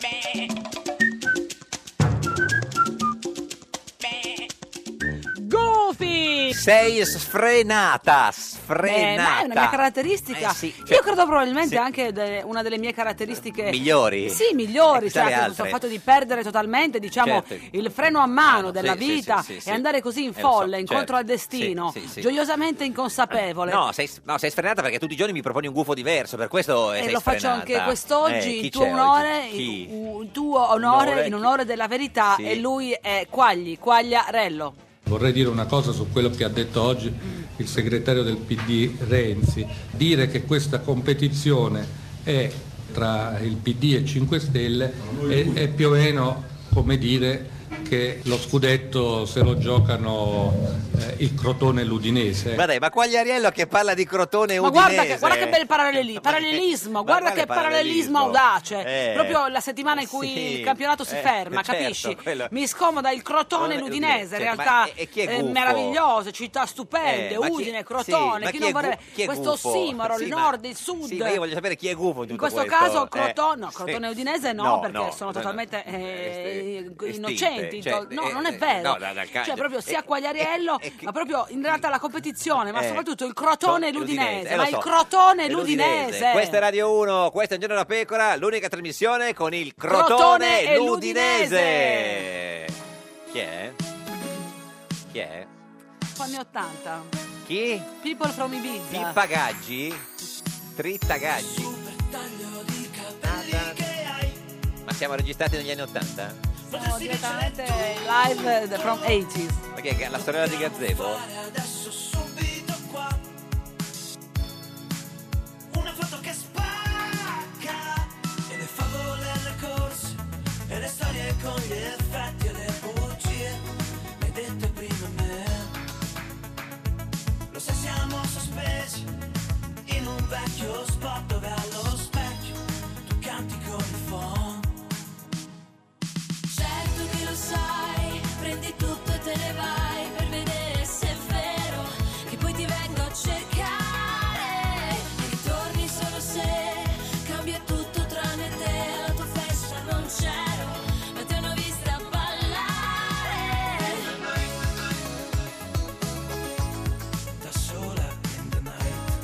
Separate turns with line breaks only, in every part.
Beh. Beh. Goofy!
Sei sfrenata,
Eh,
sfrenata.
ma è una mia caratteristica.
Eh sì,
Io
cioè,
credo probabilmente
sì.
anche de- una delle mie caratteristiche
Migliori.
Sì, migliori,
Eh,
cioè
chissà le
anche questo
altre.
fatto di perdere totalmente, diciamo,
Certo.
il freno a mano della
sì, sì,
vita
sì, sì, sì.
e andare così in
Eh, lo so,
folle, incontro
certo.
al destino,
Sì, sì, sì.
gioiosamente inconsapevole.
No sei, no, sei sfrenata perché tutti i giorni mi proponi un gufo diverso, per questo eh,
E
sei
lo faccio
sfrenata.
anche
Eh,
quest'oggi
chi
in tuo
c'è oggi?
onore,
Chi?
in, un tuo onore,
Onore,
in onore della verità.
Sì.
E lui è Quagli, Quagliarello.
Vorrei dire una cosa su quello che ha detto oggi il segretario del PD Renzi. Dire che questa competizione è tra il PD e 5 Stelle è, è più o meno come dire che lo scudetto se lo giocano eh, il Crotone e l'Udinese.
Guarda, ma Quagliariello che parla di Crotone eh, e
Ma
Udinese.
guarda che, guarda che bel paralleli- parallelismo, guarda
quale
che parallelismo
parallelismo?
audace.
Eh.
Proprio la settimana in cui
Sì.
il campionato si
Eh,
ferma,
certo,
capisci?
quello-
Mi scomoda il Crotone e l'Udinese,
Cioè,
realtà
ma- e- e chi è
eh,
gufo?
meravigliosa, città stupende,
Eh, ma chi-
Udine,
sì,
Crotone,
ma
chi
chi
non
è gu-
vorrebbe
chi è
questo
gufo?
simaro, il
Sì, ma-
nord, il sud.
Sì, ma io voglio sapere chi è gufo in tutto
In questo
questo.
caso
Eh,
Crotone, no,
sì.
Crotone e Udinese no,
No,
perché
no,
sono
no, no.
totalmente eh,
Estinte,
innocenti.
certo,
to- no,
eh,
non è
eh,
vero.
no, da- da-
cioè proprio sia
eh,
Quagliariello, ma proprio in realtà la competizione, ma
Eh,
soprattutto il Crotone e l'Udinese.
eh, lo
ma
so.
il Crotone e
Eh,
l'Udinese.
Questa è Radio 1, questo è Un Giorno da Pecora, l'unica trasmissione con il Crotone,
Crotone e
e l'Udinese. Chi è? Chi è?
Anni 80.
Chi?
People from Ibiza.
Pippa Gaggi? Tritta Gaggi? Ma siamo registrati negli anni 80?
Sono direttamente live from 80s.
Ma che è la sorella di Gazebo?
Adesso subito qua Una foto che spacca E le favole alle corse E le storie con gli effetti e le bugie Le hai dette prima a me Lo sai siamo sospesi In un vecchio spot dove allo specchio Tu canti con il phon
Certo che lo sai, prendi tutto e te ne vai per vedere se è vero che poi ti vengo a cercare. E ritorni solo se cambia tutto tranne te, la tua festa non c'ero, ma ti hanno vista ballare.
Da sola in the night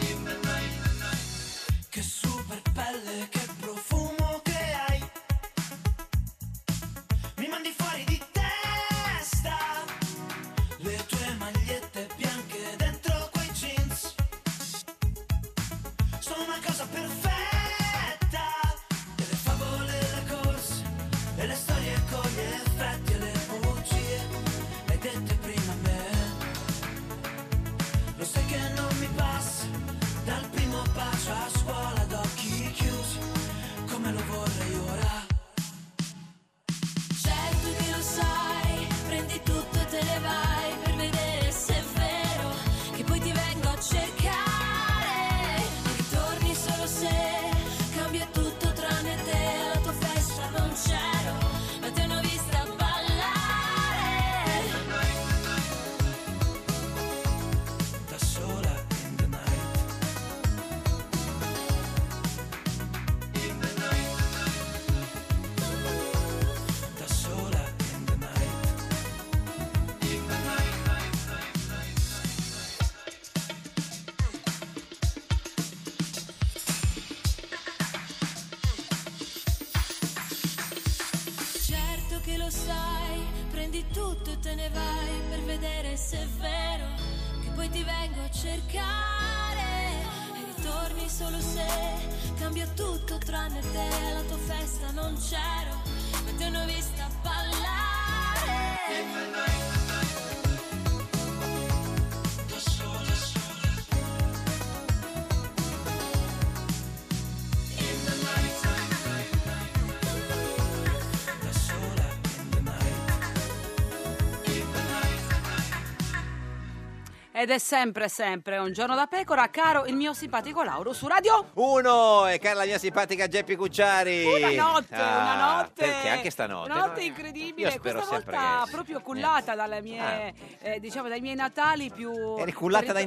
In the night Che super pelle, che profumo che hai Mi mandi fuori di testa Le tue magliette bianche dentro quei jeans Sono una cosa perfetta E le favole, le corse E le storie con gli effetti e le bugie le hai dette prima a me Lo sai che non mi passa Dal primo bacio a scuola ad occhi chiusi Come lo vorrei ora
Certo che lo sai, prendi tutto e te ne vai per vedere se è vero che poi ti vengo a cercare. E ritorni solo se cambia tutto tranne te, la tua festa non c'ero, ma ti hanno vista ballare.
Da sola in the night In the night Da sola in the night In the night, night, night, night
Certo che lo sai, prendi tutto e te ne vai per vedere se è vero che poi ti vengo a cercare e ritorni solo se cambia tutto tranne te, la tua festa non c'ero, ma ti hanno vista ballare.
Da sola, sola In the night, night, night, night Da sola in the night In the night, night
E Ed è sempre, sempre un giorno da pecora, caro il mio simpatico Lauro su Radio.
Uno e cara la mia simpatica Geppi Cucciari.
Una notte, una
Ah,
notte.
Perché anche stanotte?
Una notte
no?
incredibile.
Io spero
Questa
sempre
volta
che-
proprio cullata dalle mie, eh, diciamo, dai miei natali più.
Eri cullata dai
terri-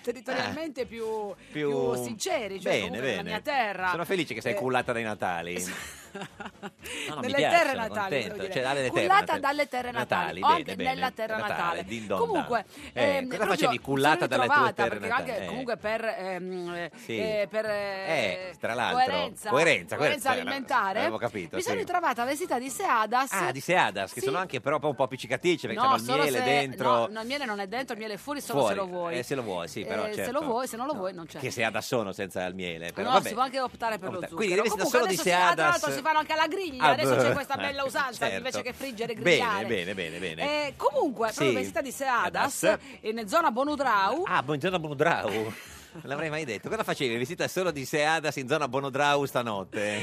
Territorialmente più,
Eh, Più-
più sinceri, cioè
bene,
comunque
bene.
nella mia terra.
Sono felice che sei
Eh, Esatto.
cullata dai Natali. No, no, mi
Nelle
piace,
terre
sono
natali, devo
contento.
dire.
Cioè, dalle terre
cullata
natali.
dalle terre natali,
Natali,
o
bene,
anche
bene.
nella terra
Natale,
natale.
din don
comunque,
dan. Eh,
ehm,
cosa
proprio
facevi, cullata
sono
dalle tue
ritrovata,
terre
perché anche,
natali? Eh.
comunque per ehm, eh,
Sì.
eh, per eh,
Eh, tra l'altro.
coerenza,
Coerenza, coerenza,
alimentare.
l'avevo capito,
mi sono
sì.
ritrovata vestita di Seadas.
Ah, di Seadas, che
Sì.
sono anche però un po' appiccicatrici perché
No,
hanno
solo
il miele
se-
dentro.
No, no, il miele non è dentro, il miele è fuori solo
Fuori.
se lo vuoi.
Eh, se lo vuoi, sì, però,
Eh, Se
certo.
lo vuoi, se non lo vuoi non c'è.
Che Seadas sono senza il miele. Però
no,
vabbè.
si può anche optare per lo
Quindi
zucchero.
devi essere
Comunque
solo di
adesso si, ah, tra l'altro
Seadas.
si fanno anche alla griglia,
Ah,
adesso
beh,
c'è questa bella
eh,
usanza
certo.
invece che friggere e grigliare.
Bene, bene, bene, bene.
Eh, comunque,
Sì.
proprio vestita di Seadas,
Adas.
in zona Bonudrau,
Ah, buongiorno Bonodrau. Non l'avrei mai detto. Cosa facevi? Vestita solo di Seadas in zona Bonodrau stanotte?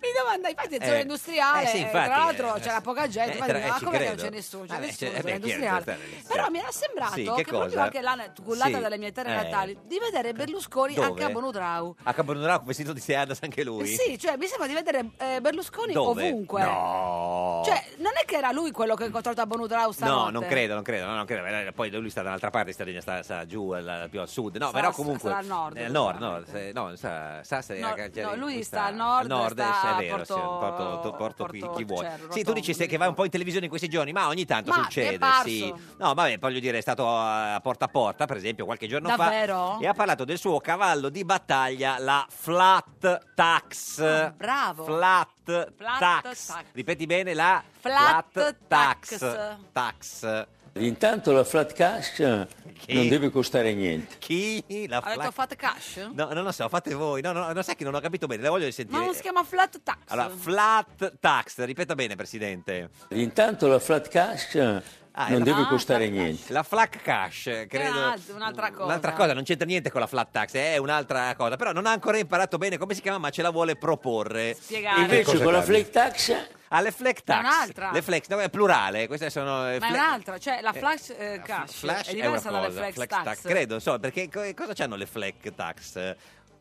mi domanda, infatti è zona
Eh,
industriale,
eh, sì,
eh,
infatti,
tra l'altro
eh,
c'era poca gente,
eh,
infatti,
tra- eh,
ma
ci
come che non
credo.
c'è nessuno, c'è
Vabbè,
nessuno,
c'è- eh,
zona
beh, chiaro,
industriale.
certo, certo.
Però mi era sembrato
Sì, che
che, proprio
cosa?
anche la cullata
Sì.
dalle mie terre
Eh.
natali, di vedere Berlusconi
Dove?
anche a Bonudrau.
A Bonodrau vestito di Seadas anche lui?
Sì, cioè mi sembra di vedere eh, Berlusconi
Dove?
ovunque.
No.
Cioè, non è che era lui quello che ho incontrato a Bonudrau stanotte?
No, non credo, non credo, no, non credo. Eh, Poi lui sta dall'altra parte, sta, sta, sta giù, alla- più al sud. No,
Sarà-
però comunque...
sarà al nord,
Eh, Al nord, no, se- no, sa, sa se
No,
a Cagliari-
no, lui
qui
sta al nord, sta
sì,
a
è vero, sì,
Porto-
Porto, Porto- Porto chi-
Porto
chi vuoi.
Cerro,
sì, tu dici se- che va un po' in televisione in questi giorni, ma ogni tanto
Ma ti è
succede,
parso?
sì. No, vabbè, voglio dire, è stato a Porta a Porta, per esempio, qualche giorno
Davvero?
fa e ha parlato del suo cavallo di battaglia, la Flat Tax.
Ah, bravo.
Flat,
Flat
tax.
Tax.
Ripeti bene la
Flat
Tax.
Tax.
tax.
Intanto la flat cash non deve costare niente.
Chi? La
Ha detto
flat...
fat cash?
No, non lo so, fate voi. No, no, no, sai che non ho capito bene, la voglio
Ma
sentire.
non si chiama flat tax?
Allora, flat tax, ripeta bene, Presidente.
Intanto la flat cash
Ah,
non
la-
deve
ah,
costare
flat cash.
niente.
La flat cash,
Che è
credo.
un'alt- un'altra cosa.
Un'altra cosa, non c'entra niente con la flat tax, eh, è un'altra cosa. Però non ha ancora imparato bene come si chiama, ma ce la vuole proporre.
Spiegare.
Invece
Invece con la
cambia?
flat tax
Ah, le flat tax.
È un'altra.
Le flex, no, è plurale, queste sono... eh,
Ma è
fle-
un'altra, cioè la flash eh,
F-
cash
flash
è diversa
una
dalle
cosa,
flex,
flex
tax.
Credo, insomma, perché co- cosa c'hanno le flex tax?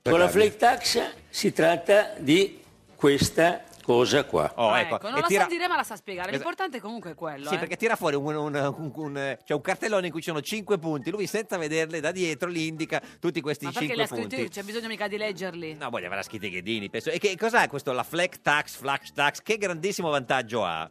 Con la flat tax si tratta di questa cosa qua.
Oh,
Ah,
ecco,
ecco, non
e
la
tira-
sa dire ma la sa spiegare.
Esatto.
L'importante comunque è quello.
Sì,
eh.
perché tira fuori un, un- un- un- cioè un cartellone in cui ci sono cinque punti. Lui, senza vederle da dietro, li indica tutti questi
Ma perché li
cinque
ha scritti
punti.
lui? C'è bisogno mica di leggerli.
No, poi li avrà scritti Ghedini, penso. E che cos'ha questo? La flex tax, flash tax? Che grandissimo vantaggio ha?
Ha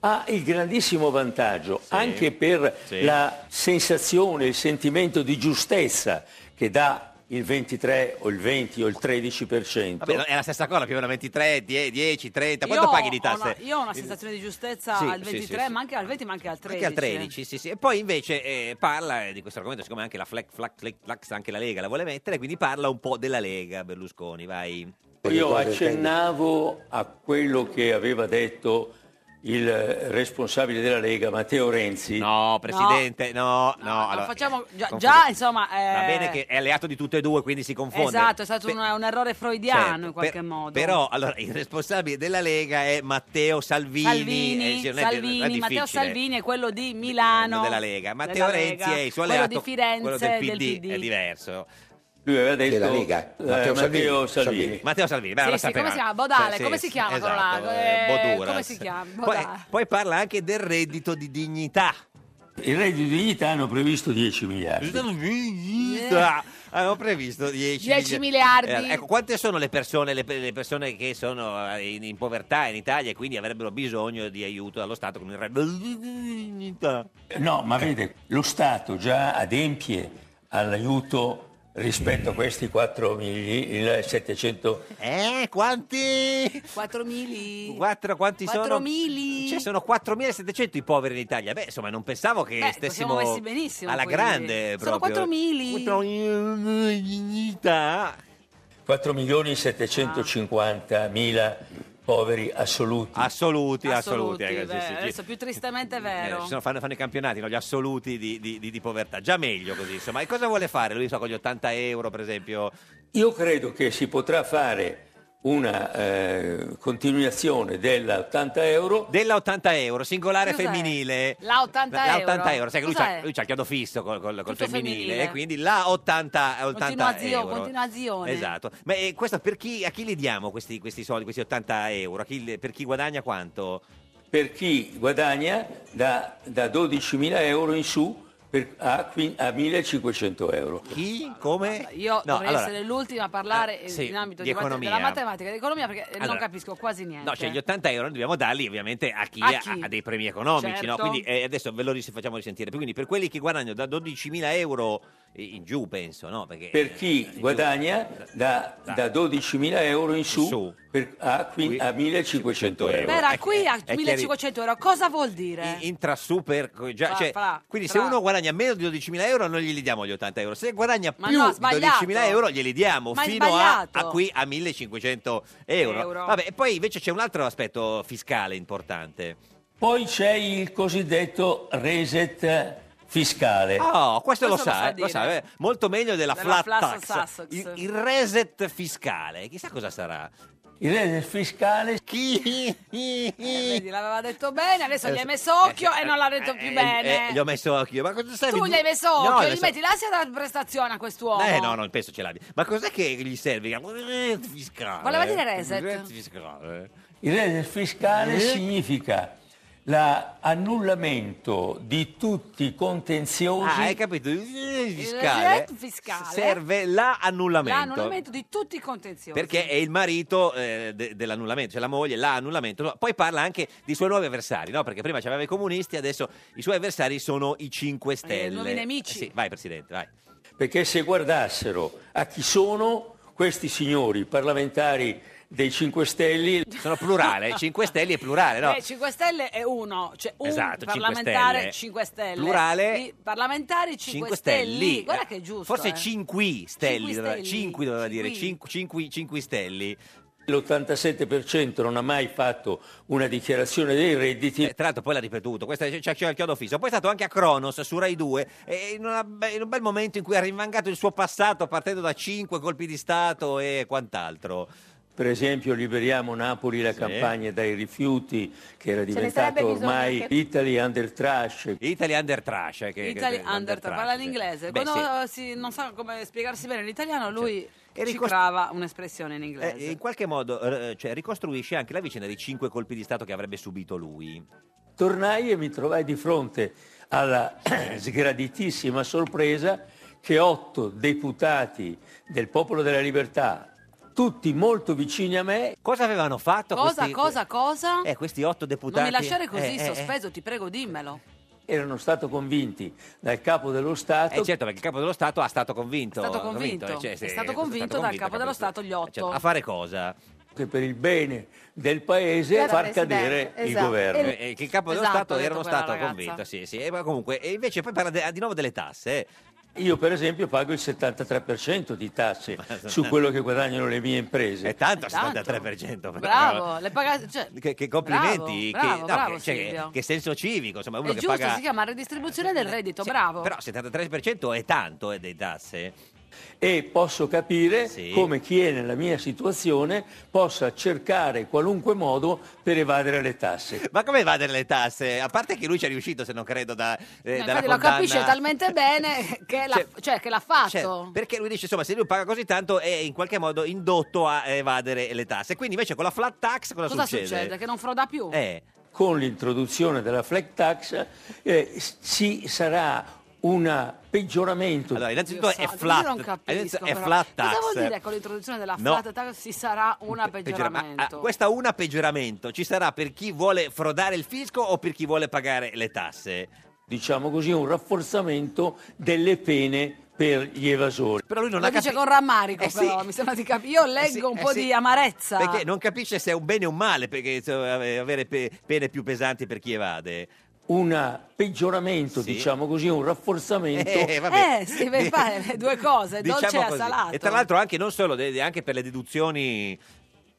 Ah, il grandissimo vantaggio anche per
Sì.
la sensazione, il sentimento di giustezza che dà il 23 o il 20 o il 13%.
Vabbè, è la stessa cosa, più o meno 23, 10,
Io
30. Quanto paghi di
ho una-
tasse?
io ho una sensazione di giustezza
Sì,
al
sì,
23,
sì, sì.
ma anche al 20, ma anche al eh. 13.
Anche al 13, sì, sì. E poi invece eh, parla eh, di questo argomento, siccome anche la flex, flax, flex, flax, anche la Lega la vuole mettere, quindi parla un po' della Lega, Berlusconi, vai.
Io accennavo a quello che aveva detto il responsabile della Lega, Matteo Renzi.
No, Presidente, no, no.
No, non
allora,
facciamo- già-
confonde-
già, insomma, eh,
Va bene che è alleato di tutte e due, quindi si confonde.
Esatto, è stato
Pe-
un, un errore freudiano
certo,
in qualche
per-
modo.
Però, allora, il responsabile della Lega è Matteo Salvini.
Salvini,
eh, sì, non è- non è
Salvini, Matteo
difficile.
Salvini è quello di Milano.
della Lega. Matteo
della
Renzi
Lega,
è il suo
quello
alleato,
di Firenze,
quello del PD, è
del PD.
diverso. Oh.
Lui aveva detto
Della Lega,
eh,
Matteo
Matteo, Salvini.
Salvini. Salvini.
Matteo Salvini, beh,
Sì,
lo
sì, come
sapevamo.
si chiama? Bodale,
Sì,
come
sì,
si chiama,
esatto,
Colago?
eh,
Eh,
Boduras.
come si chiama?
Poi,
Bodà.
poi parla anche del reddito di dignità.
Il reddito di dignità hanno previsto 10 miliardi.
Eh.
Ah, Avevo previsto 10,
10 miliardi.
Eh, ecco, quante sono le persone, le, pe- le persone che sono eh, in, in povertà in Italia e quindi avrebbero bisogno di aiuto dallo Stato con il reddito di dignità?
No, ma vede, lo Stato già adempie all'aiuto rispetto a questi 4.700
Eh, quanti?
4 mili.
Quattro, quanti sono?
4.000.
Cioè, sono 4.700 i poveri in Italia. Beh, insomma, non pensavo che
Beh,
stessimo
siamo messi benissimo,
alla
quindi.
grande
Sono
proprio.
4.000.
4.000 di dignità.
4.750.000 poveri assoluti.
Assoluti, assoluti.
Assoluti,
eh, sì,
beh,
sì, sì.
adesso più tristemente è
Eh,
vero.
ci sono- fanno, fanno i campionati, no? gli assoluti di, di- di- di povertà. Già meglio così, insomma. E cosa vuole fare lui so, con gli 80 euro, per esempio?
Io credo che si potrà fare una eh, continuazione della 80 euro.
Della 80 euro, singolare
Cos'è?
femminile.
La 80
la
euro.
80 euro, sai che lui
Cos'è?
c'ha, lui c'ha il chiodo fisso col, col- col
Tutto
femminile,
femminile.
e quindi la 80, 80
Continuazio-
euro.
continuazione.
Esatto. Ma eh, questo per chi, a chi li diamo questi, questi soldi, questi 80 euro? A chi li- per chi guadagna quanto?
per chi guadagna da, da 12.000 euro in su per- a, qui- a 1.500 euro.
Chi? Come?
Io dovrei
allora-
essere l'ultima a parlare eh,
sì,
in ambito
di
di mate-
economia.
della matematica e di economia perché eh, non
Allora,
capisco quasi niente.
No, cioè gli 80 euro dobbiamo darli ovviamente a chi,
A
ha,
chi?
ha dei premi economici, no?
Certo.
Quindi eh, adesso ve lo ris- facciamo risentire. Quindi per quelli che guadagnano da 12.000 euro in giù, penso, no? Perché
Per chi guadagna da, da 12.000 euro in su, per- a, qui- a 1.500 euro.
Era qui a
è
1500 euro, cosa vuol dire?
intra super co- già,
Fra-
cioè,
fra-
quindi
fra.
se uno guadagna meno di 12.000 euro non glieli diamo gli 80 euro se guadagna
Ma
più
no, ha
di
sbagliato.
12.000 euro glieli diamo
Ma è
fino a,
sbagliato.
a qui a 1.500 euro.
Euro.
Vabbè, e poi invece c'è un altro aspetto fiscale importante
Poi c'è il cosiddetto reset fiscale.
Oh, questo, lo sa, eh, lo
dire.
sa, eh, molto meglio della,
Della
flat,
flat
tax.
tax.
Il, il reset fiscale, chissà cosa sarà.
Il reset fiscale.
Chi?
Eh, vedi, l'aveva detto bene, adesso gli
Eh,
hai messo occhio
eh,
e non l'ha detto più
eh,
bene.
eh, gli ho messo occhio, ma cosa serve?
tu gli hai messo
No,
occhio,
gli ho
gli
messo-
metti l'ansia da prestazione a quest'uomo.
Eh no, eh, non penso ce l'abbia. Ma cos'è che gli serve? Il reset fiscale.
Voleva dire reset.
Il reset fiscale.
Il reddito fiscale
Eh?
significa l'annullamento di tutti i contenziosi.
Ah, hai capito? Il reset
Il
fiscale
reset Eh, fiscale.
serve l'annullamento.
L'annullamento di tutti i contenziosi.
Perché è il marito eh, de- dell'annullamento, cioè la moglie, l'ha annullamento. No, Poi parla anche dei suoi nuovi avversari, no? Perché prima c'aveva i comunisti, adesso i suoi avversari sono i 5 Stelle.
nuovi nemici.
Eh sì, vai Presidente, vai.
Perché se guardassero a chi sono questi signori parlamentari dei 5 Stelle.
Sono plurale, 5 Stelle è plurale,
Eh, 5 Stelle è uno, cioè un
Esatto, Cinque Stelle.
parlamentare 5 Stelle.
Plurale.
I parlamentari 5,
Cinque
Stelli.
Stelli.
Guarda che è giusto.
Forse
eh.
5 Stelli, doveva,
Stelli.
5 doveva dire,
Cinqui.
5, 5, Stelli.
L'87% non ha mai fatto una dichiarazione dei redditi.
Eh, tra l'altro poi l'ha ripetuto, questa c'è, c'è, il chiodo fisso. Poi è stato anche a Cronos su Rai 2 e in, una be- in un bel momento in cui ha rinvangato il suo passato partendo da 5 colpi di Stato e quant'altro.
Per esempio liberiamo Napoli la campagna dai rifiuti che era
sarebbe
diventata
bisogno
ormai
anche-
Italy Under Trash.
Italy Under Trash. eh, che-
Italy under, parla in inglese.
Beh,
Quando si- non sa come spiegarsi bene l'italiano, lui
ricost-
riciclava un'espressione in inglese.
Eh, in qualche modo eh, cioè, ricostruisce anche la vicenda dei 5 colpi di Stato che avrebbe subito lui.
Tornai e mi trovai di fronte alla sgraditissima sorpresa che otto deputati del Popolo della Libertà, tutti molto vicini a me,
cosa avevano fatto?
cosa, cosa, cosa?
esatto, Eh, questi otto deputati
non mi lasciare così
eh, eh, eh.
sospeso, ti prego, dimmelo.
erano stato convinti dal capo dello Stato.
Eh certo, perché il capo dello Stato ha stato convinto.
È stato convinto,
eh, cioè, sì,
è stato convinto dal capo dello Stato gli otto.
Certo, a fare cosa?
Che per il bene del paese
Della
far
Presidente,
cadere il
esatto.
governo.
Eh, eh, che il capo dello
Esatto, ha
Stato
detto
era uno
quella
Stato
ragazza.
convinto, sì, sì. E ma comunque, e invece poi parla de- di nuovo delle tasse. eh.
Io per esempio pago il 73% di tasse su quello che guadagnano le mie imprese.
È tanto,
È tanto.
73%. però.
Bravo, le paga- cioè,
Che, che complimenti,
Bravo, bravo,
che,
bravo,
che, cioè,
Silvio.
che senso civico, insomma, uno
è
che
giusto,
paga...
si chiama boh. redistribuzione del reddito, bravo.
Però 73% è tanto eh, dei tasse.
e posso capire
Sì.
come chi è nella mia situazione possa cercare qualunque modo per evadere le tasse.
Ma come va delle tasse? A parte che lui ci è riuscito, se non credo, da, eh,
No,
dalla
infatti lo
condanna.
capisce talmente bene che l'ha, cioè, che l'ha fatto.
Cioè, perché lui dice, insomma, se lui paga così tanto è in qualche modo indotto a evadere le tasse. Quindi invece con la flat tax cosa,
Cosa succede? Che non froda più.
Eh,
Con l'introduzione della flat tax eh, s- ci sarà un peggioramento.
Allora, innanzitutto
Io
è
so-
flat.
Io non capisco,
Innanzitutto è
però.
flat
Cosa
tax.
vuol dire con l'introduzione della
No.
flat tax si sarà una
Peggioramento.
peggioramento?
Ah, questa una peggioramento ci sarà per chi vuole frodare il fisco o per chi vuole pagare eh, le tasse?
Diciamo così, un rafforzamento delle pene per gli evasori.
Però lui non
Lo
ha
dice
capito
con rammarico,
Eh sì.
però mi sembra di capire. Io leggo
sì,
un
eh
po'
sì.
di amarezza.
perché non capisce se è un bene o un male perché insomma, ave- avere pe- pene più pesanti per chi evade.
Un peggioramento, diciamo così, un rafforzamento.
Eh, vabbè.
Eh, si deve fare le due cose, dolce
Diciamo
e
così.
salato.
E tra l'altro anche non solo, de- anche per le deduzioni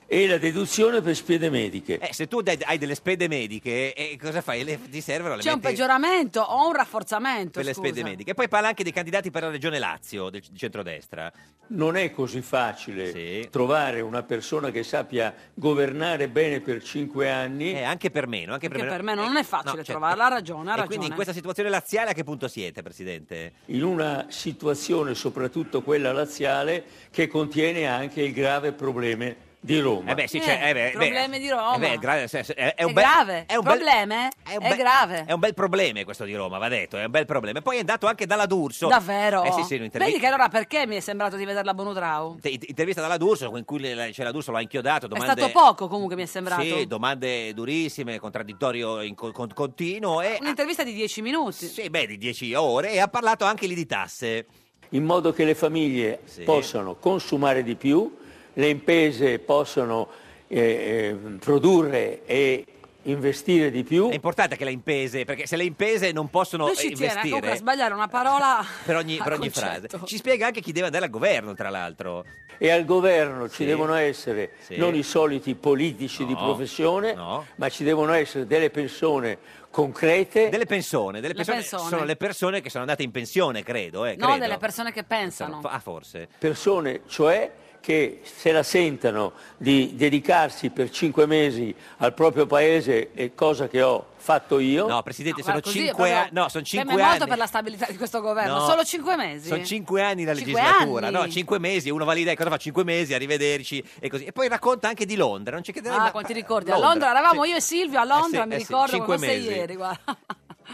e la deduzione per spese mediche.
Eh, se tu dai- hai delle spese mediche, eh, cosa fai? Le- ti servono le
C'è un
metti
peggioramento o un rafforzamento?
per le spese
scusa?
mediche. E poi parla anche dei candidati per la regione Lazio, del di centrodestra.
Non è così facile trovare una persona che sappia governare bene per cinque anni.
Eh, anche per meno, anche
Perché per me non è facile trovarla, ha ragione, ha
e
ragione.
quindi in questa situazione laziale a che punto siete, Presidente?
in una situazione, soprattutto quella laziale, che contiene anche il grave problema di Roma.
Eh beh, sì, c'è- Eh, eh beh,
problemi di Roma.
Eh beh, è gra- se- se- è- è
È,
un bel-
grave,
è un bel-
problema? eh? È,
un bel-
grave.
È un bel problema questo di Roma, va detto, è un bel problema. E poi è andato anche dalla D'Urso.
Davvero?
Eh sì, sì, un'intervista.
Vedi che allora perché mi è sembrato di vederla Bonutrau?
te- intervista dalla D'Urso, in cui le- c'è la D'Urso, l'ha inchiodato.
È
Domande...
stato poco comunque mi è sembrato.
Sì, domande durissime, contraddittorio in co- con- continuo e...
Un'intervista di 10 minuti.
Sì, beh, di 10 ore e ha parlato anche lì di tasse.
in modo che le famiglie possano consumare di più, le imprese possano eh, eh, produrre e investire di più. È
importante che le imprese, Eh, perché se le imprese non possono
Lui ci tiene eh, comunque a
investire
sbagliare una parola
per ogni,
a
per ogni frase,
concetto.
ci spiega anche chi deve andare al governo, tra l'altro.
E al governo ci
Sì.
devono essere non i soliti politici di
No,
professione,
no.
ma ci devono essere delle persone concrete.
Delle persone, delle
Le
persone,
persone.
sono le persone che sono andate in pensione, credo. Eh,
No,
credo.
delle persone che pensano.
Ah, forse.
persone cioè che se la sentano di dedicarsi per cinque mesi al proprio paese, è cosa che ho fatto io.
No, Presidente, sono
Guarda, così è
cinque
proprio-
anni. No,
Cioè,
sono
mi è
cinque
molto
anni.
per la stabilità di questo governo,
No.
solo 5 mesi.
Sono cinque anni la
Cinque
legislatura,
anni?
no? Cinque mesi, uno va lì, dai, cosa fa? Cinque mesi, arrivederci e così. E poi racconta anche di Londra, non ci crederai
Ah,
ma-
quanti ricordi? A
Londra,
Londra eravamo
sì.
io e Silvio a
Eh
Londra,
sì,
mi
eh sì,
ricordo
cinque
come sei
mesi.
ieri, guarda.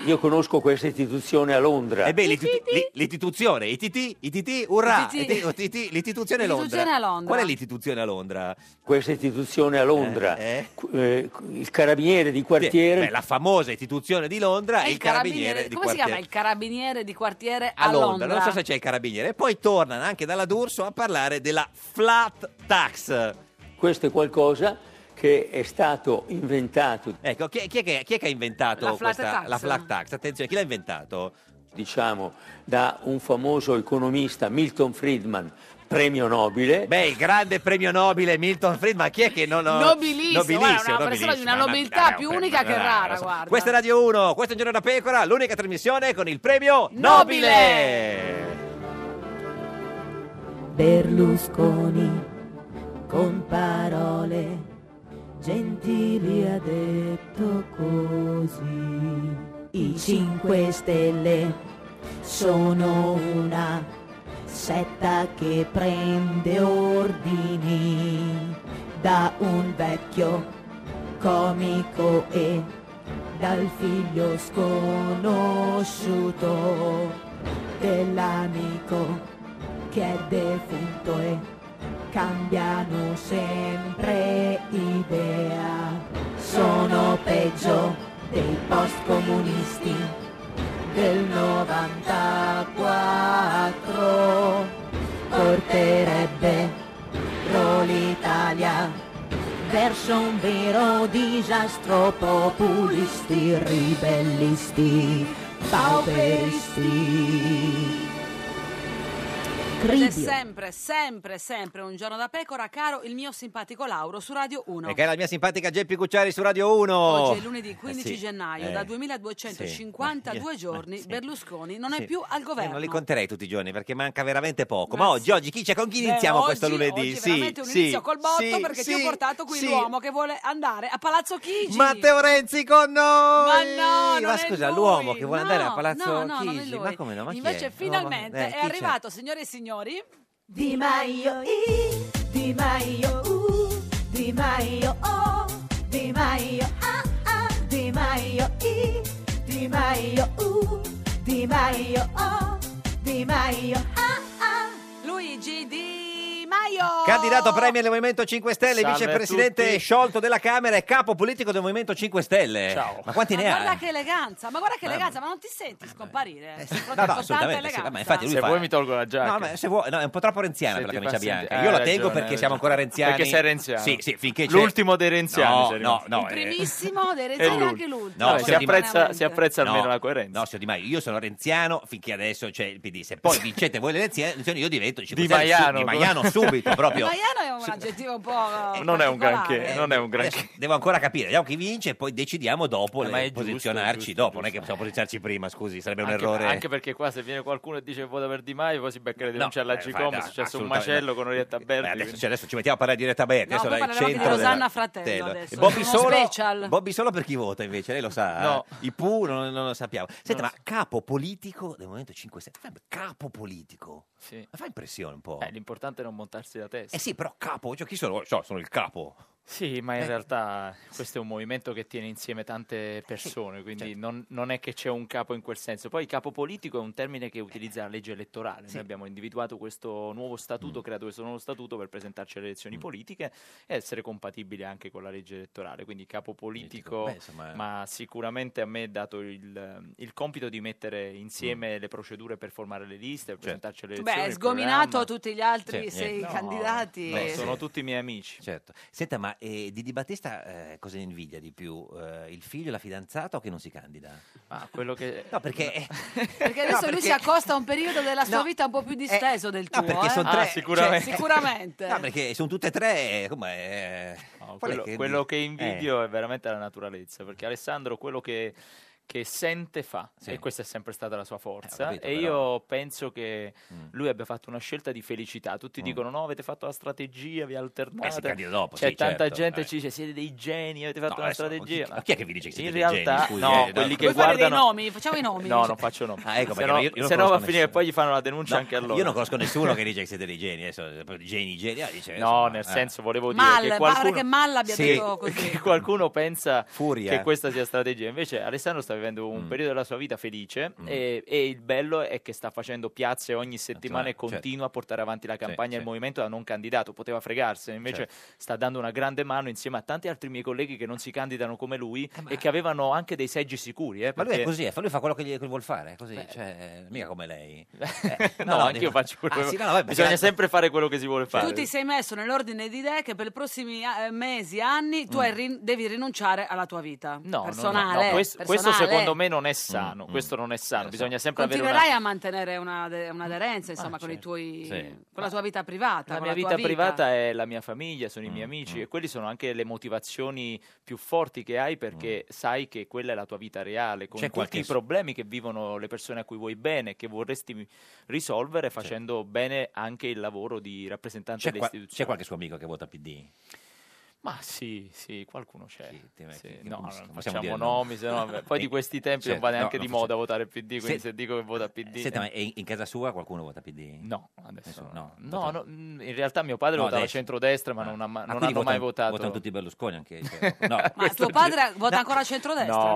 Io conosco questa istituzione a Londra.
Eh beh, l'istitu- l'i- l'istituzione, ITT, ITT, urrà,
ITT.
ITT, ITT, l'istituzione Londra.
L'istituzione a Londra.
Qual è l'istituzione a Londra?
Questa istituzione a Londra, eh, il carabiniere di quartiere,
Beh, la famosa istituzione di Londra e il carabiniere di
come si chiama?
quartiere.
Il carabiniere di quartiere a,
A Londra, non so se c'è il carabiniere. E poi tornano anche dalla D'Urso a parlare della flat tax.
questo è qualcosa che è stato inventato,
Ecco, chi, chi è, che, chi è che ha inventato
La flat
questa,
tax.
la flat tax? Attenzione, chi l'ha inventato?
diciamo, da un famoso economista, Milton Friedman, premio Nobile.
Beh, il grande premio Nobile Milton Friedman, chi è che non ho...
Nobilissimo, guarda, una persona di una
nobilissimo,
nobiltà
ma- ma-
più
ma-
unica
ma-
che
ma-
rara,
lo so.
guarda.
Questa è Radio 1, questo è Un Giorno da Pecora, l'unica trasmissione con il premio
Nobile!
Nobile!
Berlusconi con parole gentili ha detto così. I 5 Stelle sono una setta che prende ordini da un vecchio comico e dal figlio sconosciuto dell'amico che è defunto e cambiano sempre idea. Sono peggio dei post comunisti del 94. Porterebbe l'Italia verso un vero disastro populisti, ribellisti, pauperisti.
Ed è
Cridio.
sempre, sempre, sempre un giorno da pecora, caro il mio simpatico Lauro su Radio 1.
E che è la mia simpatica Geppi Cucciari su Radio 1.
Oggi è lunedì 15
Eh sì,
gennaio, da
eh. Sì, ma
2252
io-
giorni Berlusconi non
Sì.
è più al
Eh, non li
governo.
conterei tutti i giorni perché manca veramente poco.
Ma
Ma, oggi, oggi chi c'è? Con chi
Beh,
iniziamo questo
oggi-
lunedì?
Oggi
sì,
veramente un
sì,
inizio col botto
sì,
perché ti
sì,
ho portato qui
sì.
l'uomo che vuole andare a Palazzo Chigi.
Matteo Renzi con noi!
Ma no, non
ma
è
scusa,
lui.
l'uomo che vuole
No,
andare a Palazzo
no, no, non è
Chigi,
lui.
ma come no? Ma chi
Invece
è?
finalmente
No, eh,
è
chi c'è?
arrivato, signore e signori.
Di Maio, i, Di Maio, u, Di Maio, o, Di Maio, a, a, Di Maio, i, Di Maio, u, Di Maio, o, Di Maio, ah, a, a.
Luigi Di Maio.
Candidato premier del Movimento 5 Stelle,
Oh! Salve a
vicepresidente
tutti.
sciolto della Camera e capo politico del Movimento 5 Stelle.
Ciao.
Ma quanti
Ma
ne
guarda
ha?
che eleganza, ma guarda che
Mamma
eleganza, ma non ti senti scomparire? Di fronte
Eh, No,
a
no,
tanta
assolutamente. sì,
eleganza.
ma infatti lui
Se
fa-
vuoi mi tolgo la giacca.
No, ma se vuoi, no, è un po' troppo renziana per la
ti
camicia
fa sentire-
bianca.
hai
Io la
ragione,
tengo
hai
perché
ragione.
siamo ancora renziani.
Perché sei renziano.
Sì, sì, finché c'è-
L'ultimo dei renziani
No,
sei
no,
rimasto.
no. eh.
Primissimo, dei
È
Renzi era
lui.
anche l'ultimo.
No,
Dai, si
signor Di Maio-
apprezza- si apprezza almeno la coerenza.
No, signor Di Maio, io sono renziano finché adesso c'è il PD. Se poi vincete voi le elezioni, io divento 5 Stelle
Di
su-
Maiano.
Di Maiano subito. dico proprio.
Maiano è un aggettivo un po'. eh, particolare.
non è un granché. Devo ancora capire, vediamo chi vince e poi decidiamo dopo
Eh,
le-
ma è giusto,
posizionarci
giusto,
dopo, non è che possiamo posizionarci prima, scusi, sarebbe un
Anche-
errore.
Anche perché qua se viene qualcuno e dice che vota per Di Maio, poi si becca le denunce alla
eh,
Gcom,
fai,
è
dai,
successo un
assolutamente.
macello con Orietta Berti.
Eh, adesso,
quindi-
cioè, adesso ci mettiamo a parlare di Retta Berti,
No,
adesso
poi
lei è il
parleremo di
centro della-
Rosanna Fratello
Fratello.
adesso.
E Bobby
Uno
solo,
special.
Bobby solo per chi vota invece, lei lo sa.
No.
eh? I PU non, non lo sappiamo. Senta, ma capo politico del Movimento 5 Stelle, capo politico.
Sì.
Ma fa impressione un po'.
Eh, l'importante è non montarsi la testa.
Eh sì, però capo, cioè, chi sono? Cioè, sono il capo.
Sì, ma
Eh.
in realtà questo è un movimento che tiene insieme tante persone, quindi
certo.
non, non è che c'è un capo in quel senso. Poi capo politico è un termine che utilizza la legge elettorale. Noi abbiamo individuato questo nuovo statuto,
Mm.
creato questo nuovo statuto per presentarci alle elezioni politiche e essere compatibili anche con la legge elettorale. Quindi capo politico,
Politico, beh, insomma, eh.
ma sicuramente a me è dato il, il compito di mettere
Mm.
insieme le procedure per formare le
Certo.
liste, per presentarci alle elezioni.
Beh,
il
sgominato
programma.
tutti gli altri
Sì,
sei
niente. No,
candidati.
beh,
Eh,
sì.
Sono tutti i miei amici.
Certo. Senta, ma eh, Didi Battista eh, cosa ne invidia di più? Eh, il figlio, la fidanzata o che non si candida?
Ma quello che...
No, perché... eh,
Perché
no,
adesso lui
perché-
si accosta a un periodo della sua
No,
vita un po'
Eh.
più disteso del tuo.
No, perché
eh.
sono tre...
Cioè, sicuramente.
No, perché sono tutte e tre... eh, Come, eh, qual è
quello, quello che,
che- Eh,
invidio è veramente la naturalezza, perché Alessandro quello che, che sente fa, e questa è sempre stata la sua forza,
Eh, capito,
e
però. Mm.
io penso che lui abbia fatto una scelta di felicità. Tutti dicono no, avete fatto la strategia, vi alternate.
Eh, si candida dopo,
C'è
sì,
tanta
certo,
gente
eh.
che ci dice siete dei geni, avete
No,
fatto una
adesso,
strategia.
Chi, chi è che vi dice che siete
in
dei
realtà,
geni, scusi,
no,
eh,
quelli che
Vuoi fare dei
guardano...
nomi? Facciamo i nomi.
No, non faccio nomi.
Ah, ecco,
se
perché
no,
io- io non
se no va a
conosco
finire che
nessuno.
poi gli fanno la denuncia
No,
anche a loro.
Io non conosco nessuno che dice che siete dei geni, adesso, proprio geni, geni, ah, dice,
No,
insomma,
nel
eh.
senso volevo dire
Mal,
che
pare
qualcuno,
che Mal abbia
Sì,
detto così.
che qualcuno pensa
Furia. eh. Mm.
che questa sia strategia. Invece Alessandro sta vivendo un periodo della sua vita felice e, e il bello è che sta facendo piazze ogni settimana e
Certo.
continua a portare avanti la campagna del
sì. Certo.
movimento da non candidato. Poteva fregarsene, invece sta dando una grande mano insieme a tanti altri miei colleghi che non si candidano come lui
Eh
e che avevano anche dei seggi sicuri. eh,
Ma lui è
perché- Eh.
così, eh, fa- lui fa quello che, gli, che vuol fare, è così, cioè, mica come lei. Eh,
No, anche io
dico-
faccio quello
Ah,
che-
sì, no, vabbè,
Bisogna
perché-
sempre fare quello che si vuole fare.
Cioè, Tu ti sei messo nell'ordine di idee che per i prossimi eh, mesi, anni, tu hai rin- devi rinunciare alla tua vita
Mm. No, no, no, no,
personale.
questo, questo
personale.
secondo me non è
Mm,
sano. questo non è sano. Bisogna sempre
Esatto.
avere una Ah,
Continuerai a mantenere una de- un'aderenza, insomma, con, i tuoi,
Sì.
con la tua vita privata.
La
con
mia
tua
vita privata è la mia famiglia, sono i
Mm,
miei amici e quelli sono anche le motivazioni più forti che hai perché sai che quella è la tua vita reale, con
Mm. C'è
tutti
qualche
i
s-
problemi che vivono le persone a cui vuoi bene, che vorresti mi- risolvere facendo bene anche il lavoro di rappresentante
C'è,
delle
qua-
istituzioni.
c'è qualche suo amico che vota PD?
Ma sì, sì, qualcuno c'è.
ti-
Sì,
che- che-
no,
come
non
si- come possiamo
facciamo
dire, no?
nomi, se no, beh, poi di questi tempi
Certo,
non va
no,
neanche
non
di
facciamo-
moda votare PD, quindi
Se-
se, dico che vota PD...
Senta, ma in, in casa sua qualcuno vota PD?
No, adesso
Nessuno,
no.
no,
No,
vota-
no, mm, in realtà mio padre
No,
votava
adesso.
centrodestra, ma
Ah.
non, ha, ma-
Ah,
non
quindi
hanno
votano-
mai votato.
Votano tutti Berlusconi anche. cioè, no,
Ma
questo-
tuo padre vota ancora a centrodestra, no?
No,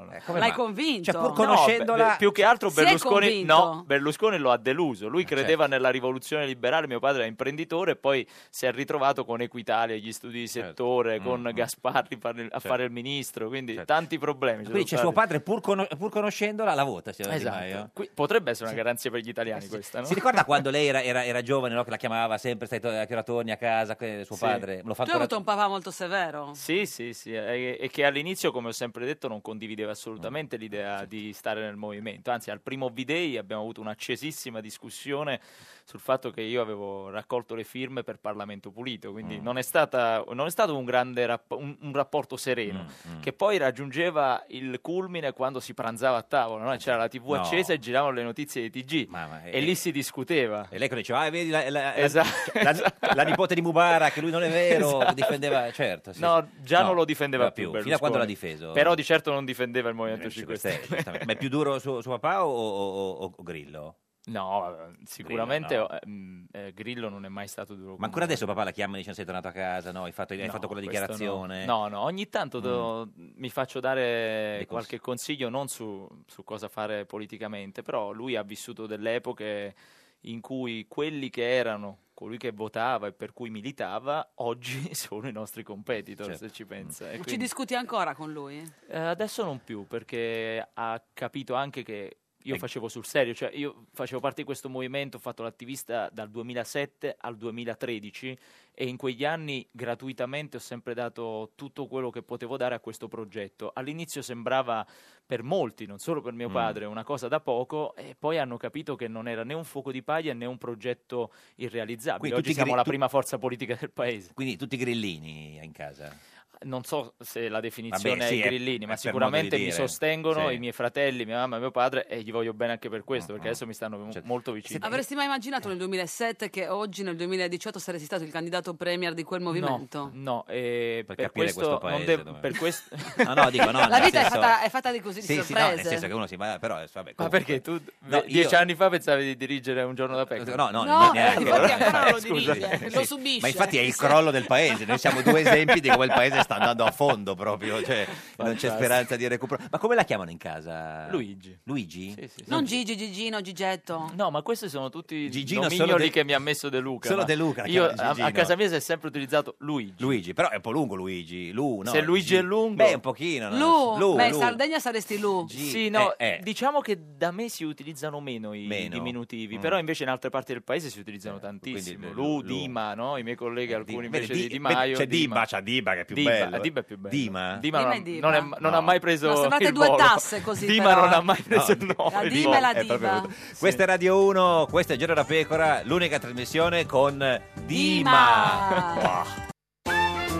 no, no.
Eh, come
L'hai
mai?
convinto?
Cioè, pur
Certo. No,
conoscendola-
beh, beh, più che altro
Si è
Berlusconi,
convinto?
no, Berlusconi lo ha deluso.
Eh,
Lui credeva
certo.
nella rivoluzione liberale. Mio padre era imprenditore, e poi si è ritrovato con Equitalia, gli studi di
Certo.
settore, con
Mm,
Gasparri fare- a fare il ministro. Quindi tanti problemi. ci
Certo. Quindi c'è
sono
suo
stati.
padre, pur, cono- pur conoscendola, la vota. signora Di
Esatto.
Maio. Eh
Qui- potrebbe essere una garanzia per gli italiani, questa, no?
Si ricorda quando lei era, era- era giovane, no, che la chiamava sempre, stai to- a che ora torni a casa, que- suo
Sì.
padre? Lo fa
Tu hai
ancora...
avuto un papà molto severo.
Sì, sì, sì, e, e che all'inizio, come ho sempre detto, non condivideva
Mm.
assolutamente
Ah,
l'idea di
certo.
stare nel movimento. Anzi, al primo V-Day abbiamo avuto un'accesissima discussione sul fatto che io avevo raccolto le firme per Parlamento Pulito,
Mm.
quindi non, è stata- non è stato un grande rap- un, un rapporto sereno,
Mm,
che poi raggiungeva il culmine quando si pranzava a tavola, no? c'era la TV
No.
accesa e giravano le notizie dei TG
Mamma,
e,
eh,
lì si discuteva.
E lei che diceva, ah, vedi la, la- la-
Esatto.
la- la- la nipote di Mubarak, lui non è vero,
Esatto.
difendeva, certo. sì.
No, già
No,
non lo difendeva più.
Fino a quando
Berlusconi.
l'ha difeso?
Però di certo non difendeva il Movimento
5
5 Stelle.
Stelle, giustamente. Ma è più duro suo, suo papà o, o- o- o Grillo?
No, eh, sicuramente
no.
eh, mm, eh, Grillo non è mai stato duro.
Ma
con
ancora
me.
adesso papà la chiama e dice sei tornato a casa, no? Hai fatto, hai
No,
fatto quella
questo
dichiarazione. Mm.
No, no, no, ogni tanto do- mi faccio dare
Dei consigli.
qualche consiglio, non su, su cosa fare politicamente, però lui ha vissuto delle epoche in cui quelli che erano, colui che votava e per cui militava, oggi sono i nostri competitor,
Certo.
se ci pensa. E
Non Ci
quindi-
discuti ancora con lui?
eh, adesso non più, perché ha capito anche che Io
Ecco.
facevo sul serio, cioè io facevo parte di questo movimento, ho fatto l'attivista dal 2007 al 2013 e in quegli anni gratuitamente ho sempre dato tutto quello che potevo dare a questo progetto. All'inizio sembrava per molti, non solo per mio
Mm.
padre, una cosa da poco e poi hanno capito che non era né un fuoco di paglia né un progetto irrealizzabile.
Quindi
Oggi
tutti
siamo
gri-
la
tu-
prima forza politica del paese.
Quindi tutti grillini in casa.
Non so se la definizione
Vabbè, sì,
è
è-
grillini,
è
ma
per modo
sicuramente
di
mi
dire.
sostengono
Sì.
i miei fratelli, mia mamma, mio padre e gli voglio bene anche per questo, perché adesso mi stanno
Cioè,
mo- molto vicini.
Avresti mai immaginato nel 2007 che oggi, nel 2018, saresti stato il candidato premier di quel movimento?
No, no eh, per,
capire
questo,
questo
non
paese
de-
dove-
per questo
No, no, dico no.
La
nel
vita è
senso-
fatta- è fatta di così, di
sì, sì, no, nel
sorprese.
senso che uno si va, però eh, vabbè,
Ma
comunque.
perché tu
No,
ve- dieci
io-
anni fa pensavi di dirigere un giorno da pecora?
No, no,
No, eh,
neanche,
infatti
però-
ancora non lo
Scusa.
dirige, lo
Sì,
subisce.
Ma infatti è il crollo del paese, noi siamo due esempi di come il paese sta andando a fondo proprio, cioè non c'è
Fantastico.
speranza di recupero. Ma come la chiamano in casa?
Luigi.
Luigi?
Non Gigi, Gigino, Gigetto.
No, ma questi sono tutti
Gigino solo
nomignoli
De-
che mi ha messo De Luca.
solo
ma
De Luca la
Io
chiama
a, a
Gigino.
casa mia si è sempre utilizzato Luigi.
Luigi, però è un po' lungo Luigi, Lu, no?
Se Luigi
Gi-
è lungo-
Beh, un pochino. no?
Lu,
Lu,
beh, in
Lu.
Sardegna saresti Lu.
eh,
Sì, no, diciamo che da me si utilizzano meno i
Meno?
diminutivi,
Mm. Eh,
però invece in altre parti del paese si utilizzano tantissimo.
quindi,
Lu,
Lu-
Dima, no? I miei colleghi,
vedi,
alcuni invece
Di-
di Di
vedi,
Maio.
c'è Diba, c'è Diba che è più
Diba,
bello, eh.
Diba è più bello.
Dima?
Dima
Dima
non,
e Diba.
non è- non ha mai preso
No, sembrate
il
due
volo.
tasse così,
Dima
però,
non
eh.
ha mai preso il nome.
La Dima e la
È
Diva.
proprio- Questa è Radio 1, questo è Giro da Pecora, l'unica trasmissione con Dima.
Dima.
Wow.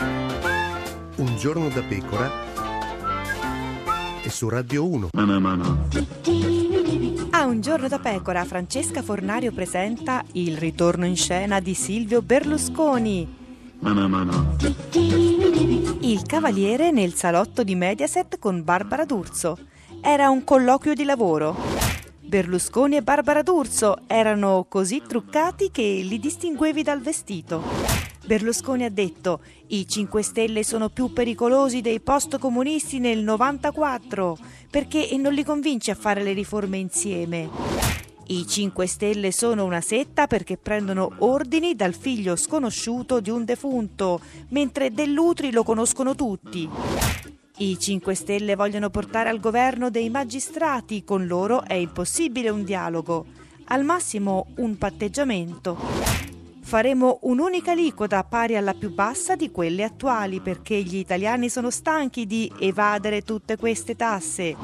Un giorno da pecora e su Radio 1.
A un giorno da pecora, Francesca Fornario presenta il ritorno in scena di Silvio Berlusconi. Il cavaliere nel salotto di Mediaset con Barbara D'Urso. Era un colloquio di lavoro. Berlusconi e Barbara D'Urso erano così truccati che li distinguevi dal vestito. Berlusconi ha detto: I 5 Stelle sono più pericolosi dei post-comunisti nel 94 perché non li convince a fare le riforme insieme. I 5 Stelle sono una setta perché prendono ordini dal figlio sconosciuto di un defunto, mentre Dell'Utri lo conoscono tutti. I 5 Stelle vogliono portare al governo dei magistrati, con loro è impossibile un dialogo, al massimo un patteggiamento. Faremo un'unica aliquota pari alla più bassa di quelle attuali perché gli italiani sono stanchi di evadere tutte queste tasse.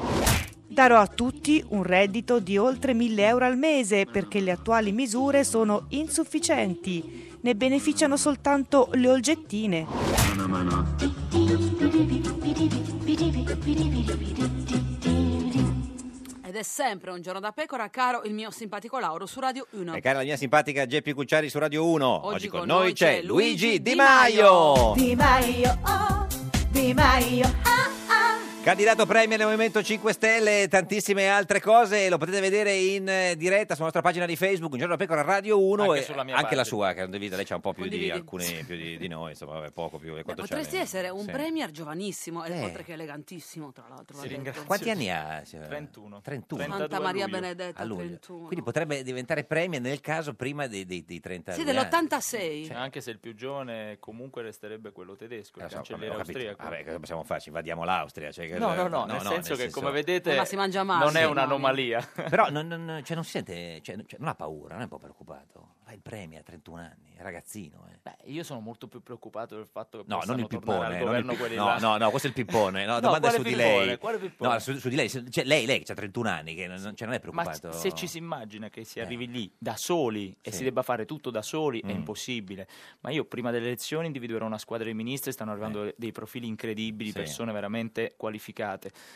Darò a tutti un reddito di oltre 1000 euro al mese perché le attuali misure sono insufficienti. Ne beneficiano soltanto le olgettine.
Ed è sempre un giorno da pecora, caro il mio simpatico Lauro su Radio 1.
E cara la mia simpatica Geppi Cucciari su Radio 1. Oggi, con, noi, c'è Luigi Di Maio.
Maio. Di Maio, oh, Di Maio, ah, ah.
Candidato premier del Movimento 5 Stelle e tantissime altre cose. Lo potete vedere in eh, diretta sulla nostra pagina di Facebook, Un giorno da pecora Radio 1.
Anche
e
sulla mia
anche
pagina.
la sua, che condivide. Lei c'ha un po' più
Condividi.
di alcuni più di, di noi, insomma, vabbè, poco più. eh, Quanto c'ha
Potresti
lei?
essere un
Sì.
premier giovanissimo, e
Eh.
oltre che elegantissimo, tra l'altro. va detto.
Quanti anni ha? signora?
31.
31.
Santa Maria Benedetta,
A luglio.
31.
Quindi potrebbe diventare premier nel caso prima dei, dei, dei 30
Sì,
anni.
dell'86.
Cioè, anche se il più giovane comunque resterebbe quello tedesco,
Lo
il
Eh, so,
cancelliere
vabbè, ho capito. Ah.
austriaco.
Vabbè, cosa possiamo farci? Invadiamo l'Austria. Cioè, che-
No, no, no, nel senso che come vedete
Eh, ma si mangia male,
non è
sì,
un'anomalia.
Però non, non- cioè, non si sente, cioè, non- cioè, non ha paura, non è un po' preoccupato. Fa il premio a 31 anni, è ragazzino. eh.
Beh, io sono molto più preoccupato del fatto che
No,
possano
non il
tornare
pippone,
al
non il
governo
pi-
quelli
no,
là.
no, no, questo è il pippone. No,
No,
domanda
quale
su di
pippone?
lei.
Quale pippone?
No, su, su di lei, se- cioè, lei, lei che ha 31 anni, che non, non- cioè, non è
Ma
preoccupato. Eh.
se ci si immagina che si arrivi lì da soli e si debba fare tutto da soli è
Mm.
impossibile. Ma io prima delle elezioni individuerò una squadra di ministri, stanno arrivando dei profili incredibili,
Eh. Sì.
persone veramente qualificate.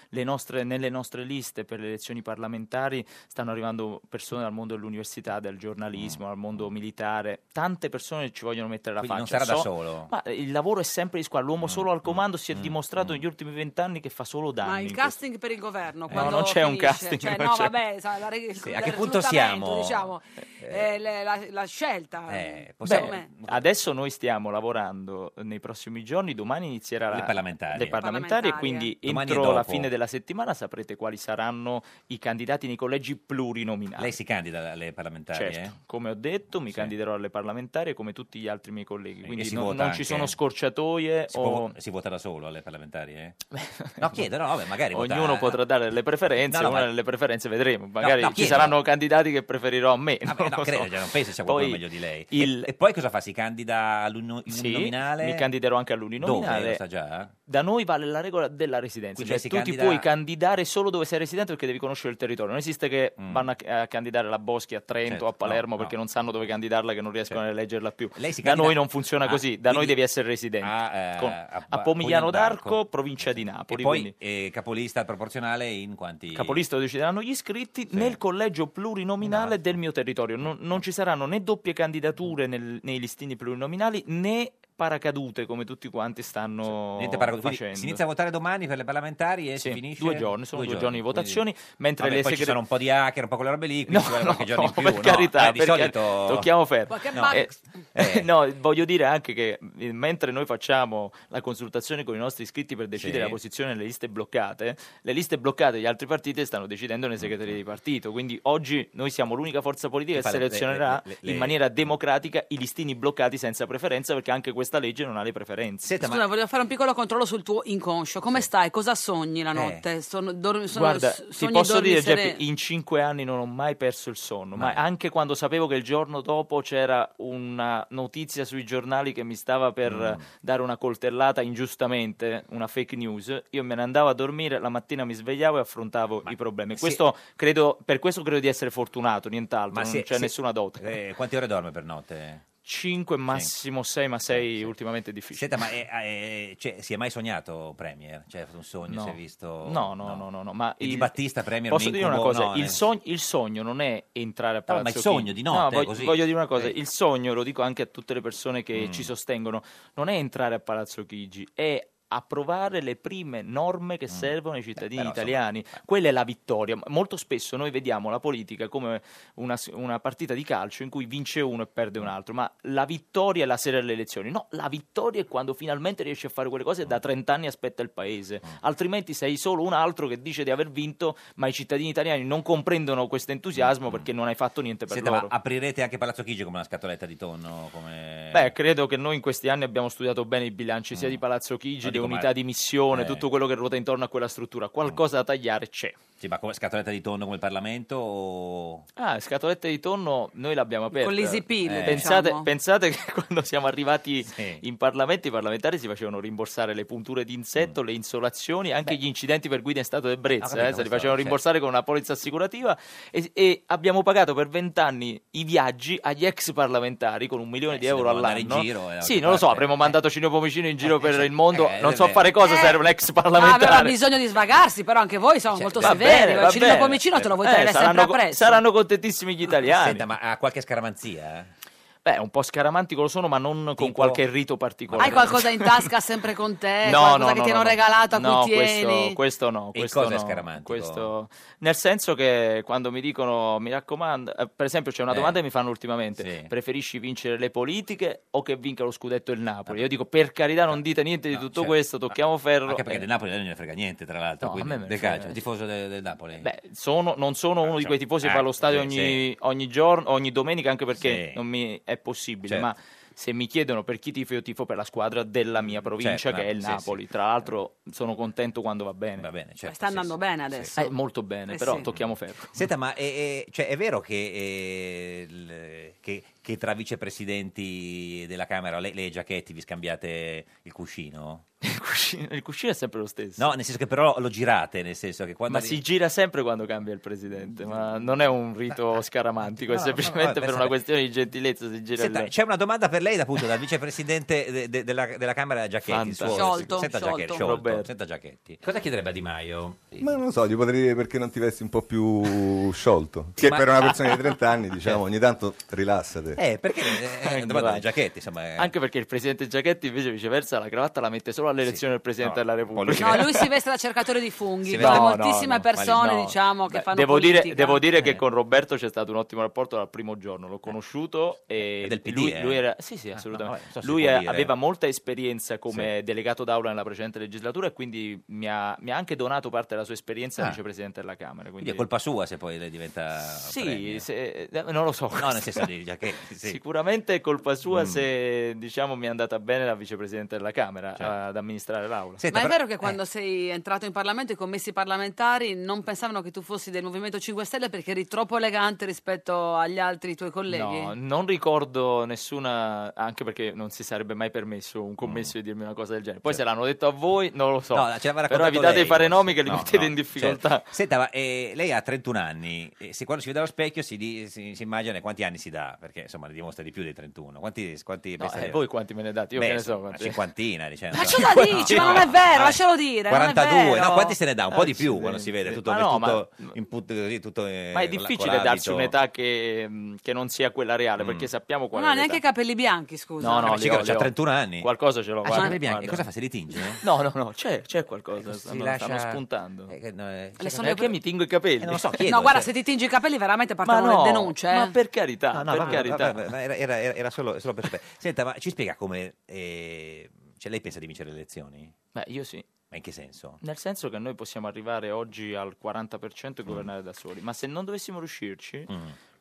Le nostre- nelle nostre liste per le elezioni parlamentari stanno arrivando persone dal mondo dell'università, del giornalismo, dal mondo militare. Tante persone ci vogliono mettere la
Mm. Quindi non
faccia.
sarà da
So-
solo. Mm,
Ma eh, il lavoro è sempre di squadra. L'uomo solo al comando si è dimostrato negli ultimi vent'anni che fa solo danni.
Ma
in
il
questo- Eh,
casting per il governo,
No,
quando
non c'è un
finisce?
casting,
Cioè,
non
no,
c'è.
vabbè, sa, la re- il-
Sì,
il
a che punto
reclutamento,
siamo?
Diciamo.
Eh,
Eh, le- la, la scelta.
Eh,
secondo
Beh,
me.
adesso noi stiamo lavorando nei prossimi giorni, domani inizierà la-
Le parlamentari.
le parlamentari,
Parlamentarie.
quindi
Domani e
entro la
dopo.
fine della settimana saprete quali saranno i candidati nei collegi plurinominali.
Lei si candida alle parlamentari,
Certo,
eh?
come ho detto mi candiderò alle parlamentari come tutti gli altri miei colleghi, quindi
Eh, si
non,
vota
non
anche?
ci sono scorciatoie
Si,
o...
può- si vota da solo alle parlamentari, eh? No, chiedo, no, vabbè, magari vota-
Ognuno potrà dare le preferenze,
No, no,
una
ma-
delle preferenze vedremo, magari
no,
ci
chiedo.
saranno candidati che preferirò a me.
Vabbè, no,
lo so.
credo, cioè, non penso sia
Poi
qualcuno meglio di lei. E-
il-
E, poi cosa fa? Si candida all'uninominale?
Sì, mi candiderò anche eh, all'uninominale.
Dove? Lo sa già?
Da noi vale la regola della residenza,
Quindi lei
cioè
si
tu
candida-
ti puoi candidare solo dove sei residente perché devi conoscere il territorio. Non esiste che vanno a, a candidare alla Boschi, a Trento,
Mm. Certo,
a Palermo
no,
perché
no.
non sanno dove candidarla, che non riescono a eleggerla più.
Lei si
da
candida-
noi non funziona
Ah,
così, da noi
quindi
devi essere residente.
a, eh,
Con-
a-
a,
a
Pomigliano
Pomigliano d'Arco,
d'Arco, provincia di
E
Napoli.
poi
quindi
eh, capolista proporzionale in quanti...
capolista lo decideranno gli iscritti nel collegio plurinominale
Esatto.
del mio territorio. Non, non ci saranno né doppie candidature nel- nei listini plurinominali né paracadute come tutti quanti stanno
Niente paragone. Quindi
facendo.
si inizia a votare domani per le parlamentari e si finisce...
due giorni, sono due giorni di votazioni,
quindi-
mentre
Vabbè,
le
poi ci
segre-
sono un po' di hacker, un po' quelle robe lì, quindi
No,
ci vuole
no,
qualche giorno in più.
per carità,
eh, di
per
solito...
carità, tocchiamo fermo.
Qualche bug.
Eh, eh, no, voglio dire anche che eh, mentre noi facciamo la consultazione con i nostri iscritti per decidere
Sì.
la posizione delle liste bloccate, le liste bloccate degli altri partiti le stanno decidendo
Mm,
nei segretari di partito. Quindi oggi noi siamo l'unica forza politica
Che
che,
fa le- le-
selezionerà
le- le-
in maniera democratica i listini bloccati senza preferenza, perché anche questa legge non ha le preferenze.
Scusa, volevo fare un piccolo controllo sul tuo inconscio. Come stai? Cosa sogni la notte? Sono, dor- sono-
Eh. Guarda,
s-
ti
sogni
posso
dormi
dire,
sere-
Geppi, in cinque anni non ho mai perso il sonno, ma anche quando sapevo che il giorno dopo c'era una notizia sui giornali che mi stava per eh, dare una coltellata ingiustamente, una fake news, io me ne andavo a dormire, la mattina mi svegliavo e affrontavo i problemi.
se-
Questo credo- per questo credo di essere fortunato, nient'altro,
Ma
non
se-
c'è
se-
nessuna dote.
Eh, quante ore dorme per notte?
5 massimo 6, ma 6 ultimamente è difficile.
Senta, ma eh, eh, cioè, si è mai sognato Premier? Cioè, hai fatto un sogno,
No.
si è visto...
No, no, no, no, no, Ma
E Di Battista Premier eh,
Posso
un
dire una
incubo?
cosa:
No,
il,
nel-
sogno, il sogno non è entrare a
No, ma
Palazzo
il sogno
Chigi.
di notte,
No, vog-
così.
voglio dire una cosa:
Eh.
il sogno, lo dico anche a tutte le persone che
Mm.
ci sostengono, non è entrare a Palazzo Chigi, è approvare le prime norme che servono ai cittadini
Mm. però, insomma,
italiani. Quella è la vittoria. Molto spesso noi vediamo la politica come una, s- una partita di calcio in cui vince uno e perde un altro, ma la vittoria è la sera delle elezioni. No, la vittoria è quando finalmente riesci a fare quelle cose che da 30 anni aspetta il paese.
Mm.
Altrimenti sei solo un altro che dice di aver vinto, ma i cittadini italiani non comprendono questo entusiasmo perché non hai fatto niente per
Mm, Senta, ma
loro.
aprirete anche Palazzo Chigi come una scatoletta di tonno? Come...
Beh, credo che noi in questi anni abbiamo studiato bene i bilanci sia di Palazzo
No,
Chigi,
Mm.
le
dico, ma-
unità di missione,
eh.
tutto quello che ruota intorno a quella struttura. Qualcosa da tagliare c'è.
Sì, ma come scatoletta di tonno come il Parlamento o...
Ah, scatolette di tonno noi l'abbiamo aperta.
Con l'easy pill,
Eh. Pensate,
diciamo.
pensate che quando siamo arrivati in Parlamento i parlamentari si facevano rimborsare le punture di insetto, le insolazioni, anche gli incidenti per guida in stato di ebbrezza.
Ho Mm. Ah, capito
eh, se
questo,
li facevano
sì.
rimborsare con una polizza assicurativa e, e abbiamo pagato per vent'anni i viaggi agli ex parlamentari con un milione di
se
euro
devono andare
all'anno.
in giro, eh, da
sì,
qualche
non lo so,
parte. Eh.
avremmo mandato Cino Pomicino in giro per
sì.
il mondo,
Eh,
non so
beh.
fare cosa se era un
Ah,
ex parlamentare. Cioè,
Aveva bisogno di svagarsi, però anche voi sono molto
Va
severi. Cioè,
bene, va
Cirino
bene.
Pomicino te lo vuoi
Eh,
tenere sempre
saranno, co-
appresso.
saranno contentissimi gli italiani.
Senta, ma ha qualche scaramanzia? eh?
Beh, un po' scaramantico lo sono, ma non con qualche rito particolare.
Hai qualcosa in tasca sempre con te?
No,
Eh, qualcosa
no,
che
no,
ti
no,
hanno
no.
regalato a
No,
cui
questo,
tieni?
questo no.
E
questo
cosa è
no,
scaramantico?
questo- Nel senso che quando mi dicono, mi raccomando, eh, per esempio c'è una domanda che mi fanno ultimamente, preferisci vincere le politiche o che vinca lo scudetto il Napoli? Io dico, per carità non dite niente di tutto
certo.
questo, tocchiamo ferro.
Anche perché
Eh,
del Napoli non ne frega niente, tra l'altro.
No, a
quindi,
me me ne
del
frega.
calcio, il tifoso de- del Napoli.
Beh, sono- non sono uno di quei tifosi
Ah,
che va allo stadio
sì,
ogni,
sì.
ogni giorno, ogni domenica, anche perché
Sì.
non mi è possibile.
Certo.
Ma se mi chiedono per chi tifo, io tifo per la squadra della mia provincia,
Certo,
che è il
sì,
Napoli. Tra l'altro, sono contento quando va bene. Va
bene, certo.
Sta andando bene adesso.
molto bene,
Eh,
però
sì.
tocchiamo ferro.
Senta, ma è, è- cioè, è vero che, eh, il- che, che tra vicepresidenti della Camera lei, lei e Giachetti vi scambiate il cuscino?
Il cuscino è sempre lo stesso.
No, nel senso che però lo girate, nel senso che quando...
Ma si gira sempre quando cambia il presidente, ma non è un rito scaramantico, è
Mm. no, no, no,
semplicemente per
pensate-
una questione di gentilezza si gira
Senta,
il...
c'è una domanda per lei appunto dal vicepresidente de- de- della, della Camera Giachetti. il suo-
Fantastico.
Sciolto,
senta
sciolto.
Giachetti, sciolto,
Roberto.
senta Giachetti. Cosa chiederebbe a Di Maio?
Ma non lo so, gli potrei dire perché non ti vesti un po' più sciolto. Che
Ma-
per una persona di 30 anni, diciamo, ogni tanto rilassate.
Eh, perché... eh, è una domanda di
Vai.
Giachetti, insomma... eh. è-
Anche perché il presidente Giachetti invece viceversa la cravatta la mette solo solo alle elezioni del Presidente della Repubblica.
No, lui si veste da cercatore di funghi,
Si
come
veste- No, no,
moltissime
no,
persone
no.
diciamo che
Beh,
fanno
devo
politica.
dire, devo dire che con Roberto c'è stato un ottimo rapporto dal primo giorno,
Eh.
l'ho conosciuto e
del PD,
lui,
eh?
lui era sì, sì,
Ah,
assolutamente.
no, vabbè, so se
lui
può
eh,
dire.
aveva molta esperienza come delegato d'aula nella precedente legislatura e quindi mi ha, mi ha anche donato parte della sua esperienza
Ah.
da vicepresidente della Camera,
Quindi
quindi,
è colpa sua se poi lei diventa
sì, se- eh, non lo so.
No, nel senso di- che- sì.
Sicuramente è colpa sua
Mm.
se diciamo mi è andata bene la vicepresidente della Camera ad amministrare l'aula.
Ma è vero
eh.
che quando sei entrato in Parlamento i commessi parlamentari non pensavano che tu fossi del Movimento 5 Stelle perché eri troppo elegante rispetto agli altri tuoi colleghi?
No, non ricordo nessuna, anche perché non si sarebbe mai permesso un commesso di dirmi una cosa del genere. Poi se l'hanno detto a voi, non lo so.
Mm. Cioè. No, ce l'aveva
Però
raccontato
evitate
lei,
di fare
forse.
nomi che li
No,
mettete
no,
in difficoltà.
certo. Senta, ma eh, lei ha 31 anni, e se quando si vede allo specchio si, di- si- si immagina quanti anni si dà, perché insomma ne dimostra di più dei 31. Quanti, quanti
No, eh, voi quanti me ne date? Io
Beh,
che ne so.
insomma,
quanti-
Una cinquantina, diciamo.
Ma ce la dici, ma non è vero,
Ah,
lascialo dire. non è
42,
vero.
no, quanti se ne dà? Un po' di più
Accidenti.
quando si vede tutto,
Ah, Ma no,
tutto in put- così, tutto, eh,
Ma
con
è
la-
difficile
con l'abito.
darsi un'età che, mm, che non sia quella
Mm.
reale, perché sappiamo
Non
qual
ha
è l'età.
neanche i capelli bianchi, scusa.
No, no,
Ma
li
Cicero
ho,
c'ha
li ho.
31 anni.
Qualcosa ce l'ho,
Ah,
guarda.
c'ha i capelli bianchi. E
Guarda.
cosa fa? Se li tinge?
No, no, no, c'è, c'è qualcosa. Stanno,
lascia- Eh,
stanno spuntando.
Le sono
Perché
le-
mi tingo i capelli? Eh,
non lo so, cioè-
no, guarda, se ti tingi i capelli veramente partono
no,
le denunce. eh.
ma per carità,
No, no,
per
vabbè,
carità.
vabbè, ma era, era- era- era solo, solo per sapere. Senta, ma ci spiega come... eh, cioè, lei pensa di vincere le elezioni?
Beh, io sì.
Ma in che senso?
Nel senso che noi possiamo arrivare oggi al
Mm.
40% e governare da soli, ma se non dovessimo riuscirci,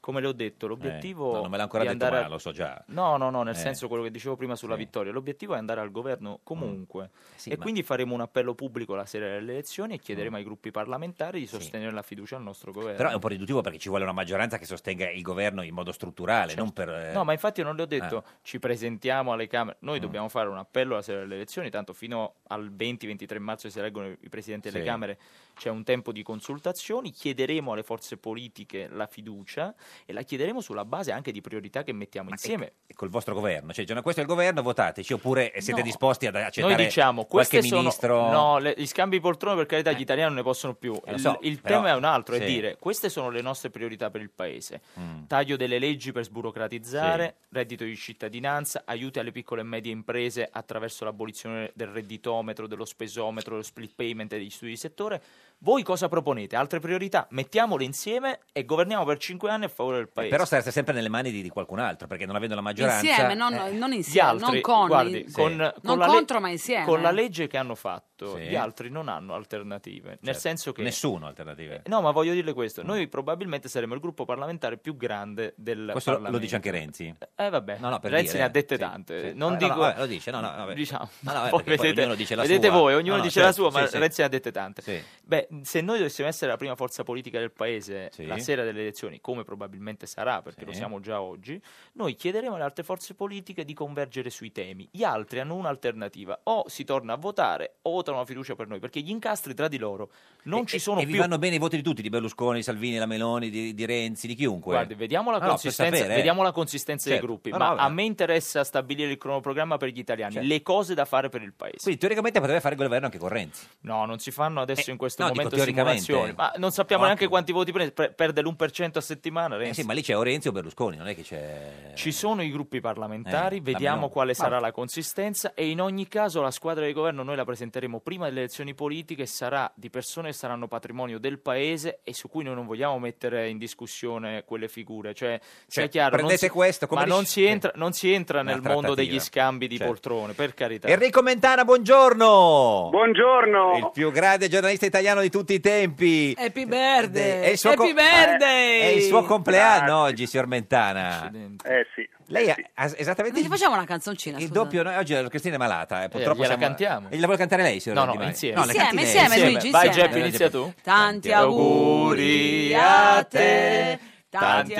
come le ho detto, l'obiettivo
Eh, no, non me l'ha ancora
è
detto,
andare
ma
al-
lo so già.
No, no, no, nel
Eh.
senso quello che dicevo prima sulla
Sì. Mm.
vittoria, l'obiettivo è andare al governo comunque.
Sì,
e
ma- Mm.
quindi faremo un appello pubblico la sera delle elezioni e chiederemo ai gruppi parlamentari di sostenere la fiducia al nostro governo.
Però è un po' riduttivo perché ci vuole una maggioranza che sostenga il governo in modo strutturale, non per... eh,
Certo.
Mm.
No, ma infatti non le ho detto, ci presentiamo alle Camere. Noi dobbiamo fare un appello alla sera delle elezioni, tanto fino al 20-23 marzo si eleggono i presidenti delle
Sì.
Camere, c'è un tempo di consultazioni, chiederemo alle forze politiche la fiducia e la chiederemo sulla base anche di priorità che mettiamo insieme.
col vostro governo, cioè diciamo, questo è il governo, votateci oppure siete
No.
disposti ad accettare
Noi diciamo,
qualche
queste sono
ministro?
no, le- gli scambi di poltrone per carità gli italiani non ne possono più.
Eh, lo
il
so,
il
però-
tema è un altro,
sì.
è dire queste sono le nostre priorità per il paese.
Mm.
Taglio delle leggi per sburocratizzare, reddito di cittadinanza, aiuti alle piccole e medie imprese attraverso l'abolizione del redditometro, dello spesometro, dello split payment e degli studi di settore. Voi cosa proponete? Altre priorità? Mettiamole insieme e governiamo per cinque anni a favore del paese.
Però sareste sempre nelle mani di, di qualcun altro perché non avendo la maggioranza...
Insieme, non,
eh,
non
gli
insieme,
altri,
non con.
guardi,
in-
con,
non
con la le-
contro, ma insieme.
Con la legge che hanno fatto,
Sì.
gli altri non hanno alternative. Nel
certo.
senso che. Eh,
Nessuno alternative. Mm.
No, ma voglio dirle questo: noi probabilmente saremo il gruppo parlamentare più grande del
Questo lo-
Parlamento.
lo dice anche Renzi.
Eh, vabbè,
No, no, per
Renzi
dire,
ne ha
eh.
dette
Sì,
tante.
sì.
Non
No, no,
dico.
vabbè, lo dice, no, no, vabbè.
Diciamo,
No, no, vabbè,
poi
perché poi
vedete,
ognuno dice la
vedete
sua.
voi,
No,
ognuno
no,
dice
certo,
la sua, ma
sì, sì.
Renzi ne ha dette tante.
Sì.
Beh, se noi dovessimo essere la prima forza politica del paese
Sì.
la sera delle elezioni, come probabilmente sarà, perché
Sì.
lo siamo già oggi, noi chiederemo alle altre forze politiche di convergere sui temi. Gli altri hanno un'alternativa: o si torna a votare o votano la fiducia per noi, perché gli incastri tra di loro non ci sono
e vi
più.
vanno bene i voti di tutti, di Berlusconi, di Salvini, la Meloni, di, di Renzi, di chiunque.
Guardi, vediamo la
No, no, per
consistenza,
sapere, eh.
vediamo la consistenza
Certo.
dei gruppi,
No, no,
ma
vabbè.
a me interessa stabilire il cronoprogramma per gli italiani,
Certo.
le cose da fare per il paese.
Quindi teoricamente potrebbe fare il governo anche con Renzi. Eh,
No, non si fanno adesso in questo
no, dico
momento
teoricamente.
simulazioni, ma non sappiamo neanche quanti voti prende, pre- perde l'1% a settimana.
Eh
Renzi.
sì, ma lì c'è o Renzi o Berlusconi, non è che c'è...
Ci sono i gruppi parlamentari,
Eh,
vediamo
almeno-
quale sarà
Vabbè.
la consistenza e in ogni caso la squadra di governo noi la presenteremo prima delle elezioni politiche, sarà di persone che saranno patrimonio del paese e su cui noi non vogliamo mettere in discussione quelle figure. Cioè, sia
Cioè,
chiaro, non
prendete
si-
questo, come
ma
dici-
non si entra, non si entra
Una
nel mondo
trattativa.
degli scambi di
Certo.
poltrone, per carità.
Enrico Mentana, buongiorno!
Buongiorno!
Il più grande giornalista italiano di tutti i tempi.
Happy
Eh,
birthday!
È il suo
Happy
co- eh,
birthday!
È il suo compleanno oggi, signor Mentana.
Ah,
Certo.
Eh sì.
Lei ha ha esattamente
Non gli
il
facciamo una canzoncina, scusa.
doppio. noi- oggi la Cristina è malata, eh, purtroppo
gliela
siamo-
cantiamo.
Eh, La vuole cantare lei, signor
No, no,
Di Maio?
insieme.
No, la
Insieme,
canti lei.
insieme, Luigi,
Vai
insieme.
Geppi, inizia tu.
Tanti auguri a te, tanti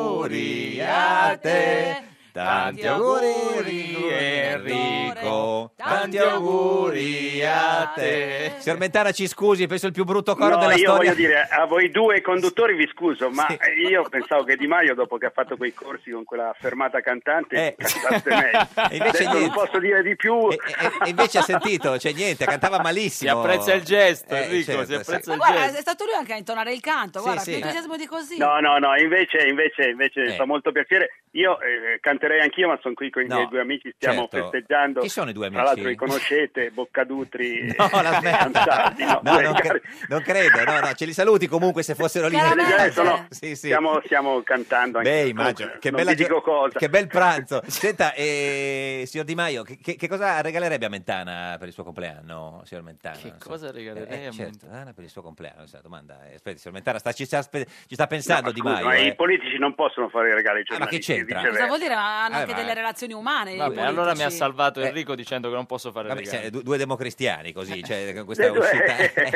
auguri
a te,
tanti auguri Enrico, tanti auguri a te. Signor Mentana, ci scusi, penso il più brutto coro
No,
della
io
storia.
voglio dire, a voi due conduttori vi scuso, ma io pensavo che Di Maio, dopo che ha fatto quei corsi con quella fermata cantante,
Eh.
cantasse meglio.
E invece
Adesso non
niente. Eh,
posso dire di più.
E invece ha sentito, cioè niente, cantava malissimo.
Si apprezza il gesto,
Eh,
Enrico,
certo,
si apprezza
Ma
il
guarda,
gesto.
è stato lui anche a intonare il canto, guarda,
sì.
più entusiasmo di così.
No, no, no, invece, invece, invece fa molto piacere. Io eh, canterei anch'io, ma sono qui con i
No,
miei due amici, stiamo
certo.
festeggiando.
Chi sono i due
Tra
amici?
peraltro li conoscete, Boccadutri
No, la
e
smetta.
Ansaldi. No,
No,
eh,
non, cre- non credo, no, no, ce li saluti comunque se fossero lì.
Chiaramente. Eh, sono-
Sì, sì.
Stiamo, stiamo cantando anche
Beh, immagino. Che,
non
bella
vi
gio-
dico cosa.
che bel pranzo. Senta, eh, signor Di Maio, che, che- che cosa regalerebbe a Mentana per il suo compleanno, signor Mentana?
Che
Non so.
cosa regalerei
Eh,
a
certo, Mentana per il suo compleanno? questa domanda. eh, aspetti, signor Mentana, sta- ci, sta, spe- ci sta pensando
No,
Di
scusa,
Maio.
ma
eh.
I politici non possono fare i regali ai
Ah, ma che
giornalisti. e
c'entra?
viceversa.
Cosa vuol dire? Ma Hanno
Eh,
anche
ma-
delle relazioni umane. i
Vabbè, allora mi ha
politici.
salvato Enrico dicendo che non posso fare
eh, Vabbè,
regali. Eh,
se- du- due democristiani così, cioè, con
Le
eh.
questa
due-
uscita. Eh,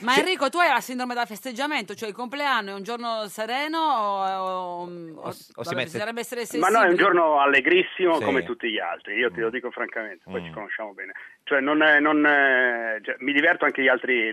Ma Enrico, tu hai la sindrome da festeggiamento, cioè il compleanno è un giorno sereno o, o- o- vabbè,
mette-
bisognerebbe essere
Ma
sensibili.
no, è un giorno allegrissimo
Sì.
come tutti gli altri, io te lo dico francamente, poi
Mm.
ci conosciamo bene. Cioè, non, eh, non, eh, cioè, mi diverto anche gli altri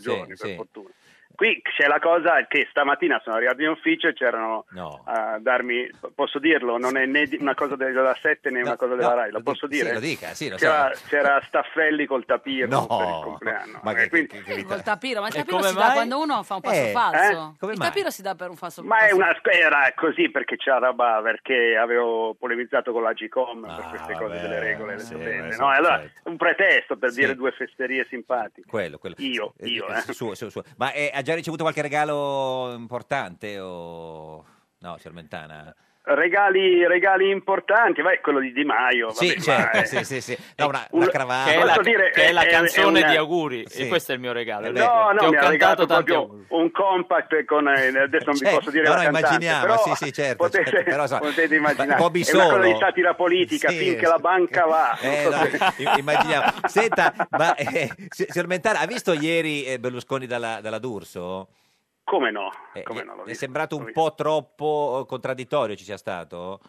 Certo, sì,
giorni, per
sì.
fortuna. Qui c'è la cosa che stamattina sono arrivato in ufficio e c'erano
No.
a darmi, posso dirlo, non è né di- una cosa della 7 né una cosa della
no,
Rai, lo
lo dica-
posso
sì,
dire?
lo dica, sì, lo
c'era,
so.
c'era Staffelli col tapiro
No,
per il compleanno.
ma
eh,
che-
quindi-
Sì, col tapiro, ma il
E
tapiro
come
si dà
mai?
quando uno fa un passo
Eh,
falso.
eh? Come
il
mai?
tapiro si dà per un falso
Ma è
passo-
una era così perché c'è la roba, perché avevo polemizzato con la Gcom per queste cose
vabbè,
delle regole, le
Ah, sì,
sapete,
beh,
no?
sì,
Allora,
certo.
un pretesto per
Sì.
dire due festerie simpatiche.
Quello, quello.
Io,
Eh,
io,
eh,
eh.
suo, suo, suo. Ma eh, ha già ricevuto qualche regalo importante o... No, signor Mentana?
Regali, regali importanti, vai, quello di Di Maio.
Sì,
vabbè,
certo,
ma, eh,
sì, sì, sì. No, una,
un-
una cravatta.
che è la- Posso dire, eh,
Che è la
è- è-
canzone
è una-
di auguri,
Sì. Eh,
e questo è il mio regalo.
No,
Ti
no,
ho
mi ha
cantato
regalato
tanti
proprio un compact con, eh, adesso non vi
Cioè,
posso dire
no,
la
no,
cantante,
immaginiamo,
però
sì, sì, certo,
potete,
certo, però, so,
potete immaginare,
Bobby
è una cosa
Solo.
di satira politica,
Sì,
finché
sì.
la banca va.
Eh,
Non so
no,
se-
i- immaginiamo. Senta, ma eh, si- signor Mentana, ha visto ieri eh, Berlusconi dalla, dalla D'Urso?
Come no?
Eh,
Come
eh,
no, l'ho
è
visto,
sembrato
l'ho
un
visto.
po' troppo eh, contraddittorio ci sia stato?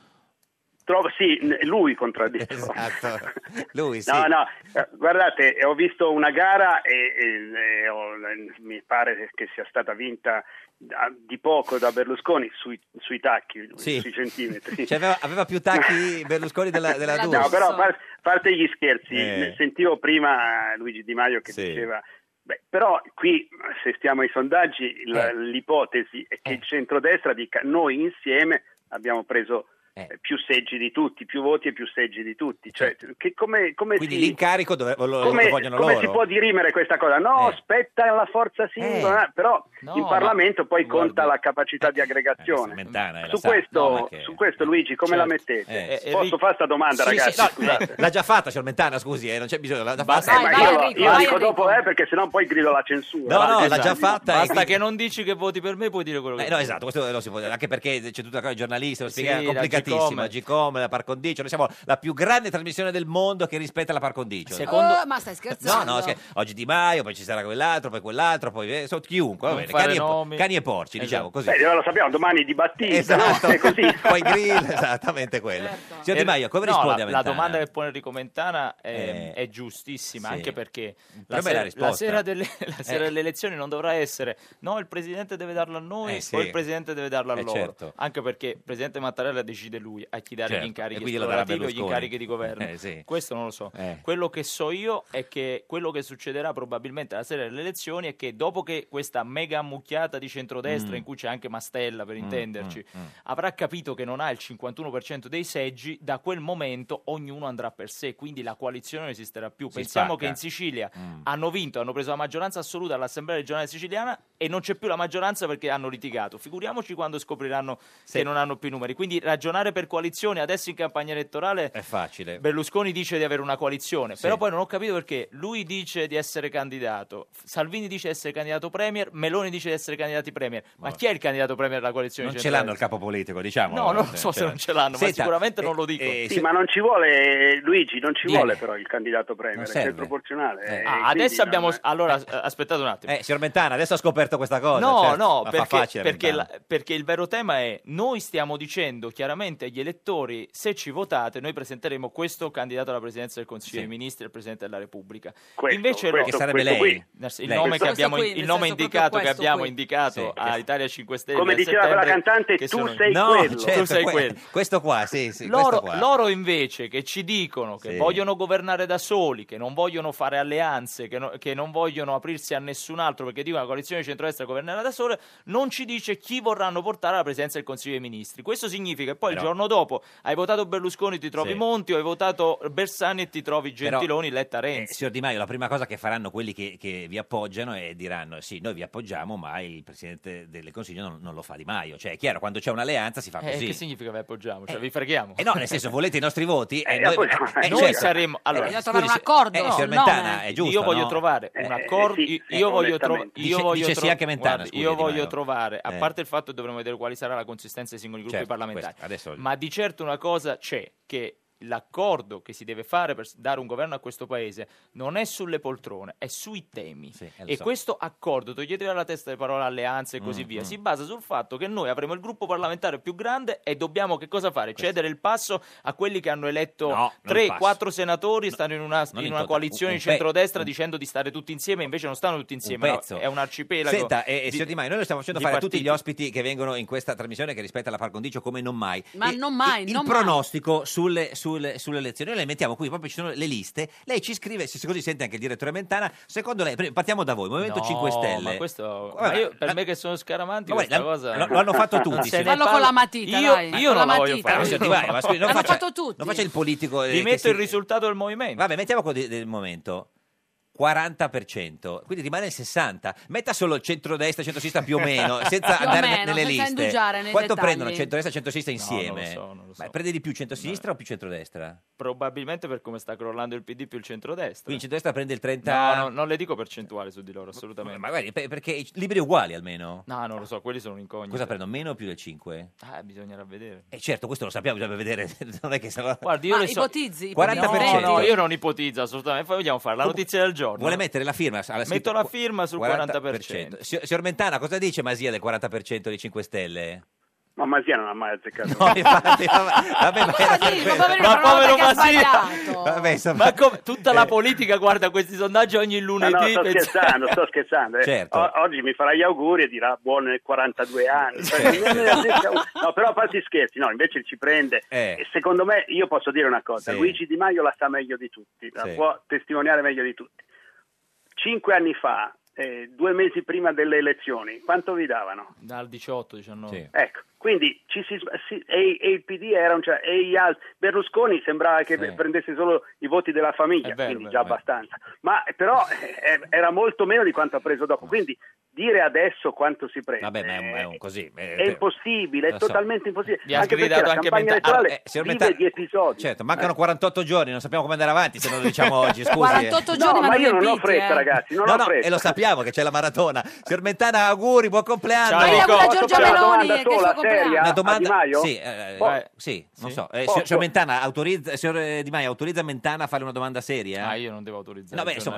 Trovo, sì, n- lui contradditto.
Esatto. Lui sì.
No, no, eh, guardate, eh, ho visto una gara e, e- e ho- eh, mi pare che sia stata vinta da- di poco da Berlusconi sui, sui tacchi,
Sì.
sui centimetri.
Cioè, aveva, aveva più tacchi Berlusconi della, della D'Urso.
No, però a par- parte gli scherzi,
Eh.
ne sentivo prima Luigi Di Maio che
Sì.
diceva... Beh, però qui, se stiamo ai sondaggi, il-
Eh.
l'ipotesi è che il centrodestra dica noi insieme abbiamo preso eh, più seggi di tutti, più voti e più seggi di tutti. Cioè, che come, come
Certo. Quindi
si-
l'incarico dove- lo- lo,
come,
vogliono
come
loro.
si può dirimere questa cosa? No,
Eh.
spetta alla forza singola, però
No,
in
ma-
Parlamento poi
guarda.
conta la capacità di aggregazione.
Mentana, eh, la
su,
sa.
questo,
No, ma che-
su questo, Luigi, come
Certo.
la mettete?
Eh,
Posso fare sta domanda,
Sì, sì,
ragazzi?
no,
Scusate.
eh, l'ha già fatta, signor Mentana, scusi, eh, non c'è bisogno. L'ha già
Eh,
fatta.
ma io, lo- io lo dico dopo, eh, perché sennò poi grido la censura.
No,
Va,
no, l'ha
esatto.
già fatta. eh,
Basta
e quindi-
che non dici che voti per me, puoi dire quello che
Eh, no, esatto, questo non si può dire, anche perché c'è tutta la cosa giornalista, lo
Sì,
spiega, è
la
complicatissimo,
Gcom.
la Gcom, la Par Condicio, noi siamo la più grande trasmissione del mondo che rispetta la Par Condicio.
Oh, ma stai
No,
scherzando?
no, scher- oggi Di Maio, poi ci sarà quell'altro, poi quell'altro, poi eh, so- chiunque, va
Non
bene,
fare
cani, e po-
nomi. Esatto.
cani e porci, diciamo così.
Beh, Eh, lo sappiamo, domani di Battista,
Esatto,
no? È così.
poi grill, esattamente quello.
Certo.
Signor Di Maio, come
Eh, No,
risponde
la,
a
la
Mentana?
domanda che pone Enrico Mentana è, è giustissima,
Eh, sì.
anche perché
Però
la
me la
sera,
risposta.
la sera delle, la sera
Eh.
delle elezioni non dovrà essere no, il presidente deve darlo a noi
Eh, sì.
o il presidente deve darlo a
Eh,
loro.
certo.
Anche perché il presidente Mattarella decide lui a chi dare
Certo,
gli
e
incarichi
quindi lo darà
esplorativi o gli
Berlusconi.
incarichi di governo.
Eh, sì.
Questo non lo so.
Eh.
Quello che so io è che quello che succederà probabilmente la sera delle elezioni è che dopo che questa mega ammucchiata di centrodestra,
Mm.
in cui c'è anche Mastella per
Mm,
intenderci,
mm, mm.
avrà capito che non ha il 51% dei seggi, da quel momento ognuno andrà per sé, quindi la coalizione non esisterà più.
Si
Pensiamo
spacca.
che in Sicilia
Mm.
hanno vinto, hanno preso la maggioranza assoluta all'Assemblea regionale siciliana e non c'è più la maggioranza perché hanno litigato. Figuriamoci quando scopriranno che non hanno più i numeri. Quindi ragionare per coalizione adesso in campagna elettorale
È facile.
Berlusconi dice di avere una coalizione,
Sì.
però poi non ho capito perché lui dice di essere candidato, Salvini dice di essere candidato premier, Meloni dice di essere candidati premier. Ma chi è il candidato premier della coalizione?
Non ce
centrale?
l'hanno il capo politico, diciamo.
No, non lo so se non ce l'hanno, ma
Senta, eh,
sicuramente non lo dico.
Sì, ma non ci vuole, Luigi, non ci
Viene.
vuole però il candidato
Non
premier,
serve.
è proporzionale.
Eh.
eh,
Ah,
quindi
adesso
non-
abbiamo. Allora, as- aspettate un attimo.
Eh, signor Mentana, adesso ha scoperto questa cosa.
no,
certo,
no,
ma
perché,
fa facile.
perché,
Mentana.
la- perché il vero tema è: noi stiamo dicendo chiaramente agli elettori, se ci votate, noi presenteremo questo candidato alla presidenza del Consiglio dei Ministri e al Presidente della Repubblica.
Questo,
Invece, no.
questo,
Eh,
Che sarebbe questo lei? qui.
Il
Lei.
nome,
Questo-
che abbiamo,
questo qui,
il
nel
nome
senso
indicato, che
proprio
abbiamo
questo
indicato a Italia 5 Stelle.
Come
a
diceva quella
settembre,
cantante,
che
tu
sono-
sei
no,
quello.
certo,
Tu sei
que-
quello.
Questo qua, sì, sì, questo
Loro,
qua.
loro invece che ci dicono che
Sì.
vogliono governare da soli, che non vogliono fare alleanze, che, no- che non vogliono aprirsi a nessun altro perché dicono la coalizione di centrodestra governerà da sola, non ci dice chi vorranno portare alla presidenza del Consiglio dei Ministri. Questo significa che poi il
Però-
giorno dopo hai votato Berlusconi ti trovi
Sì.
Monti, o hai votato Bersani e ti trovi Gentiloni, Letta Renzi.
Eh, signor Di Maio, la prima cosa che faranno quelli che, che vi appoggiano è diranno sì, noi vi appoggiamo, ma il Presidente del Consiglio non, non lo fa Di Maio. Cioè, è chiaro, quando c'è un'alleanza si fa
Eh,
così.
che significa che appoggiamo? Cioè, vi freghiamo?
Eh no, nel senso, volete i nostri voti? Eh,
noi, noi saremmo. Allora,
eh,
scusi,
scusi,
se-
eh,
no,
signor
no,
Mentana,
eh.
è giusto,
Io voglio
no?
trovare un accordo.
sì, eh,
io voglio, tro-
onestamente.
io
Dice-
voglio
dice
tro-
sì anche Mentana,
guardi,
scusi,
io
Di Maio.
voglio trovare, a
Eh.
parte il fatto che dovremo vedere quali sarà la consistenza dei singoli gruppi
Certo,
parlamentari.
questo, adesso-
Ma di certo una cosa c'è che. L'accordo che si deve fare per s- dare un governo a questo paese non è sulle poltrone, è sui temi.
eh, lo
e
so.
questo accordo, toglietevi dalla testa le parole alleanze e così
Mm,
via,
mm.
si basa sul fatto che noi avremo il gruppo parlamentare più grande e dobbiamo che cosa fare? Cedere il passo a quelli che hanno eletto
No, non il
3,
passo.
4 senatori stanno in una,
non
in
in
una
totale,
coalizione
un
di
pe-
centrodestra
un-
dicendo di stare tutti insieme, invece non stanno tutti
un
insieme, no,
pezzo.
è un arcipelago.
Senta, eh,
di-
signor Di Maio, noi lo stiamo facendo
di
fare a tutti gli
partiti.
ospiti che vengono in questa trasmissione che rispetta la par condicio come non mai.
Ma non mai,
il
non mai.
pronostico sulle, sulle- sulle elezioni. Noi le mettiamo qui, proprio ci sono le liste. Lei ci scrive, se così sente anche il direttore Mentana, secondo lei, pre- partiamo da voi, Movimento
No,
5 Stelle.
Ma questo,
Guarda,
ma io, per me che sono scaramanti,
Ma guarda,
questa
l'han-
cosa.
lo- lo hanno fatto tutti,
Non
sì.
se ne
Fallo con
parla.
la matita,
Io,
dai.
io
Eh, Con
non
la
la voglio
matita.
fare.
Ma signor Di Maio, ma scusi, non
L'hanno
faccia-
fatto tutti.
Non faccia il politico. eh,
Vi
che
metto
si-
il risultato del movimento.
Vabbè, mettiamo quello di- del momento. 40%, quindi rimane il 60%. Metta solo il centrodestra e centrosinistra più o meno, senza
Più o
andare ne-
meno,
nelle
senza
liste.
indugiare nei
Quanto
dettagli.
prendono centrodestra e centrosinistra insieme?
No, non lo so, non lo so.
Ma prende di più centrosinistra o più centrodestra?
Probabilmente per come sta crollando il PD più il centrodestra.
Quindi il centrodestra prende il 30.
No, no, non le dico percentuali su di loro, assolutamente.
Ma guardi, per- perché i libri uguali almeno.
No, non lo so, quelli sono incogniti.
Cosa prendono? Meno o più del 5?
Ah, bisognerà vedere.
E certo, questo lo sappiamo, bisogna vedere, non è che se-
Guardi, io
Ma
le so-
ipotizzi,
40%.
No, no, io non ipotizzo assolutamente. Poi vogliamo fare la notizia del giorno.
Vuole mettere la firma? alla
Metto
scritta-
la firma sul 40%.
Signor signor Mentana, cosa dice Masia del 40% dei 5 Stelle?
Ma Masia non ha mai azzeccato.
infatti, vabbè, ma era per quello.
Ma povero Masia!
Vabbè, insomma, Eh.
Ma come- tutta la politica guarda questi sondaggi ogni
No,
lunedì.
no, sto
pensa-
scherzando, sto scherzando. eh.
Certo.
O- oggi mi farà gli auguri e dirà buon 42 anni. No, però a parte gli scherzi, no, invece ci prende.
Eh.
E secondo me, io posso dire una cosa,
Sì.
Luigi Di Maio la sa meglio di tutti, la
Sì.
può testimoniare meglio di tutti. Cinque anni fa, eh, due mesi prima delle elezioni, quanto vi davano?
Dal 18, 19.
Ecco, quindi ci si, si- e, e il PD era un, cioè, e gli altri- Berlusconi sembrava che
Sì.
prendesse solo i voti della famiglia,
È vero,
quindi
vero,
già
vero.
abbastanza, ma però eh, era molto meno di quanto ha preso dopo, quindi dire adesso quanto si prende
vabbè, ma è un, è un così. eh,
è impossibile,
Lo
è
so.
totalmente impossibile,
Mi ha
anche perché
sgridato
la
anche
campagna
Mentana.
elettorale
Eh, signor
vive
Mentana-
di episodi. Eh.
Certo, mancano 48 giorni, non sappiamo come andare avanti se non lo diciamo oggi, scusi.
48
No,
giorni, ma,
ma io non ho
riempiti,
fretta,
eh.
ragazzi, non
No,
ho
no,
fretta.
e lo sappiamo che c'è la maratona. Signor Mentana, auguri, buon compleanno.
Ciao, Ma io Ricco. auguro a Giorgia
Posso fare una
Meloni,
domanda
che è il suo
sola,
compleanno.
seria,
Una
a Di
domanda?
Maio?
Sì, eh,
Po-
eh, sì, non so. Eh,
Posso?
signor Mentana, autorizza, signor eh, Di Maio, autorizza Mentana a fare una domanda seria?
Ah, io non devo autorizzare.
No, beh,
i
insomma,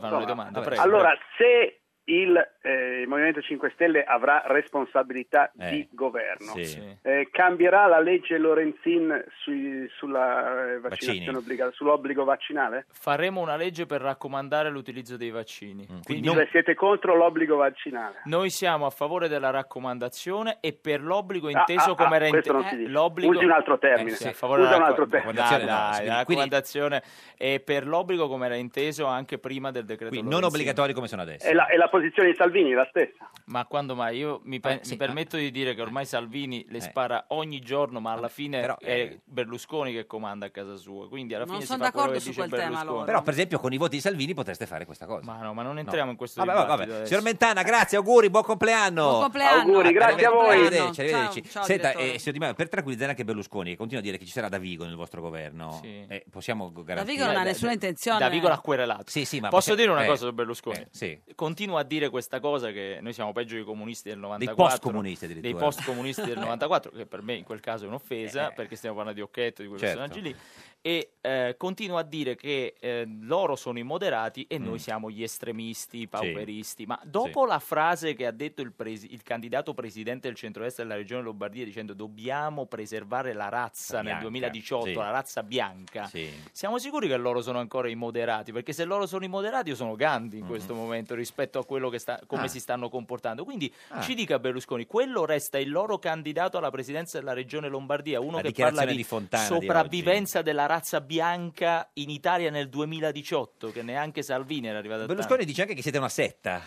se- se-
i giornalisti fanno le
insomma,
domande.
vabbè.
prego.
Allora, se il eh, Movimento 5 Stelle avrà responsabilità
Eh,
di governo,
sì. Sì.
eh, cambierà la legge Lorenzin sui- sulla eh, vaccinazione
Vaccini.
obbligata, sull'obbligo vaccinale?
faremo una legge per raccomandare l'utilizzo dei
Mm,
vaccini. Quindi
Quindi cioè, siete contro l'obbligo vaccinale?
noi siamo a favore della raccomandazione e per l'obbligo
Ah,
inteso
ah,
come
ah,
era
questo non
eh,
si dice.
l'obbligo
Usi un altro termine.
Eh, sì, a favore
Usa
della
un altro
raccom-
termine.
Dai, dai,
Quindi-
la raccomandazione e per l'obbligo come era inteso anche prima del decreto
Quindi
Lorenzin.
non obbligatori come sono adesso.
E la, e la posizione di Salvini è la stessa.
Ma quando mai? Io mi, pe-
Ah, sì, Eh.
mi permetto di dire che ormai Salvini le spara ogni giorno, ma alla fine
però, eh.
è Berlusconi che comanda a casa sua. Quindi alla
Non
fine si
son
fa quello
d'accordo
che
su
dice
quel tema,
Berlusconi.
loro.
Però, per esempio, con i voti di Salvini potreste fare questa cosa. Ma
no, ma non entriamo in questo
vabbè,
dibattito
vabbè.
adesso.
Signor Mentana, grazie, auguri, buon compleanno.
Buon compleanno. Auguri,
Ah,
grazie
arrivederci,
a voi.
Arrivederci,
Ciao,
arrivederci.
ciao,
Senta,
direttore.
eh, signor Di Maio, per tranquillizzare anche Berlusconi, che continua a dire che ci sarà Davigo nel vostro governo. Eh, possiamo garantire.
Davigo non ha nessuna intenzione.
Davigo l'ha querelato.
Sì, sì, ma
Posso
possiamo-
dire una
eh,
cosa su Berlusconi?
eh, sì.
Continua a dire questa cosa che noi siamo peggio dei comunisti del 94.
post-comunisti addirittura. Eh.
Dei post-comunisti del 94, che per me in quel caso è un'offesa, perché stiamo parlando di Occhetto, di quei
Certo.
personaggi lì. E eh, continua a dire che eh, loro sono i moderati e
Mm.
noi siamo gli estremisti, i pauperisti. Ma dopo la frase che ha detto il, presi- il candidato presidente del centrodestra della regione Lombardia dicendo dobbiamo preservare la razza
Bianca,
nel 2018,
sì.
la razza bianca,
Sì.
siamo sicuri che loro sono ancora i moderati? Perché se loro sono i moderati, io sono Gandhi in questo momento rispetto a quello che sta, come
Mm-hmm. Ah.
si stanno comportando. Quindi
Ah.
ci dica Berlusconi, quello resta il loro candidato alla presidenza della regione Lombardia, uno
La
che
dichiarazione
parla di,
di Fontana di oggi.
sopravvivenza della razza bianca in Italia nel 2018, che neanche Salvini era arrivato a
Berlusconi dice anche che siete una setta.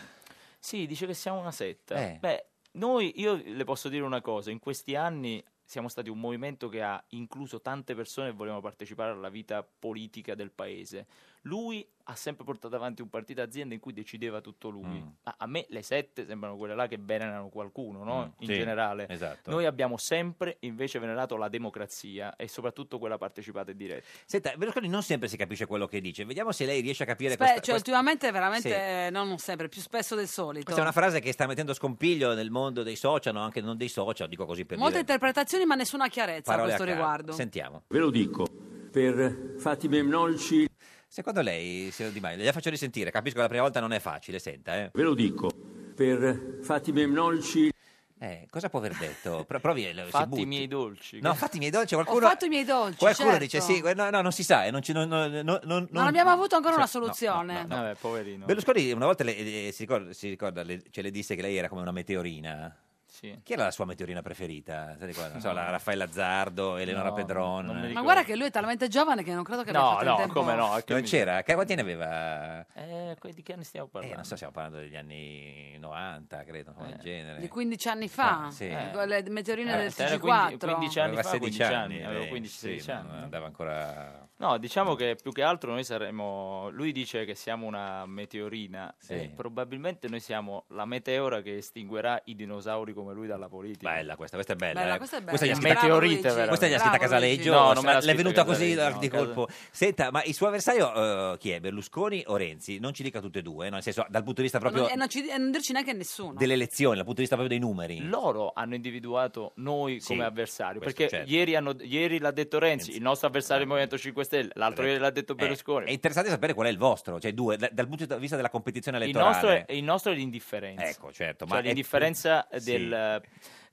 sì, dice che siamo una setta.
Eh.
Beh, noi, io le posso dire una cosa, in questi anni siamo stati un movimento che ha incluso tante persone che volevano partecipare alla vita politica del paese. Lui ha sempre portato avanti un partito azienda in cui decideva tutto lui.
Mm.
A, a me le sette sembrano quelle là che venerano qualcuno, no?
Mm,
in
sì,
generale.
esatto.
Noi abbiamo sempre invece venerato la democrazia e soprattutto quella partecipata e diretta.
Senta, Berlusconi non sempre si capisce quello che dice. Vediamo se lei riesce a capire
Spe-
questa,
cioè,
questa-
ultimamente veramente, no, non sempre, più spesso del solito.
questa è una frase che sta mettendo scompiglio nel mondo dei social, no? anche non dei social, dico così per
Molte
dire
interpretazioni, ma nessuna chiarezza a
parole
questo
a caso.
riguardo.
Sentiamo.
Ve lo dico, per fatti memnolci...
Secondo lei, signor Di Maio, la faccio risentire, capisco che la prima volta non è facile, senta, eh.
Ve lo dico, per fatti memnolci...
Eh, cosa può aver detto? Pro- provi, eh, si
Fatti
butti.
i miei dolci.
No, fatti i miei dolci,
Ho
qualcuno...
fatto i miei dolci.
Qualcuno
certo.
dice sì, eh, no, no, non si sa, eh, non, ci- non- non- non- non-
Non abbiamo avuto ancora una
Sì, no, no,
soluzione.
no.
Vabbè, poverino.
Berlusconi una volta le- eh, si ricorda, si ricorda, le- ce le disse che lei era come una meteorina.
Sì.
Chi era la sua meteorina preferita? Se ricorda, non so,
No.
la Raffaella Azzardo, Eleonora
No,
Pedron.
non mi
Ma guarda che lui è talmente giovane che non credo che abbia fatto in tempo.
Non c'era? Che- Quanti ne aveva?
Eh, que- di che anni stiamo
Eh,
parlando?
non so, stiamo parlando degli anni 90, credo, come del genere.
Di 15 anni fa,
Ah, eh. sì.
eh, le meteorine
Eh,
del
era
64.
15 anni
Aveva
fa,
16
15
anni,
anni, avevo
lei,
15,
sì,
16 anni.
non Ah, andava ancora...
No, diciamo che più che altro noi saremmo. Lui dice che siamo una meteorina.
Sì.
e probabilmente noi siamo la meteora che estinguerà i dinosauri come lui dalla politica.
Bella questa, questa è bella.
Bella,
eh.
questa è bella.
gli ha
Bravo,
scritto-
Luigi. Meteorite,
Questa gli ha
veramente.
scritta
Bravo, Luigi.
Casaleggio.
No, non me l'ha
l'è
scritta
venuta così
Casaleggio,
di
no, Cas-
colpo. Senta, ma il suo avversario eh, chi è? Berlusconi o Renzi? Non ci dica tutte e due, no? nel senso dal punto di vista proprio
Non- e, non ci- e non dirci neanche a nessuno.
delle elezioni, dal punto di vista proprio dei numeri.
Loro hanno individuato noi
Sì,
come avversario
questo
perché
certo. Esatto.
ieri, hanno- ieri l'ha detto Renzi, il nostro avversario è il Movimento 5 Stelle, l'altro ieri l'ha detto
Eh,
Berlusconi.
è interessante sapere qual è il vostro, cioè due, da- dal punto di vista della competizione
il, nostro
elettorale.
è, il nostro è l'indifferenza.
Ecco, certo,
Cioè
ma è-
l'indifferenza
sì.
del,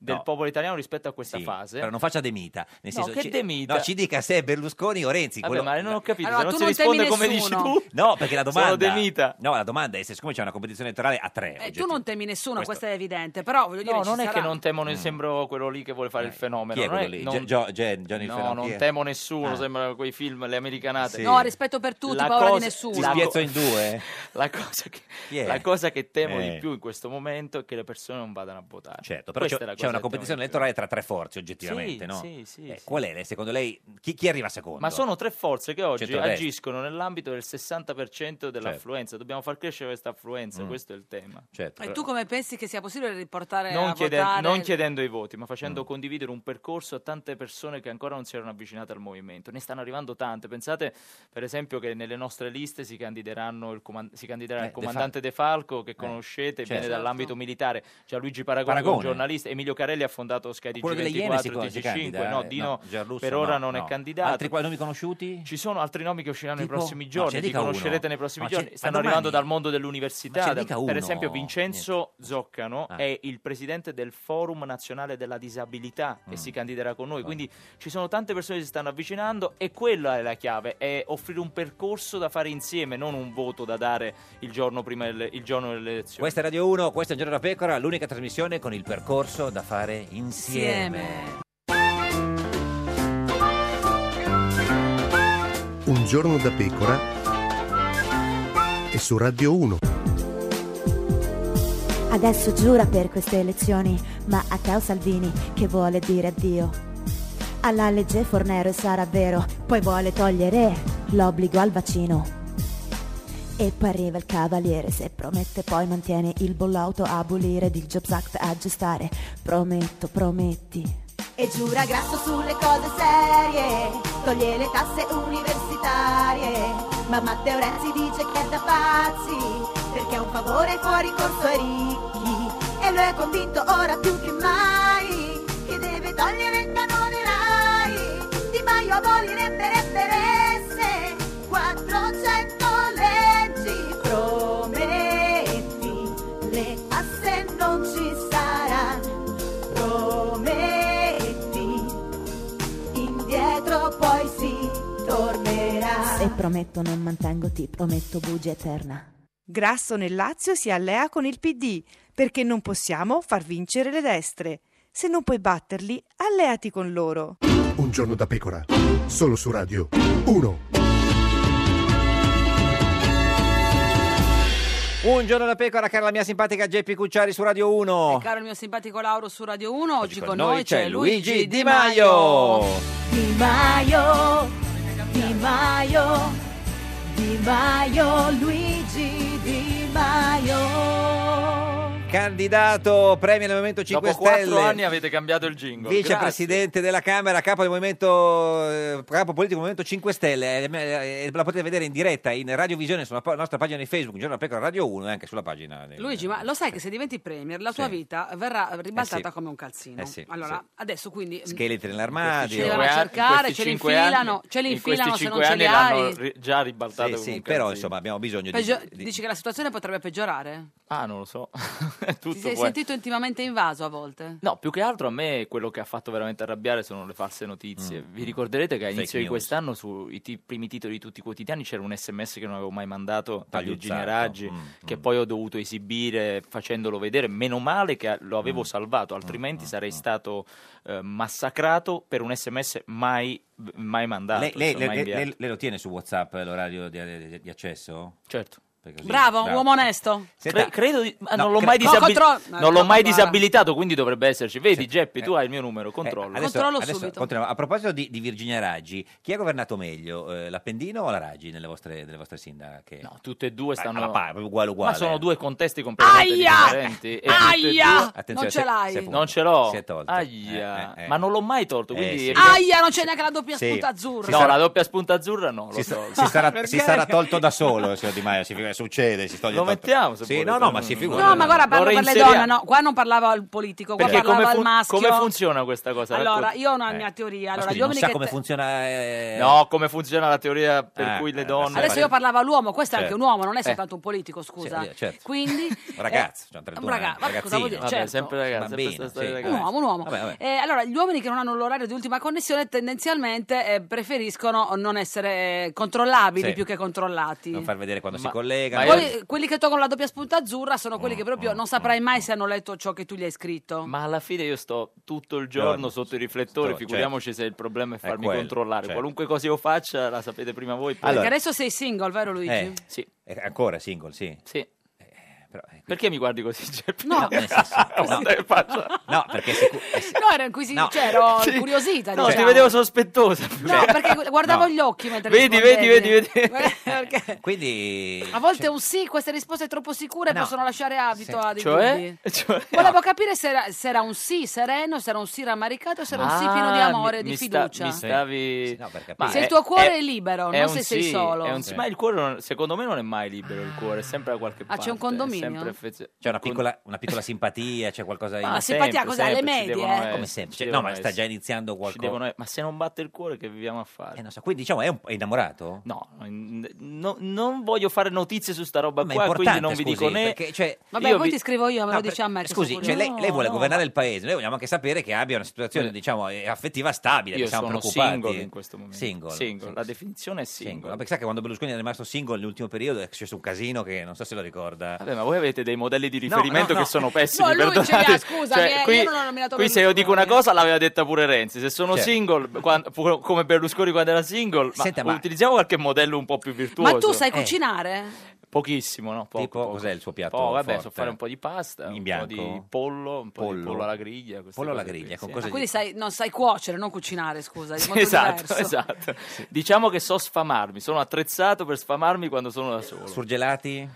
del
No.
popolo italiano rispetto a questa
Sì,
fase.
Però non faccia demita. Nel
No,
senso,
che
ci,
demita?
no, ci dica se è Berlusconi o Renzi.
Vabbè,
quello-
ma non ho capito,
Allora,
se
tu
non si
non temi
risponde come dici
nessuno.
tu.
No, perché la
Sono
domanda.
demita.
No, la domanda è se siccome c'è una competizione elettorale a tre.
Eh,
E
oggetti-
Eh, tu non temi nessuno,
questo-
questo, è evidente, però voglio dire
No,
ci
non è
sarà.
che non temono, sembro quello lì che vuole fare il
Mm. Eh.
fenomeno.
Chi è
non
quello lì?
non-
Gio- Gio- Gen- Johnny il
no,
fenomeno, chi
non
è?
temo nessuno,
Ah.
sembra quei film, le americanate.
Sì.
No, rispetto per tutti,
La
paura di
cosa-
nessuno.
Ti spiezzo in due.
La cosa che,
Chi è?
la cosa che temo
Eh.
di più in questo momento è che le persone non vadano a votare.
Certo, però
Questa
c'è,
è la
c'è
cosa
una
che temo di
competizione
più.
elettorale tra tre forze, oggettivamente,
Sì,
no?
sì, sì,
Eh,
sì.
Qual è, secondo lei, chi, chi arriva secondo?
Ma sono tre forze che oggi
Centrodestra. Certo.
agiscono nell'ambito del 60% dell'affluenza. Dobbiamo far crescere questa affluenza,
Mm.
questo è il tema.
Certo.
E tu come pensi che sia possibile riportare
non,
a
chiede-
votare?
non chiedendo i voti, ma
Mm.
facendo condividere un percorso a tante persone che ancora non si erano avvicinate al movimento. Ne stanno arrivando tante. Pensate, per esempio, che nelle nostre liste si, candideranno il coman- si candiderà
Eh,
il
De
comandante De Falco,
Eh,
che conoscete,
certo.
viene dall'ambito militare, Gianluigi Paragone,
Paragone.
un giornalista, Emilio Carelli ha fondato Sky
Quello delle Iene si,
DG24,
si
DG5,
candida?
no,
eh?
Dino
Giarrusso
per ora
no,
non
no.
è candidato.
Altri qua- nomi conosciuti?
Ci sono altri nomi che usciranno
Tipo?
nei prossimi
No,
giorni,
ce ne
li
dica uno.
conoscerete nei prossimi
No, ce-
giorni.
ma
Stanno
domani?
arrivando dal mondo
Ma ce
dell'università.
ne dica
Per
uno. Eh.
esempio, Vincenzo Zoccano è il presidente del Forum Nazionale della Disabilità
Mm.
e si candiderà con noi. Quindi ci sono tante persone che si stanno avvicinando e quella è la chiave, è offrire un percorso da fare insieme, non un voto da dare il giorno prima del- il giorno delle elezioni.
Certo. Questa è Radio 1, questo è Un Giorno da Pecora, l'unica trasmissione con il percorso da fare insieme.
Un giorno da pecora e su Radio 1.
Adesso giura per queste elezioni, ma a Teo Salvini che vuole dire addio. Alla legge Fornero e sarà vero, poi vuole togliere l'obbligo al vaccino. E poi arriva il cavaliere, se promette poi mantiene il bollauto a abolire, il Jobs Act a aggiustare. Prometto, prometti.
E giura grasso sulle cose serie, toglie le tasse universitarie. Ma Matteo Renzi dice che è da pazzi, perché è un favore fuori corso ai ricchi. E lo è convinto ora più che mai, che deve togliere il canone RAI. Di Maio abolirebbe l'FRS, 400 leggi prometti, le tasse non ci saranno prometti, indietro poi si tornerà.
Se prometto non mantengo, ti prometto bugia eterna.
Grasso nel Lazio si allea con il PD perché non possiamo far vincere le destre. Se non puoi batterli, alleati con loro.
Un giorno da pecora, solo su Radio 1.
Un giorno da pecora, cara la mia simpatica Geppi Cucciari su Radio 1.
Caro il mio simpatico Lauro su Radio 1, oggi, con, noi
c'è Luigi Di Maio.
Di Maio, Di Maio, Di Maio, Luigi Di Maio.
Candidato premio del Movimento 5
Dopo quattro
Stelle.
anni avete cambiato il jingle. Grazie.
Vicepresidente della Camera, capo del movimento eh, capo politico del Movimento 5 Stelle, eh, eh, la potete vedere in diretta in radiovisione sulla pa- nostra pagina di Facebook, Giorno della Pecora Radio 1 e anche sulla pagina di-
Luigi, ma lo sai che se diventi premier la tua vita verrà ribaltata come un calzino.
Eh sì,
allora,
sì.
adesso quindi
scheletri
Ci
nell'armadio.
devono cercare, ce li infilano, ce li infilano se non ce li hai.
già ribaltato
Sì,
con
sì,
un
però
calzino.
insomma abbiamo bisogno di,
Peggio-
di-
Dici che la situazione potrebbe peggiorare?
Ah, non lo so. Tutto
Ti sei
può-
sentito intimamente invaso a volte?
No, più che altro a me quello che ha fatto veramente arrabbiare sono le false notizie. Vi ricorderete che a
Mm, Fake
inizio di
news.
quest'anno sui ti- primi titoli di tutti i quotidiani c'era un sms che non avevo mai mandato a
Tagliuzzato,
Virginia Raggi
mm,
che poi ho dovuto esibire facendolo vedere. Meno male che lo
Mm.
avevo salvato, altrimenti sarei stato eh, massacrato per un sms mai, mai mandato.
Lei, lei-
insomma,
lei-
inviato.
lei- lei lo tiene su WhatsApp l'orario di, di- di accesso?
Certo.
Bravo, un uomo onesto.
Senta-
Cre- credo di- ma
No,
non l'ho
cre-
mai, disabil-
Oh, contro-
non
no,
l'ho mai
guarda.
disabilitato, quindi dovrebbe esserci. Vedi, Geppi, tu hai il mio numero,
Eh,
controllo.
adesso- adesso continuiamo. A proposito di, di Virginia Raggi, chi ha governato meglio, eh, l'Appendino o la Raggi nelle vostre, nelle vostre sindache? No,
tutte e due
stanno... Alla pari, uguale uguale.
Ma sono due contesti completamente
Aia!
differenti. e tutte e
Aia!
due-
Attenzione, Non ce si è- l'hai. si è tolto.
Non ce l'ho.
Si è tolto. Eh,
Aia. Ma non l'ho mai tolto. Quindi
sì.
Aia, non c'è neanche la doppia
Sì.
spunta azzurra.
No, la doppia spunta azzurra no.
Si,
l'ho
sa-
tolta.
si sarà,
Perché?
si sarà tolto da solo, signor Di Maio, si figura- succede, si toglie
Lo
tolto.
mettiamo, se
Sì,
volete. Mm.
no, no, ma si figura.
No, ma guarda,
Lo
parlo per le
reinseriamo.
donne, no, qua non parlava al politico, qua
Perché
parlava
come,
al
fun-
maschio.
come funziona questa cosa?
Allora,
Racconti.
io ho una mia teoria. Allora,
scusi,
gli
non
uomini
sa
che
come
te-
funziona. eh,
No, come funziona la teoria per
Ah,
cui le donne...
Adesso io parlavo all'uomo, questo è anche un
Certo.
uomo, non è
Eh.
soltanto un politico, scusa.
Sì, certo.
Quindi
Un ragazzo, cioè, 31
Eh, un raga-
anni,
vabbè, cosa vuol dire?
ragazzino.
Certo.
sempre ragazzi, sempre
Bambino,
sta storia
sì.
di
eh, un
ragazzi.
uomo, un uomo.
Vabbè, vabbè.
Eh, allora, gli uomini che non hanno l'orario di ultima connessione tendenzialmente eh, preferiscono non essere eh, controllabili
Sì.
più che controllati.
Non far vedere quando si collega.
Poi eh, quelli che toccano la doppia spunta azzurra sono
Mm,
quelli che proprio non saprai mai se hanno letto ciò che tu gli hai scritto.
Ma alla fine io sto tutto il
Giorno,
giorno sotto i riflettori,
certo.
figuriamoci se il problema è farmi
quello,
controllare.
certo.
Qualunque cosa io faccia la sapete prima voi. poi-
Perché adesso sei single, vero Luigi?
Eh,
sì.
Eh, ancora single, sì.
Sì.
Cioè,
eh,
Perché mi guardi così, Geppi?
No.
nel senso- Eh, no. No, perché sicu-
No, ero inquisi-
No.
cioè, ero
Sì.
incuriosita.
No, ti
diciamo.
vedevo sospettosa.
No, perché gu- guardavo gli occhi mentre
Vedi, vedi,
rispondevi.
vedi, Cioè. vedi.
Eh, Quindi...
A volte un sì, queste risposte troppo sicure
No.
possono lasciare abito a dei dubbi.
Cioè? Cioè?
Volevo capire se era, se era un sì sereno, se era un sì rammaricato, se era un sì
Ah,
pieno di amore,
mi-
di
mi sta-
fiducia.
mi stavi...
Se il tuo cuore è, libero, non se sei solo.
è un sì, Ma il cuore, non- secondo me, non è mai libero. Il cuore è sempre da qualche
Ah,
parte.
c'è un
è
condominio?
sempre affezio-
C'è una piccola, una piccola simpatia, c'è qualcosa in...
Ma Ah, simpatia sempre, cos'è? Alle sempre, ci medie? devono essere,
Come sempre,
ci
cioè, no,
devono
ma sta già
essere.
iniziando
Ci devono
qualcosa.
e- Ma se non batte il cuore, che viviamo a fare?
Eh, non so, Quindi diciamo, è, un- è innamorato?
No, n- no- non voglio fare notizie su sta roba
Ma è
qua, quindi non
importante,
vi dico
scusi,
né.
perché, cioè,
Vabbè,
io
poi
vi-
ti scrivo io, me lo
No,
dici a me. che sono
Scusi,
curiosa.
cioè, lei, lei vuole
No,
governare il paese, noi vogliamo anche sapere che abbia una situazione, diciamo, eh, affettiva stabile,
Io
che siamo
sono
preoccupati.
single in questo momento.
Single.
Single, la definizione è single.
Single. Perché sa che quando Berlusconi è rimasto single nell'ultimo periodo è successo un casino che non so se lo ricorda.
Vabbè, Eh, ma voi avete dei modelli di riferimento
no, no.
che sono pessimi.
No, lui ce li ha,
perdonate.
scusa,
Cioè,
mi è- io
qui,
non ho nominato
qui se io dico una cosa l'aveva detta pure Renzi. Se sono
Certo.
single, quan- fu- come Berlusconi quando era single, ma
Senta, ma-
utilizziamo qualche modello un po' più virtuoso.
Ma tu sai cucinare?
Pochissimo, no? Poco,
Eh. tipo,
poco.
cos'è il suo piatto?
Oh, vabbè, so
forte?
fare un po' di pasta,
In
un po'
bianco?
di pollo, un po' di pollo alla griglia. queste
Pollo alla
cose qui,
griglia, con
sì.
cosa
Quindi sai, non sai cuocere, non cucinare, scusa. è
Sì,
molto
esatto,
diverso.
esatto. Diciamo che so sfamarmi, sono attrezzato per sfamarmi quando sono da solo.
Surgelati?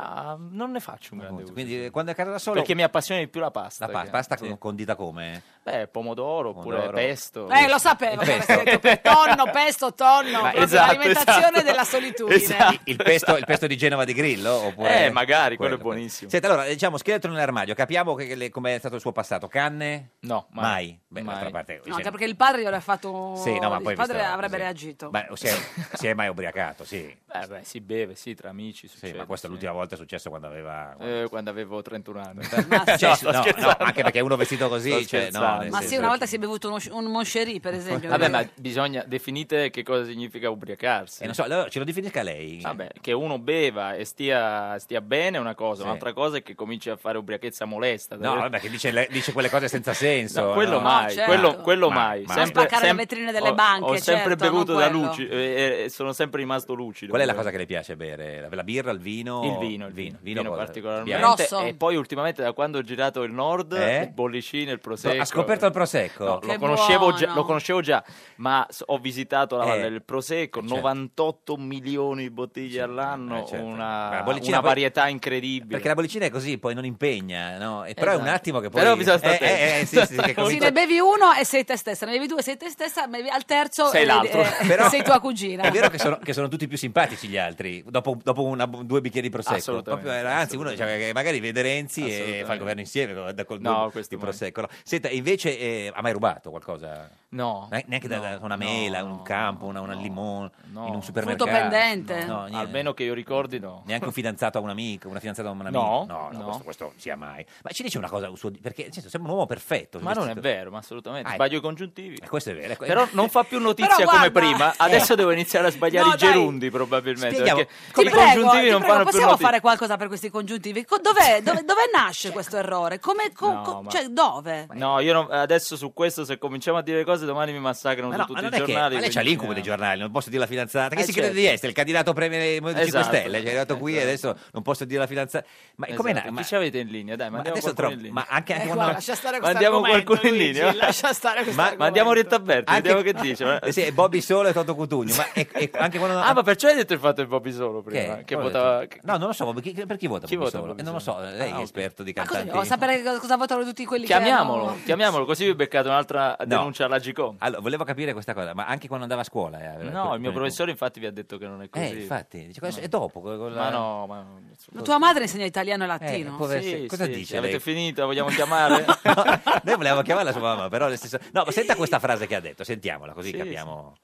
Ah, non ne faccio un grande uso.
Quindi eh, quando è a casa da solo...
Perché mi appassiona di più la pasta.
La pa-
che-
pasta
sì.
con- condita come?
Beh, pomodoro oppure
Pomodoro.
pesto.
Eh, lo sapevo.
Il
avresti detto Tonno, pesto, tonno.
Ma
proprio
esatto,
l'alimentazione
esatto.
della solitudine.
Esatto.
Il pesto, il pesto di Genova di Grillo? Oppure
Eh, magari, quello è buonissimo.
Senta, allora, diciamo, scheletro nell'armadio, capiamo che le- com'è stato il suo passato. Canne?
No,
mai. Beh, d'altra parte... cioè,
No,
se-
anche perché il padre gli avrebbe fatto.
Sì, no, ma poi
il padre
visto-
avrebbe
sì.
reagito.
Beh, si, è, si è mai ubriacato, sì.
Eh, beh, si beve, sì, tra amici. Succede,
ma questa è
sì.
l'ultima volta è successo quando aveva...
Eh, quando avevo 31 anni.
Cioè,
sto
no, no,
scherzando.
anche perché uno vestito così,
Sto
cioè, no,
male.
Ma sì, una volta si è bevuto uno, un Moncherie, per esempio.
Vabbè, ma bisogna definite che cosa significa ubriacarsi.
Eh, non so, allora ce lo definisca lei.
Vabbè, che uno beva e stia, stia bene è una cosa,
Sì.
un'altra cosa è che cominci a fare ubriachezza molesta.
No, vabbè, che dice, le- dice quelle cose senza senso.
No, quello
no?
mai, quello, quello mai. Sempre,
certo. spaccare le
sempre-
vetrine delle
ho-
banche,
Ho sempre
certo,
bevuto
non
da
quello.
luci e, sono sempre rimasto lucido.
Qual è la cosa che le piace bere? La, la birra, il vino?
Il vino, il
vino.
vino
cosa?
particolarmente
Bianco.
e poi ultimamente da quando ho girato il nord
Eh?
il bollicino il prosecco
Ha scoperto il prosecco?
No,
Che
lo, conoscevo già,
buono.
lo conoscevo già ma s- ho visitato la valle
Eh,
del prosecco
certo.
98 milioni di bottiglie all'anno
eh, certo.
una,
La bollicina
Ah, una
poi-
varietà incredibile
Perché la bollicina è così, poi non impegna, no? E però è un
Esatto.
attimo che poi...
Però bisogna stare
Eh, eh, eh,
attenti.
sì, sì, che
Se
comincia-
ne bevi uno e sei te stessa, ne bevi due e sei te stessa, ne bevi- al terzo
Sei
eh,
l'altro.
eh,
Però-
sei tua cugina.
È vero che sono, che sono tutti più simpatici gli altri dopo, dopo una- due bicchieri di prosecco.
Assolutamente,
Proprio, eh, anzi, uno dice che magari vede Renzi e fa il governo insieme con, da- col
No,
no,
questo
di prosecco. No. Senta, invece eh, ha mai rubato qualcosa?
No,
Ne- neanche da- da, una mela, un campo, una, una limone, in un
Frutto
supermercato.
pendente.
No, niente.
almeno che io ricordi no
Neanche un fidanzato a un amico, una fidanzata a un amico.
No,
no,
no.
Questo, questo sia mai. Ma ci dice una cosa, un suo- perché nel senso, sembra un uomo perfetto.
ma non è
vestito-
vero ma assolutamente
Ah,
sbaglio i congiuntivi
Questo è vero. ecco.
però non fa più notizia
Però
come
guarda-
prima adesso
Eh.
devo iniziare a sbagliare
No,
i
dai.
gerundi probabilmente
Spieghiamo,
perché
Ti
i
prego,
congiuntivi
ti
non
prego,
fanno più
possiamo
notizia
fare qualcosa per questi congiuntivi? Co- Dov'è, dove, dove nasce questo errore? Come, co-
No,
co-
ma-
Cioè, dove?
No, io non- adesso su questo se cominciamo a dire cose domani mi massacrano
Ma
su
no, ma
tutti i
non è che, ma
giornali.
lei c'ha
quindi-
l'incubo dei giornali, non posso dire la fidanzata. Che
Eh,
si crede
certo.
di essere? Il candidato premio del Movimento 5
Esatto.
Stelle. Cioè, è arrivato qui e adesso non posso dire la fidanzata. Ma
Esatto,
come na-
chi
ma-
ci avete in linea? Dai,
ma
mandiamo
adesso
qualcuno in
tro-
linea.
ma anche- anche
Eh,
quando-
guarda, lascia stare questo
Mandiamo
argomento,
qualcuno in
Luigi,
linea.
lascia stare questo
Ma-
argomento.
mandiamo Rita Berti,
anche-
vediamo che dice.
Eh sì, è Bobby Solo e Toto Cutugno. Ma è- è- anche quando.
Ah, ma perciò hai detto il fatto del Bobby Solo prima,
Che?
che
Cosa
votava-
ho detto? No, non lo so. Chi, per chi vota?
Chi
Bobby
vota
Solo?
Bobby Ah,
Eh, non lo so. Lei è esperto di
Cosa-
cantanti.
Devo sapere cosa, cosa votano tutti quelli che
Chiamiamolo,
hanno-
chiamiamolo, così vi beccate un'altra denuncia alla Gcom.
Allora, volevo capire questa cosa, ma anche quando andava a scuola. eh, aveva
No,
quel-
il mio
quel-
professore infatti vi ha detto che non è così.
Eh, infatti, dice, cosa-
No.
e dopo? con- con la-
Ma no, ma...
Ma Tua madre insegna italiano e latino.
può aver-
Sì,
cosa
sì,
dice
sì, avete
lei?
finito, la vogliamo chiamare?
Noi volevamo chiamarla sua mamma, però nel senso... No, ma senta questa frase che ha detto, sentiamola, così
Sì,
capiamo...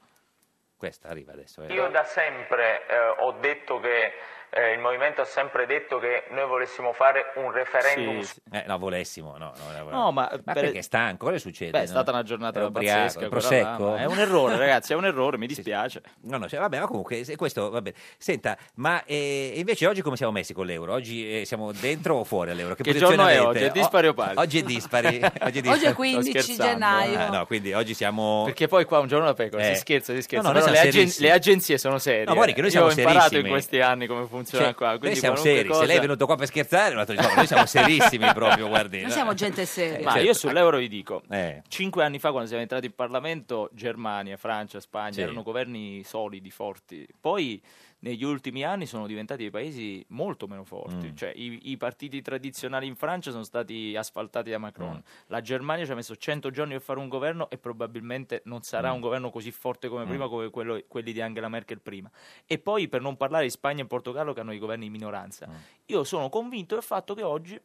Questa arriva adesso. eh.
Io da sempre eh, ho detto che eh, il movimento ha sempre detto che noi volessimo fare un referendum
Sì,
Eh, no, volessimo, no. no,
No, ma per-
perché è stanco, cosa succede?
Beh, è
No?
stata una giornata
Era ubriaco,
pazzesca.
il
quella
prosecco.
là, ma È un errore, ragazzi, è un errore, mi dispiace.
No, no, cioè, vabbè, ma comunque se- questo va bene. Senta, ma eh, invece oggi come siamo messi con l'euro? Oggi eh, siamo dentro o fuori all'euro?
Che
posizione
giorno è
avete?
oggi? È
O-
dispari o pari?
Oggi è dispari. oggi,
Oggi è 15
Sto scherzando.
gennaio.
Ah, no, quindi oggi siamo...
Perché poi qua un giorno la pecora,
Eh.
si scherza, si scherza.
No, no, noi
Però le,
siamo
agen-
serissimi.
le agenzie sono serie. eh.
No, guardi che noi
Io
siamo
ho imparato
serissimi.
in questi anni come funziona
Cioè,
qua.
Noi
Quindi
siamo
qualunque
seri,
cosa-
se lei è venuto qua per scherzare, un altro giorno, noi siamo serissimi proprio, guardi. certo.
Noi siamo gente
Eh, Ma
seria.
io sull'euro vi dico,
Eh.
cinque anni fa quando siamo entrati in Parlamento, Germania, Francia, Spagna
Sì.
erano governi solidi, forti. Poi negli ultimi anni sono diventati dei paesi molto meno forti.
Mm.
Cioè i, i partiti tradizionali in Francia sono stati asfaltati da Macron.
Mm.
La Germania ci ha messo 100 giorni per fare un governo e probabilmente non sarà
Mm.
un governo così forte come
Mm.
prima, come quello- quelli di Angela Merkel prima. E poi per non parlare di Spagna e Portogallo che hanno i governi di minoranza.
Mm.
Io sono convinto del fatto che oggi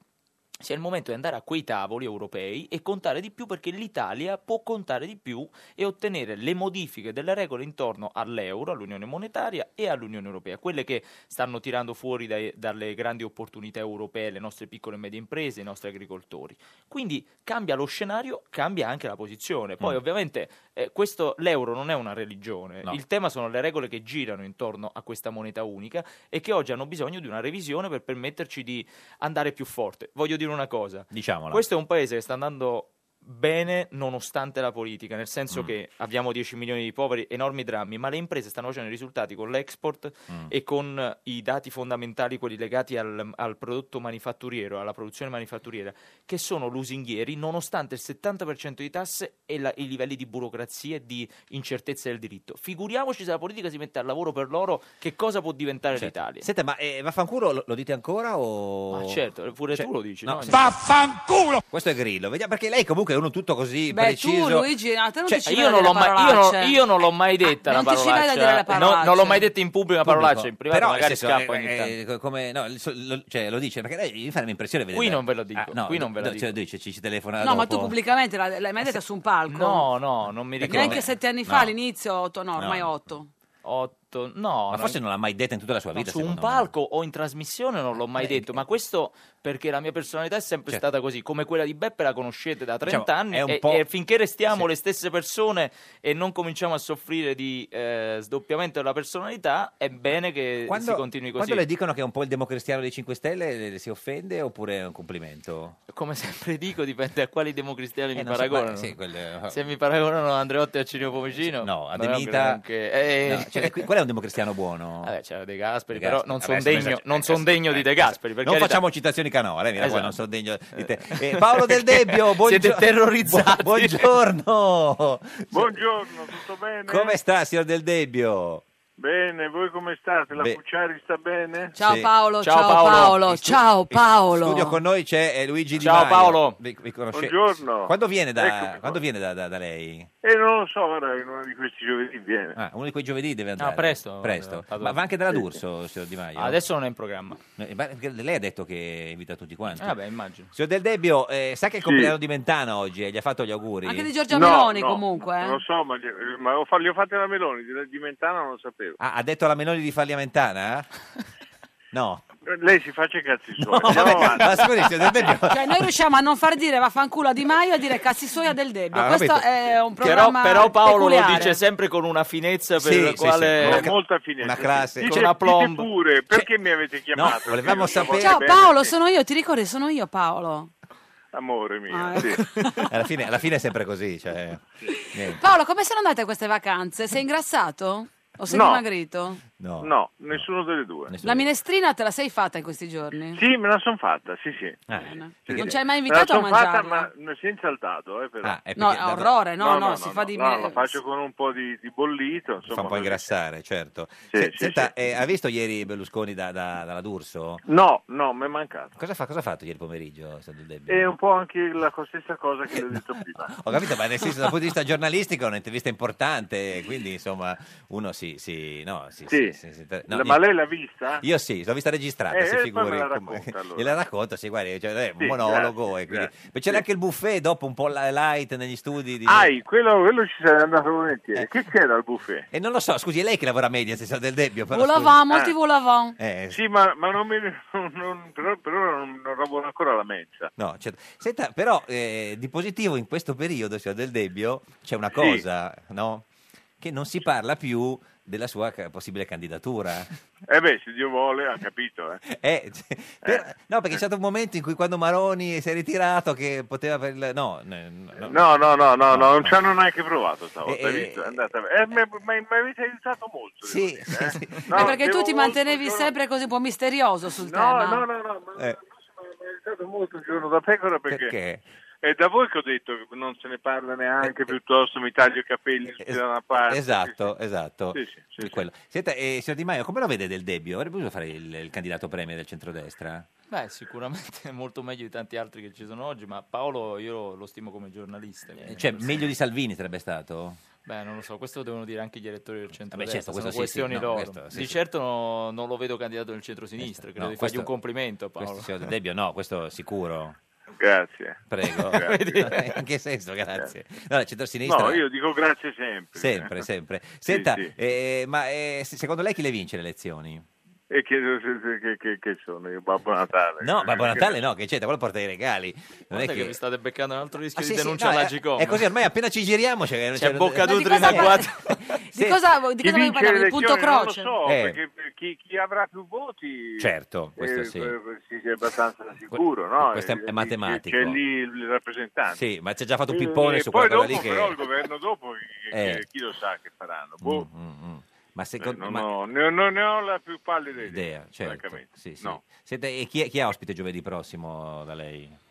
sia il momento di andare a quei tavoli europei e contare di più perché l'Italia può contare di più e ottenere le modifiche delle regole intorno all'euro, all'unione monetaria e all'unione europea, quelle che stanno tirando fuori dai- dalle grandi opportunità europee le nostre piccole e medie imprese, i nostri agricoltori. Quindi cambia lo scenario, cambia anche la posizione. Poi
Mm.
ovviamente eh, questo, l'euro non è una religione,
No.
il tema sono le regole che girano intorno a questa moneta unica e che oggi hanno bisogno di una revisione per permetterci di andare più forte. Voglio dire una cosa,
Diciamola.
questo è un paese che sta andando bene nonostante la politica, nel senso
Mm.
che abbiamo 10 milioni di poveri, enormi drammi, ma le imprese stanno facendo i risultati con l'export
Mm.
e con i dati fondamentali, quelli legati al, al prodotto manifatturiero, alla produzione manifatturiera, che sono lusinghieri nonostante il 70% di tasse e la- i livelli di burocrazia e di incertezza del diritto. Figuriamoci se la politica si mette al lavoro per loro, che cosa può diventare l'Italia?
Senta, ma eh, vaffanculo lo, lo dite ancora o...
Ma certo, pure
Cioè,
tu lo dici.
no,
no?
sì. Vaffanculo! Questo è Grillo, vediamo, perché lei comunque è uno tutto così
Beh,
preciso.
tu, Luigi, no, te non
Cioè,
ti ci vedi
io, non l'ho
delle
mai, io, non,
parolacce.
io non l'ho mai detta la
Eh, non ti ci vedi a dire le
parolaccia. Eh, No, non l'ho
parolacce.
mai detta in pubblico la parolaccia, in privato
Però,
magari
nel senso,
scappa ogni
eh,
tanto.
eh, co- come, no, il so- lo, cioè, lo dice perché lei mi fa l'impressione vedere.
Qui non ve lo dico,
no,
qui non ve lo
no,
dico.
cioè, dice, ci, ci telefona
No, ma tu
dopo.
pubblicamente la- l'hai mai detta su un palco?
No, no, non mi ricordo.
Neanche sette anni fa, all'inizio, otto, no, ormai
No.
otto.
Ho detto, no.
Ma forse non l'ha mai detta in tutta la sua
No,
vita.
su un
secondo
palco o in trasmissione non l'ho mai detto, ma questo perché la mia personalità è sempre
Certo.
stata così, come quella di Beppe la conoscete da 30
Diciamo,
anni
è un
e,
po'-
e finché restiamo
Sì.
le stesse persone e non cominciamo a soffrire di eh, sdoppiamento della personalità, è bene che
me.
Eh, si continui così.
quando le dicono che è un po' il democristiano dei 5 Stelle, le- le si offende oppure è un complimento?
Come sempre dico, dipende a quali democristiani mi
Eh, non so,
paragonano.
ma- sì, quel-
Se mi paragonano a Andreotti e a Cirio Pomicino,
No,
non è un
Adenita.
granché. Eh,
No, cioè, qui- quello è un democristiano buono.
Vabbè, c'era De Gasperi,
De
però
Gasperi.
non
Vabbè,
sono
adesso
degno,
esag-
non son degno di De Gasperi. per
Non
carità.
facciamo citazioni canore, mi raccomando, non sono degno di te. Eh, Paolo Del Debbio,
Debbio,
buongiorno.
Esatto. Siete terrorizzati.
Bu- buongiorno.
Buongiorno, tutto bene?
Come sta, signor Del Debbio?
Bene, voi come state? La
Beh.
Cucciari sta bene?
Ciao
Sì.
Paolo, ciao, Paolo, ciao Paolo.
In studio con noi c'è eh, Luigi Di
Ciao,
Maio.
Paolo.
Vi- vi conosce-
Buongiorno.
Quando viene da,
Eccomi
quando viene da, da- da lei?
E Eh, non lo so, ora in uno di questi giovedì viene.
Ah, uno di quei giovedì deve andare.
Ah, presto.
Presto.
Vado.
Ma va anche dalla D'Urso, signor Di Maio?
Adesso non è in programma.
Eh, ma perché Lei ha detto che invita tutti quanti.
Ah, beh, immagino.
Signor Del Debbio, eh, sa che è il compleanno di Mentana oggi e gli ha fatto gli auguri?
Anche di Giorgia
No,
Meloni
no,
comunque. eh.
Non lo so, ma, gli- ma ho fa- li ho fatti alla Meloni, di, di Mentana non lo sapevo.
Ah, ha detto alla Meloni di farli a Mentana? No.
Eh, Lei si faccia i cazzi suoi.
vabbè,
andiamo avanti.
ma scusi, signor Del Debbio,
Cioè, noi riusciamo a non far dire vaffanculo a Di Maio e a dire cazzi suoi a Del Debbio.
Ah,
Questo
capito.
è un
Però,
programma
però Paolo
peculiare.
lo dice sempre con una finezza per
Sì,
la
sì,
quale...
sì, una ca-
Molta finezza.
una classe.
Dite,
Con una
dite
plomb.
pure, perché mi avete chiamato?
no, volevamo
Io
sapere-
Ciao
voglio
Paolo,
bene,
sono io, ti ricordi, sono io Paolo.
Amore mio.
Ah,
sì.
alla fine, alla fine è sempre così. Cioè, niente.
Paolo, come sono andate queste vacanze? Sei ingrassato? O sei
No.
dimagrito?
No,
nessuno delle due.
La minestrina te la sei fatta in questi giorni?
Sì, me la sono fatta, sì,
Eh.
sì. Sì,
Non
sì.
ci hai mai
Me
invitato
la
a
son fatta,
mangiarla?
ma senza il dado, eh, però.
Ah, è
No, è orrore, no, no, si fa di
no,
me-
lo faccio con un po' di, di bollito, insomma.
Fa un po'
così.
ingrassare, certo.
Sì,
Se-
sì,
senta,
sì.
eh, ha visto ieri Berlusconi da- da- dalla D'Urso?
No, no, mi è mancato.
Cosa, fa- cosa ha fatto ieri pomeriggio? signor Del Debbio?
È un po' anche la stessa cosa che le ho detto prima.
Ho capito, ma nel senso, dal punto di vista giornalistico è un'intervista importante, quindi insomma uno si... si no, si,
Sì.
si- si- si- no,
La-
io-
ma lei l'ha vista?
Io sì, l'ho vista registrata,
Eh,
si
eh, poi
figuri.
me la
come-
racconta, allora.
Gliela racconto, sì, guarda, cioè, è un
Sì,
monologo.
grazie,
e quindi-
grazie.
Poi c'era anche il buffet dopo, un po' la- light negli studi. Di...
Ai, quello, quello ci sarei andato volentieri.
Eh.
Che c'era al buffet?
E non lo so, scusi, è lei che lavora a media, se sa del debbio. Però,
Volavamo,
scusi.
ti volavamo.
Eh,
Ah. Sì, ma, ma non mi, non- non- per, per ora non, non lavoro ancora la mensa.
No, certo. Senta, però eh, di positivo in questo periodo, signor Del Debbio, c'è una
Sì.
cosa, no? Che non si parla più della sua ca- possibile candidatura.
Eh beh, se Dio vuole, ha capito. eh.
Eh, c- per- no, perché c'è stato un momento in cui quando Maroni si è ritirato che poteva... per il- no, ne-
No, no, no, no, no, non ci hanno neanche provato stavolta,
Eh,
hai visto? È andata- eh, mi mi- mi avete aiutato molto.
Sì, sì, sì.
No,
Eh, perché
devo
tu ti
molto-
mantenevi sempre così un po' misterioso sul tema.
no, no, no, ma
Eh,
mi ha aiutato molto il giorno da pecora perché...
perché? Eh,
È da voi che ho detto che non se ne parla neanche, piuttosto mi taglio i capelli
Es-
da una parte.
esatto, esatto.
Sì, sì, sì,
Di quello. Senta, eh, signor Di Maio, come lo vede Del Debbio? Avrebbe potuto fare il, il candidato premier del centrodestra?
Beh, sicuramente è molto meglio di tanti altri che ci sono oggi, ma Paolo io lo stimo come giornalista. quindi
Eh, Cioè,
questo-
meglio di Salvini sarebbe stato?
Beh, non lo so, questo devono dire anche gli elettori del centro
certo, questo
sono
sì,
questioni
sì, no,
loro.
questo sì,
di
sì.
certo no- non lo vedo candidato del centro-sinistra, credo
No,
di
questo-
fargli un complimento a Paolo.
Questo, signor Del Debbio, no, questo sicuro.
Grazie.
Prego.
Grazie.
In che senso, grazie? No, il centro-sinistra...
No, io dico grazie sempre.
Sempre, sempre. Senta,
sì.
eh, ma eh, se- secondo lei chi le vince le elezioni?
E chiedo se- se- che, che- che sono io, Babbo Natale.
No, Babbo Natale no, che c'è, quello porta i regali. Non è
Guarda che... vi
che...
state beccando un altro rischio
Ah,
di
sì, sì,
denuncia
no,
alla
è-
Gicom.
È così, ormai appena ci giriamo c'è... c'è-
Ma
bocca
di
d'utri
cosa
nei
par- Di cosa, di
Sì.
Chi
cosa vuoi
vince le
parlare? Il
elezioni
punto croce?
Non lo so,
Eh.
perché chi, chi avrà più voti...
Certo, questo sì.
eh, si è abbastanza sicuro, no?
questo è- è
Eh,
matematico.
C'è lì il rappresentante.
Sì, ma c'è già fatto un
E
pippone su
poi
quella cosa
dopo,
lì che...
però, il governo dopo, chi-
Eh.
chi- chi lo sa che faranno? Boh.
Mm, mm, mm. Ma
Eh,
secondo...
non,
ma-
ho, ne, ho, non ne ho la più pallida idea.
Idea, certo.
francamente.
Sì, sì.
No.
Senta, e chi è, chi è ospite giovedì prossimo da lei?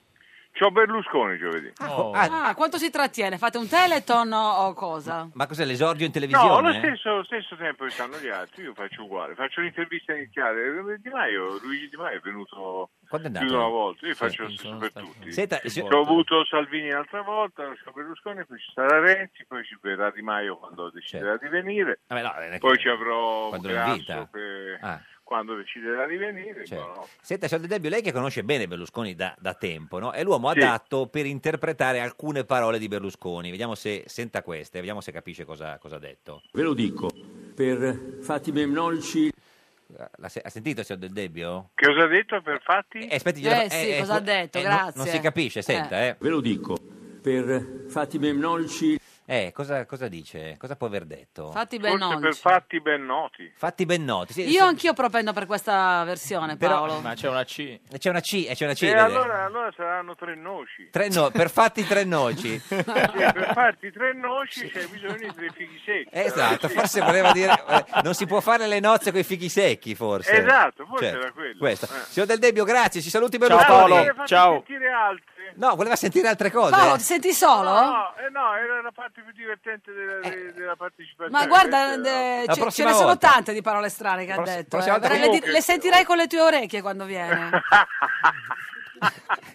C'ho Berlusconi giovedì.
Oh.
Ah, quanto si trattiene? Fate un teleton o o cosa?
Ma cos'è l'esordio in televisione? eh?
No, lo stesso, lo stesso tempo che stanno gli altri, io faccio uguale, faccio l'intervista iniziale. eh, Di Maio, Luigi Di Maio è venuto
Quando è
più
andato?
di una volta, io faccio lo
non
stesso
sono
per
stato.
tutti.
Senta,
Che
si-
Ci ho
volta.
avuto Salvini l'altra volta, lo so Berlusconi, poi ci sarà Renzi, poi ci verrà Di Maio quando deciderà di venire,
Certo. Vabbè, no, non è che-
poi ci avrò
Quando lo invita.
Grasso per-
Ah.
quando deciderà di venire.
Certo.
boh, no.
Senta, signor De Debbio, lei che conosce bene Berlusconi da, da tempo, no? è l'uomo
Sì.
adatto per interpretare alcune parole di Berlusconi. Vediamo se senta queste, vediamo se capisce cosa, cosa ha detto.
Ve lo dico,
per fatti memnonici.
La se- ha sentito, signor Del Debbio?
Che cosa ha detto per fatti?
Eh, aspetti,
Eh, sì, cosa ha detto?
non-
Grazie.
Non si capisce, senta, eh.
Ve lo dico, per fatti memnonici.
Eh, cosa, cosa dice? Cosa può aver detto?
Fatti ben
Forse
nonni.
per fatti ben noti.
Fatti ben noti. sì,
Io anch'io propendo per questa versione, Paolo.
c'è una C. C'è una C, eh, c'è una C.
E
deve-
allora, allora saranno tre noci.
Tre no- per fatti tre noci.
Sì, per farti tre noci c'è bisogno di tre fighi secchi.
Esatto,
Sì.
forse voleva dire eh, non si può fare le nozze con i fichi secchi, forse. Certo,
Esatto, forse era quello.
Questo.
Eh.
Signor Del Debbio, grazie, ci saluti per
Ciao, Paolo. Voleva farti
Ciao.
sentire altre.
No, voleva sentire altre cose.
Paolo, ti senti solo?
No, eh, no, era la parte più divertente della,
Eh.
de- della partecipazione.
Ma guarda,
Questa era-
eh,
La
ce, ce
prossima
ne sono
volta.
tante di parole strane che ha
Pross-
detto.
prossima
eh.
volta
Però
che-
Le, di- le sentirai con le tue orecchie quando viene.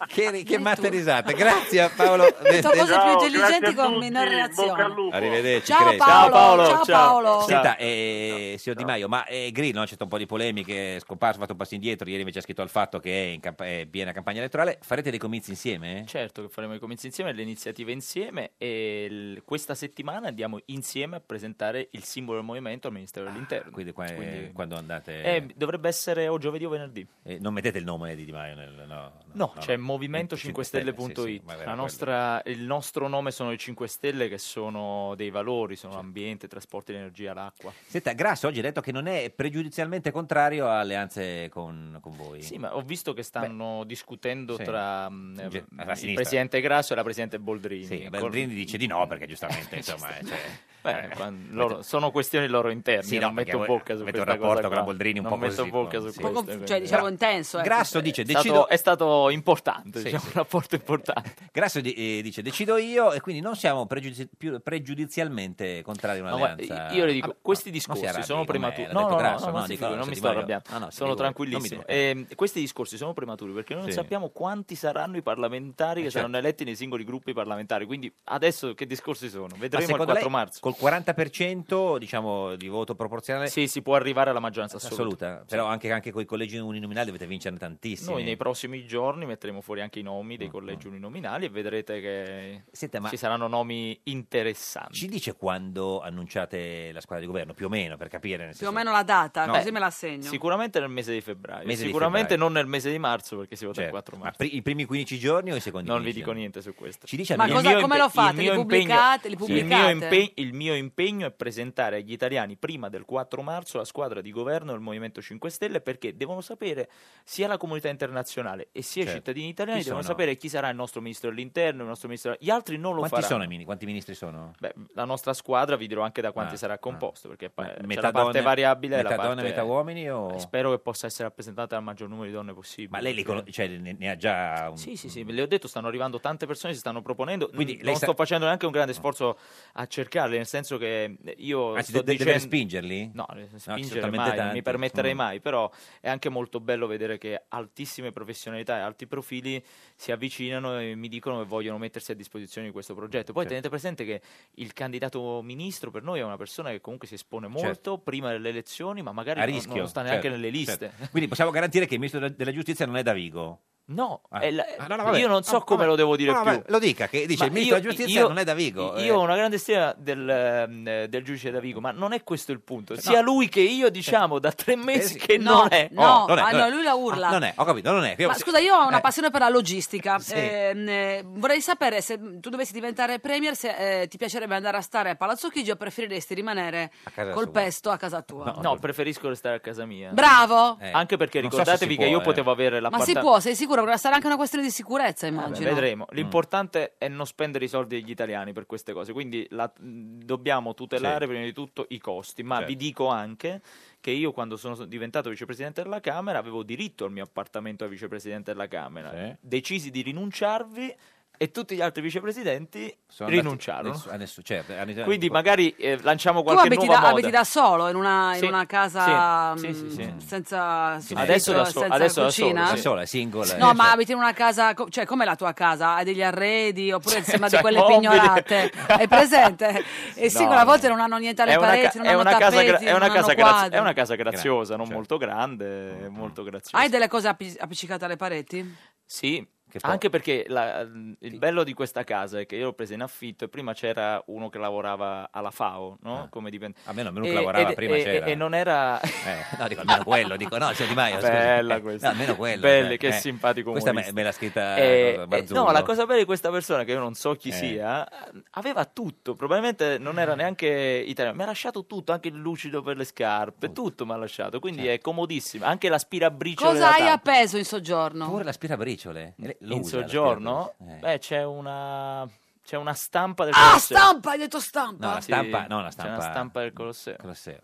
Che, che matte risate. Grazie a Paolo.
Ho detto cose
Del-
più
grazie
intelligenti
a
con
tutti,
minor
in bocca al
reazione.
Arrivederci.
Ciao
Crespi.
Paolo, Ciao Paolo, ciao ciao. Paolo.
Senta,
Ciao.
eh, signor Di Maio, ma eh, Grillo no? c'è stato un po' di polemiche, è scomparso, ha fatto un passo indietro, ieri invece ha scritto al fatto che è in camp- è piena campagna elettorale. Farete dei comizi insieme?
Certo che faremo i comizi insieme, le iniziative insieme e il- questa settimana andiamo insieme a presentare il simbolo del movimento al Ministero dell'Interno.
Ah, Quindi, qua- eh,
Quindi-
quando andate...
Eh, dovrebbe essere o giovedì o venerdì.
Eh, non mettete il nome di Di Maio nel... No, no,
No,
no.
c'è movimento 5 stelle.it.
Sì, sì, ma era
La
quello.
nostra- il nostro nome sono i 5 Stelle, che sono dei valori: sono l'ambiente, trasporti, l'energia, l'acqua.
Senta, Grasso oggi ha detto che non è pregiudizialmente contrario a alleanze con, con voi.
Sì, ma ho visto che stanno discutendo
sì.
tra mm,
In ge-
eh,
cioè, alla
il
sinistra.
presidente Grasso e la presidente Boldrini.
Sì,
Col-
Boldrini dice di no perché giustamente insomma cioè, eh.
Beh, quando- loro- sono questioni loro interne.
Sì,
io
no,
non metto
perché voi-
bocca su
avete un
questa
rapporto
cosa
con
qua.
la Boldrini un
non
po'
metto
così,
bocca su
sì.
questo,
Poco-
quindi-
cioè, diciamo, intenso, ecco.
Grasso dice
Esatto, È stato-
decido
è stato importante,
Sì,
diciamo,
sì.
un rapporto importante.
Grasso di- eh, dice decido io e quindi non siamo pregiudizi- più- pregiudizialmente contrari a
No, guarda,
un'alleanza.
io le dico,
Ah,
questi
non si
discorsi
arrabbi
sono
con me,
prematuri.
l'ha
No, no,
detto
no,
Grasso,
no,
no,
non, si
dico,
figuri,
non
non mi
si
sto
voglio-
arrabbiando.
no, no, si
sono
figuri, non mi
tranquillissimo.
dica.
Ehm, questi discorsi sono prematuri perché noi non
Sì.
sappiamo quanti saranno i parlamentari
Eh,
che
certo.
saranno eletti nei singoli gruppi parlamentari. Quindi adesso che discorsi sono?
Ma
Vedremo il
secondo
4
lei
marzo.
col 40% diciamo di voto proporzionale
Sì, si può arrivare alla maggioranza assoluta.
assoluta, però anche, anche con i collegi uninominali dovete vincerne tantissimi.
Noi nei prossimi giorni metteremo fuori anche i nomi dei collegi uninominali e vedrete che
ma-
ci saranno nomi interessanti.
Ci dice quando annunciate la squadra di governo, più o meno, per capire? nel
Più
senso-
o meno la data,
No.
così me la segno.
Sicuramente nel mese di febbraio,
Mese di
sicuramente
febbraio.
non nel mese di marzo perché si vota il 4
Certo. Ma
marzo.
pri- i primi 15 giorni o i secondi
Non
15
vi dico
giorni?
niente su questo.
Ci dice
Ma
almeno-
cosa-
Il mio
come
impe-
lo fate?
il
Li
mio
pubblicate? Li
impegno- Il mio,
pubblicate?
impe- il mio impegno è presentare agli italiani prima del 4 marzo la squadra di governo del Movimento 5 Stelle perché devono sapere sia la comunità internazionale e sia
Certo.
i cittadini italiani
Chi
devono
sono?
sapere chi sarà il nostro ministro dell'interno, il nostro ministro gli altri non lo
Quanti
faranno.
sono i mini- quanti ministri sono?
Beh, la nostra squadra vi dirò anche da quanti
Ah,
sarà composto perché poi c'è
metà
la parte
donne-
variabile e la
metà donne,
parte-
metà uomini o-
Eh, Spero che possa essere rappresentata dal maggior numero di donne possibile.
Ma lei li conos- cioè, ne, ne ha già un...
Sì, sì, sì, le ho detto, stanno arrivando tante persone, si stanno proponendo.
Quindi
Mm,
lei
non
sta-
sto facendo neanche un grande sforzo a cercarle, nel senso che eh, io
Anzi,
sto
Ah, de- de-
dicendo...
deve spingerli?
No, eh, spingere
assolutamente
mai, non
tanti.
mi permetterei
Mm.
mai, però è anche molto bello vedere che altissime professionalità e alti profili si avvicinano e mi dicono che vogliono mettersi a disposizione di questo progetto. Poi
Certo.
tenete presente che il candidato ministro per noi è una persona che comunque si espone molto
Certo.
prima delle elezioni, ma magari
a
non-
rischio.
non sta neanche
certo,
nelle liste.
certo. Quindi possiamo garantire che il ministro della- della giustizia non è Davigo?
No,
Ah.
è la-
Ah, no, no, vabbè.
io non so
No,
come
vabbè.
lo devo dire
No, no,
più.
vabbè, lo dica, che dice,
Ma
il ministro della giustizia non è Davigo, eh.
Io ho una grande stima del, ehm, eh, del giudice Davigo, ma non è questo il punto.
No. Eh,
Sia lui che io diciamo da tre mesi che
No,
non è.
no, ah, no, lui la urla.
Ah, Oh, non è, ho capito, non è. Io-
Ma scusa, io ho una
eh,
passione per la logistica.
Sì.
Ehm, eh, vorrei sapere se tu dovessi diventare premier, se eh, ti piacerebbe andare a stare a Palazzo Chigi o preferiresti rimanere
A
col
casa sua.
pesto a casa tua.
No, preferisco restare a casa mia.
Bravo!
Eh, Anche perché
non so se
ricordatevi
si
che
può,
io
eh.
potevo avere
Ma si
l'appartamento.
può, sei sicuro? Dovrà stare anche una questione di sicurezza,
Vabbè,
immagino.
Vedremo.
Mm.
L'importante è non spendere i soldi degli italiani per queste cose. Quindi la- mh, dobbiamo tutelare
Sì.
prima di tutto i costi. Ma
Certo.
vi dico anche che io, quando sono diventato vicepresidente della Camera, avevo diritto al mio appartamento a vicepresidente della Camera.
Sì.
Decisi di rinunciarvi. E tutti gli altri vicepresidenti
sono andati-
rinunciarono.
nessu- a nessu- certo, a nessu-
Quindi magari eh, lanciamo
Tu
qualche
abiti
nuova
da,
moda.
abiti da solo in una, in
Sì,
una casa mm,
sì, sì, sì, sì.
mh, senza
Sì,
soffitto,
adesso da solo-
senza
adesso da solo,
cucina?
da sola, è singola.
No,
eh,
ma
cioè,
abiti in una casa, co- cioè come la tua casa? Hai degli arredi oppure insomma di
cioè,
quelle
mobili.
pignorate? Hai presente? E sì,
No,
quella
no.
volta non hanno niente alle
È una ca-
pareti, non
è
hanno
una casa
tappeti,
gra- è una
non hanno
casa graz-
quadri.
è una casa
certo. Mm.
graziosa, non molto grande, molto graziosa.
Hai delle cose appi- appiccicate alle pareti?
Sì,
poi-
Anche perché la- il bello di questa casa è che io l'ho presa in affitto e prima c'era uno che lavorava alla FAO,
Ah.
no? Come dipende...
Almeno uno che lavorava prima c'era.
E, non
Eh,
era...
no, dico almeno quello, dico no, c'è Di Maio. scusi.
Bella
Eh,
questa.
no, almeno quello.
Belle,
eh,
che
eh.
simpatico
Questa me,
umorista.
me l'ha scritta
Eh,
eh,
eh,
Barzullo.
no, la cosa bella di questa persona, che io non so chi
Eh.
sia, aveva tutto, probabilmente non era neanche italiano, mi ha lasciato tutto, anche il lucido per le scarpe, tutto mi ha lasciato, quindi
Certo.
è comodissima, anche l'aspirabriciole
Cosa
da
hai
tavola.
appeso in soggiorno?
Pure l'aspirabriciole. Lo
in
usa
soggiorno?
l'aspirapolvere?
Beh, c'è una, c'è una stampa del
Ah,
Colosseo.
stampa! Hai detto stampa!
No, la
Sì,
stampa, no, la
c'è una
stampa-
stampa del Colosseo.
non so.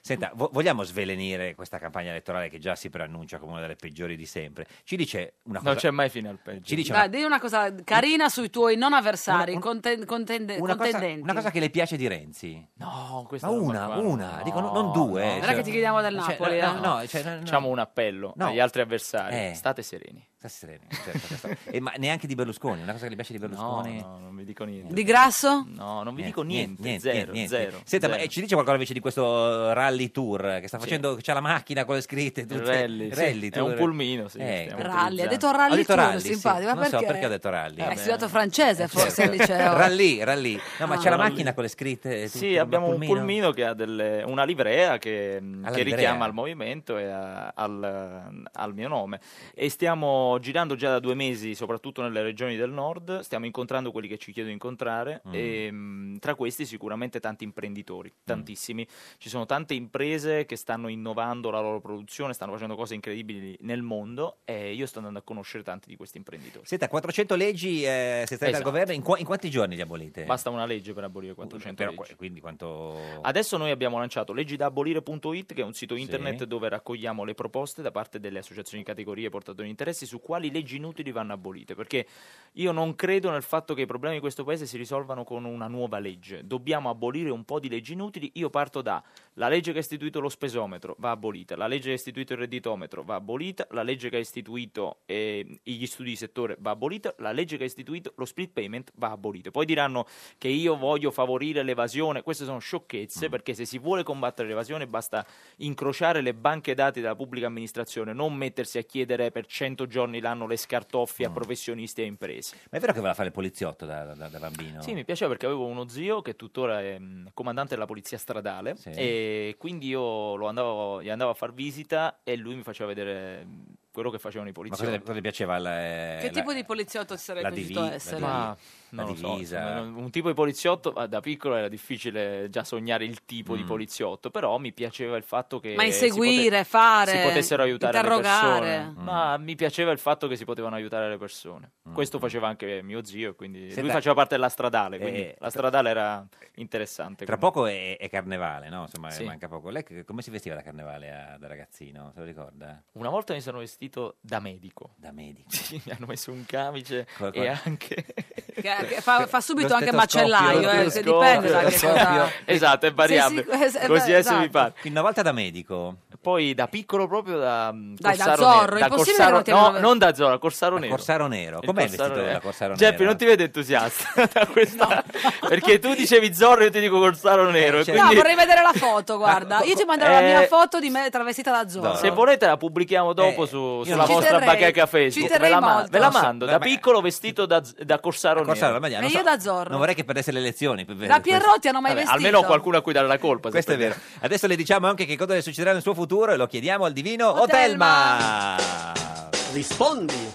Senta, vo- vogliamo svelenire questa campagna elettorale che già si preannuncia come una delle peggiori di sempre. Ci dice una cosa.
Non c'è mai fine al peggio.
Ci dice
Dai,
una,
dì una cosa carina sui tuoi non avversari, conten- contende-
una cosa,
contendenti.
una cosa che le piace di Renzi.
No, questa
Ma
roba
una,
qua.
una,
No,
dico no- non due.
no.
eh,
Non è che ti chiediamo del
Cioè,
Napoli,
no,
eh.
no, cioè, no, no.
Facciamo un appello
No.
agli altri avversari,
Eh.
state sereni.
State sereni, certo, certo. E ma neanche di Berlusconi, una cosa che le piace di Berlusconi.
No, no, non vi dico niente.
Di grasso?
No, non vi dico niente, zero, zero,
Senta, ma
zero.
eh, ci dice qualcosa invece di questo uh, rally tour che sta facendo? C'ha la macchina con le scritte, tutte.
Rally, sì. È
tour.
un pulmino, sì,
Eh,
stiamo
Rally, ha
utilizzando.
detto rally
Ho detto
tour,
rally, sì.
simpatico. Ma
Non so
perché?
perché ho detto rally.
Hai studiato
Eh,
francese forse
certo.
oh. al liceo?
Rally, rally. No, ma
Ah.
c'è la
Rally.
macchina con le scritte. eh,
Sì,
tutto,
abbiamo
un
un pulmino che ha delle- una livrea che,
Alla
che
livrea.
richiama al movimento e a- al, al mio nome. E stiamo girando già da due mesi, soprattutto nelle regioni del nord, stiamo incontrando quelli che ci chiedono di incontrare
Mm.
e mh, tra questi sicuramente tanti imprenditori, tantissimi. Ci sono tante imprese che stanno innovando la loro produzione, stanno facendo cose incredibili nel mondo e io sto andando a conoscere tanti di questi imprenditori.
Senta, 400 leggi eh, se state al
Esatto.
governo, in, qua- in quanti giorni le abolite?
Basta una legge per abolire 400
Però,
leggi.
Quindi quanto...
Adesso noi abbiamo lanciato leggidabolire.it, che è un sito
Sì.
internet dove raccogliamo le proposte da parte delle associazioni di categorie e portatori di interessi su quali leggi inutili vanno abolite. Perché io non credo nel fatto che i problemi di questo paese si risolvano con una nuova legge. Dobbiamo abolire un po' di leggi inutili. Io parto da la legge che ha istituito lo spesometro va abolita, la legge che ha istituito il redditometro va abolita, la legge che ha istituito eh, gli studi di settore va abolita, la legge che ha istituito lo split payment va abolita. Poi diranno che io voglio favorire l'evasione, queste sono
Mm.
sciocchezze perché se si vuole combattere l'evasione basta incrociare le banche dati della pubblica amministrazione, non mettersi a chiedere per 100 giorni l'anno le scartoffie a professionisti e a imprese.
Ma è vero che voleva fare il poliziotto da, da- da bambino?
Sì, mi piaceva perché avevo uno zio che tuttora è mh, comandante della polizia stradale e quindi io lo andavo, gli andavo a far visita e lui mi faceva vedere mh, quello che facevano i
Ma cosa le,
poliziotti.
cosa le piaceva? La, eh,
Che
la-
tipo di poliziotto ti sarebbe
la
piaciuto
divi- la
essere?
divi-
Ma
la
non lo so,
divisa.
insomma, non- un tipo di poliziotto, ah, da piccolo era difficile già sognare il tipo di
Mm.
poliziotto, però mi piaceva il fatto che
Ma
si pote-
inseguire, fare,
si potessero aiutare le
interrogare.
Mm.
persone. Ma mi piaceva il fatto che si potevano aiutare le persone. Questo faceva anche mio zio, quindi lui
Senta-
faceva parte della stradale, quindi
Eh,
la stradale era interessante.
Tra
comunque.
poco è, è carnevale, no? Insomma,
Sì.
manca poco. Lei che- come si vestiva da carnevale a- da ragazzino? Se lo ricorda?
Una volta mi sono vestito da medico.
Da medico.
Sì, mi hanno messo un camice
Co- co-
e anche...
Che- che fa, fa subito
Lo
anche
stetoscopio,
macellaio,
lo
eh, se
stetoscopio,
dipende da
lo
che cosa...
stetoscopio. Esatto, è variabile.
Sì, sì, es- es-
Così adesso mi
esatto.
pare.
Una volta da medico.
Poi da piccolo proprio da... mm,
Dai, da Zorro, è
da
impossibile
Corsaro-
che non ti abbiano
No,
messo.
non da Zorro, da Corsaro Nero.
Corsaro Nero. Com'è il vestito della Corsaro
Geppi,
Nero?
non ti vedo entusiasta da questa... Perché tu dicevi Zorro, io ti dico Corsaro Nero. e
certo.
No,
quindi-
vorrei vedere la foto, guarda. Io ti manderò la
Eh,
mia foto di me travestita da Zorro.
Se volete la pubblichiamo dopo
Eh,
su,
io
sulla
non- Ci
vostra
terrei-
bacheca
ci
Facebook.
terrei
Ve la,
molto.
ve la
Posso-
mando, da
vabbè.
piccolo vestito da, da Corsaro
Corsaro,
Nero.
ma non
E
so-
io da Zorro.
Non vorrei che perdesse le elezioni. per- per
Da
questo.
Pierrotti hanno mai
Vabbè,
vestito?
almeno qualcuno a cui dare la colpa. se
Questo è vero. Adesso le diciamo anche che cosa le succederà nel suo futuro e lo chiediamo al divino
Otelma.
Otelma.
Rispondi,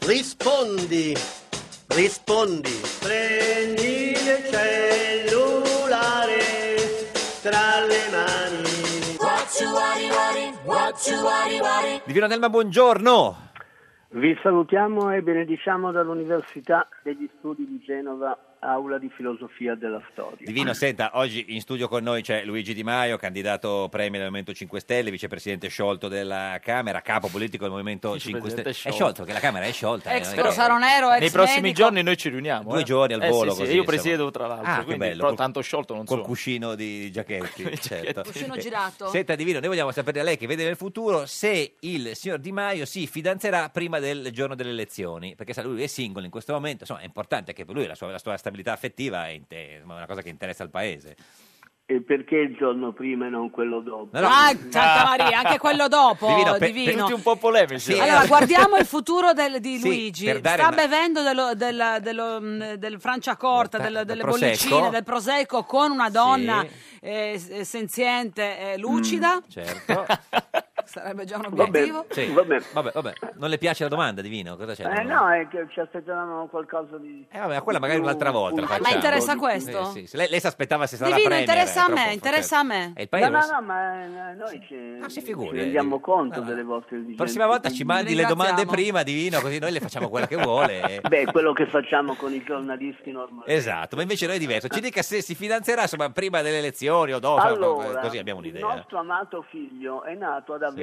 rispondi, rispondi. Prendi il cellulare tra le mani.
What you worry, worry, what you worry, worry.
Divino Otelma, buongiorno.
Vi salutiamo e benediciamo dall'Università degli Studi di Genova, aula di filosofia della storia.
Divino, senta, oggi in studio con noi c'è Luigi Di Maio, candidato premio del Movimento 5 Stelle, vicepresidente sciolto della Camera, capo politico del Movimento 5 Stelle.
Vicepresidente
È sciolto, che la Camera è sciolta. eh,
Ex
non è che-
Corsaro Nero, ex
Nei prossimi
medico.
giorni noi ci riuniamo.
Due
eh.
giorni al
Eh, sì,
volo,
sì,
così,
io
insomma.
presiedo tra l'altro,
Ah, che
quindi,
bello,
però
col-
tanto sciolto non
Col
sono.
cuscino di Giachetti, certo.
Cuscino
Eh,
girato.
Senta Divino, noi vogliamo sapere da lei che vede nel futuro se il signor Di Maio si fidanzerà prima del giorno delle elezioni, perché sa, lui è singolo in questo momento, insomma è importante che per lui la sua, la sua stabilità affettiva è, in- è una cosa che interessa al paese.
E perché il giorno prima e non quello dopo?
Ah, Santa Maria, anche quello dopo, divino.
un po' polemici.
eh.
allora, guardiamo il futuro del- di
Sì,
Luigi.
per dare
Sta
una-
bevendo dello- della- dello, mh, del Franciacorta, del- delle
Prosecco.
bollicine, del Prosecco con una donna eh, s- senziente e lucida.
Certo.
Sarebbe già un
Vabbè.
obiettivo.
Sì. Vabbè, vabbè. Non le piace la domanda, Divino? Cosa c'è?
Eh no, è che ci aspettavamo qualcosa di...
Eh, vabbè, quella magari un'altra volta. la
Ah, ma
facciamo. Eh,
interessa questo?
Sì, sì, sì. Lei, lei si aspettava se sarà
Divino,
premier,
interessa a
troppo
me,
forte.
interessa a me.
E il paese
no,
lo
no,
sa.
no, ma eh, noi ci, ci
eh,
rendiamo
di-
conto delle vostre esigenze.
Prossima volta ci mandi le
Ringraziamo.
domande prima, Divino, così noi le facciamo quella che vuole.
Beh, quello che facciamo con i giornalisti normali.
Esatto, ma invece noi è diverso. Ci dica se si fidanzerà insomma, prima delle elezioni o dopo,
Allora,
così abbiamo
Il
un'idea.
nostro amato figlio è nato ad Avellino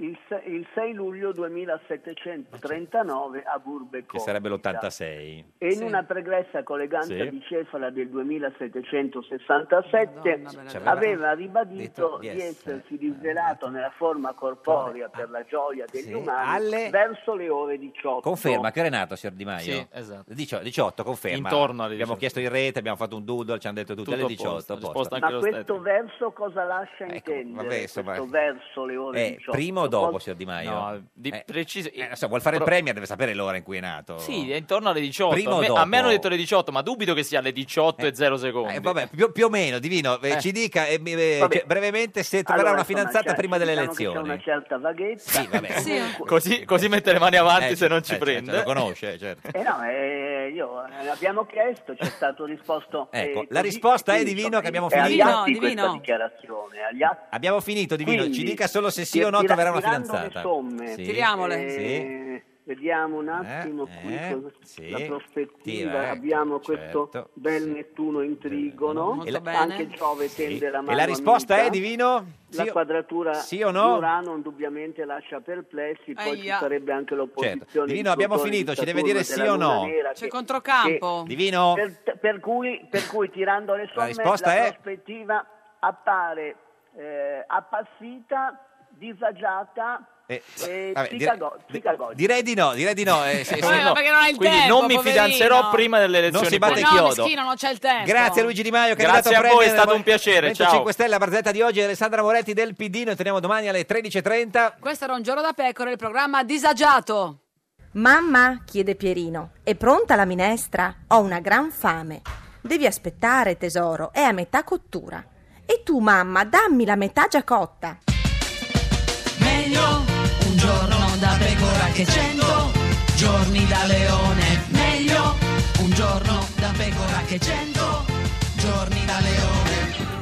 il, se- il 6 luglio 2739 a Burbe
Che sarebbe l'86.
E in una pregressa colleganza
Sì.
di Cefala del 2767
bella.
aveva ribadito
Detto
di
di
essersi rivelato nella forma corporea per la gioia degli
Sì,
umani
alle-
verso le ore 18.
Conferma che ora è nato, signor Di Maio?
Sì, esatto.
18, 18, conferma.
Intorno
Abbiamo chiesto in rete, abbiamo fatto un doodle, ci hanno detto tutte
Tutto
alle
a posto,
18. a posto.
risposta
Ma questo verso cosa lascia intendere?
Ecco, vabbè, insomma,
questo verso le ore
Eh,
18.
prima o dopo, signor Di Maio?
No, di
Eh,
preciso.
eh, non so, vuol fare il
Pro-
premier, deve sapere l'ora in cui è nato.
Sì, è intorno alle 18.
Prima
a,
o
me,
dopo?
a me hanno detto alle 18, ma dubito che sia alle 18 e 0 secondi.
Eh, vabbè, più, più o meno, Divino, eh,
Eh.
ci dica eh, mi- eh,
Vabbè.
cioè, brevemente se troverà una
Allora, insomma,
fidanzata
cioè,
prima delle
diciamo
Diciamo che c'è
elezioni.
una certa vaghezza.
Così, così mette le mani avanti
Eh,
se non
eh,
ci
certo,
prende.
lo conosce, certo.
Eh no, eh, io eh, abbiamo chiesto, ci è stato risposto. eh,
Ecco,
così,
la risposta è
quindi,
divino che abbiamo
è agli
finito.
atti questa dichiarazione, agli atti.
Abbiamo finito, Divino,
Quindi,
ci dica solo se sì o
tira-
no troverà una
tirando
fidanzata.
Le somme,
Sì. Sì.
Eh, Vediamo un attimo qui
eh,
cosa-
sì.
la prospettiva.
Tira, eh,
abbiamo questo
certo,
bel Nettuno in trigono,
E la-
anche Giove tende la mano.
E la risposta
amica.
è divino?
La
Sì o-
quadratura
sì o no?
di Urano indubbiamente lascia perplessi, poi
Aia.
ci sarebbe anche l'opposizione.
Certo. Divino,
di
abbiamo
Plutone,
finito,
di
ci deve dire
Saturno,
sì o
della Luna
no?
Nera,
C'è
che-
controcampo.
che-
Divino?
Per, per cui, per cui, tirando le somme,
risposta è?
prospettiva appare eh, appassita, disagiata
Eh,
e
vabbè, dire-
cicago- cicagogia.
Direi di no, direi di no. eh, se- se-
Eh, ma perché non hai il
Quindi
tempo,
non mi
poverino.
fidanzerò prima delle elezioni.
Non si batte
Ma no,
chiodo.
meschino, non c'è il tempo.
Grazie a Luigi Di Maio che
Grazie
è
a
andato
voi, è stato un piacere, ciao.
5 Stelle, la barzetta di oggi, Alessandra Moretti del PD. Noi torniamo domani alle 13.30.
Questo era un giorno da pecora, il programma disagiato.
Mamma, chiede Pierino, è pronta la minestra? Ho una gran fame. Devi aspettare, tesoro, è a metà cottura. E tu, mamma, dammi la metà già cotta.
Meglio un giorno da pecora che cento giorni da leone. Meglio un giorno da pecora che cento giorni da leone.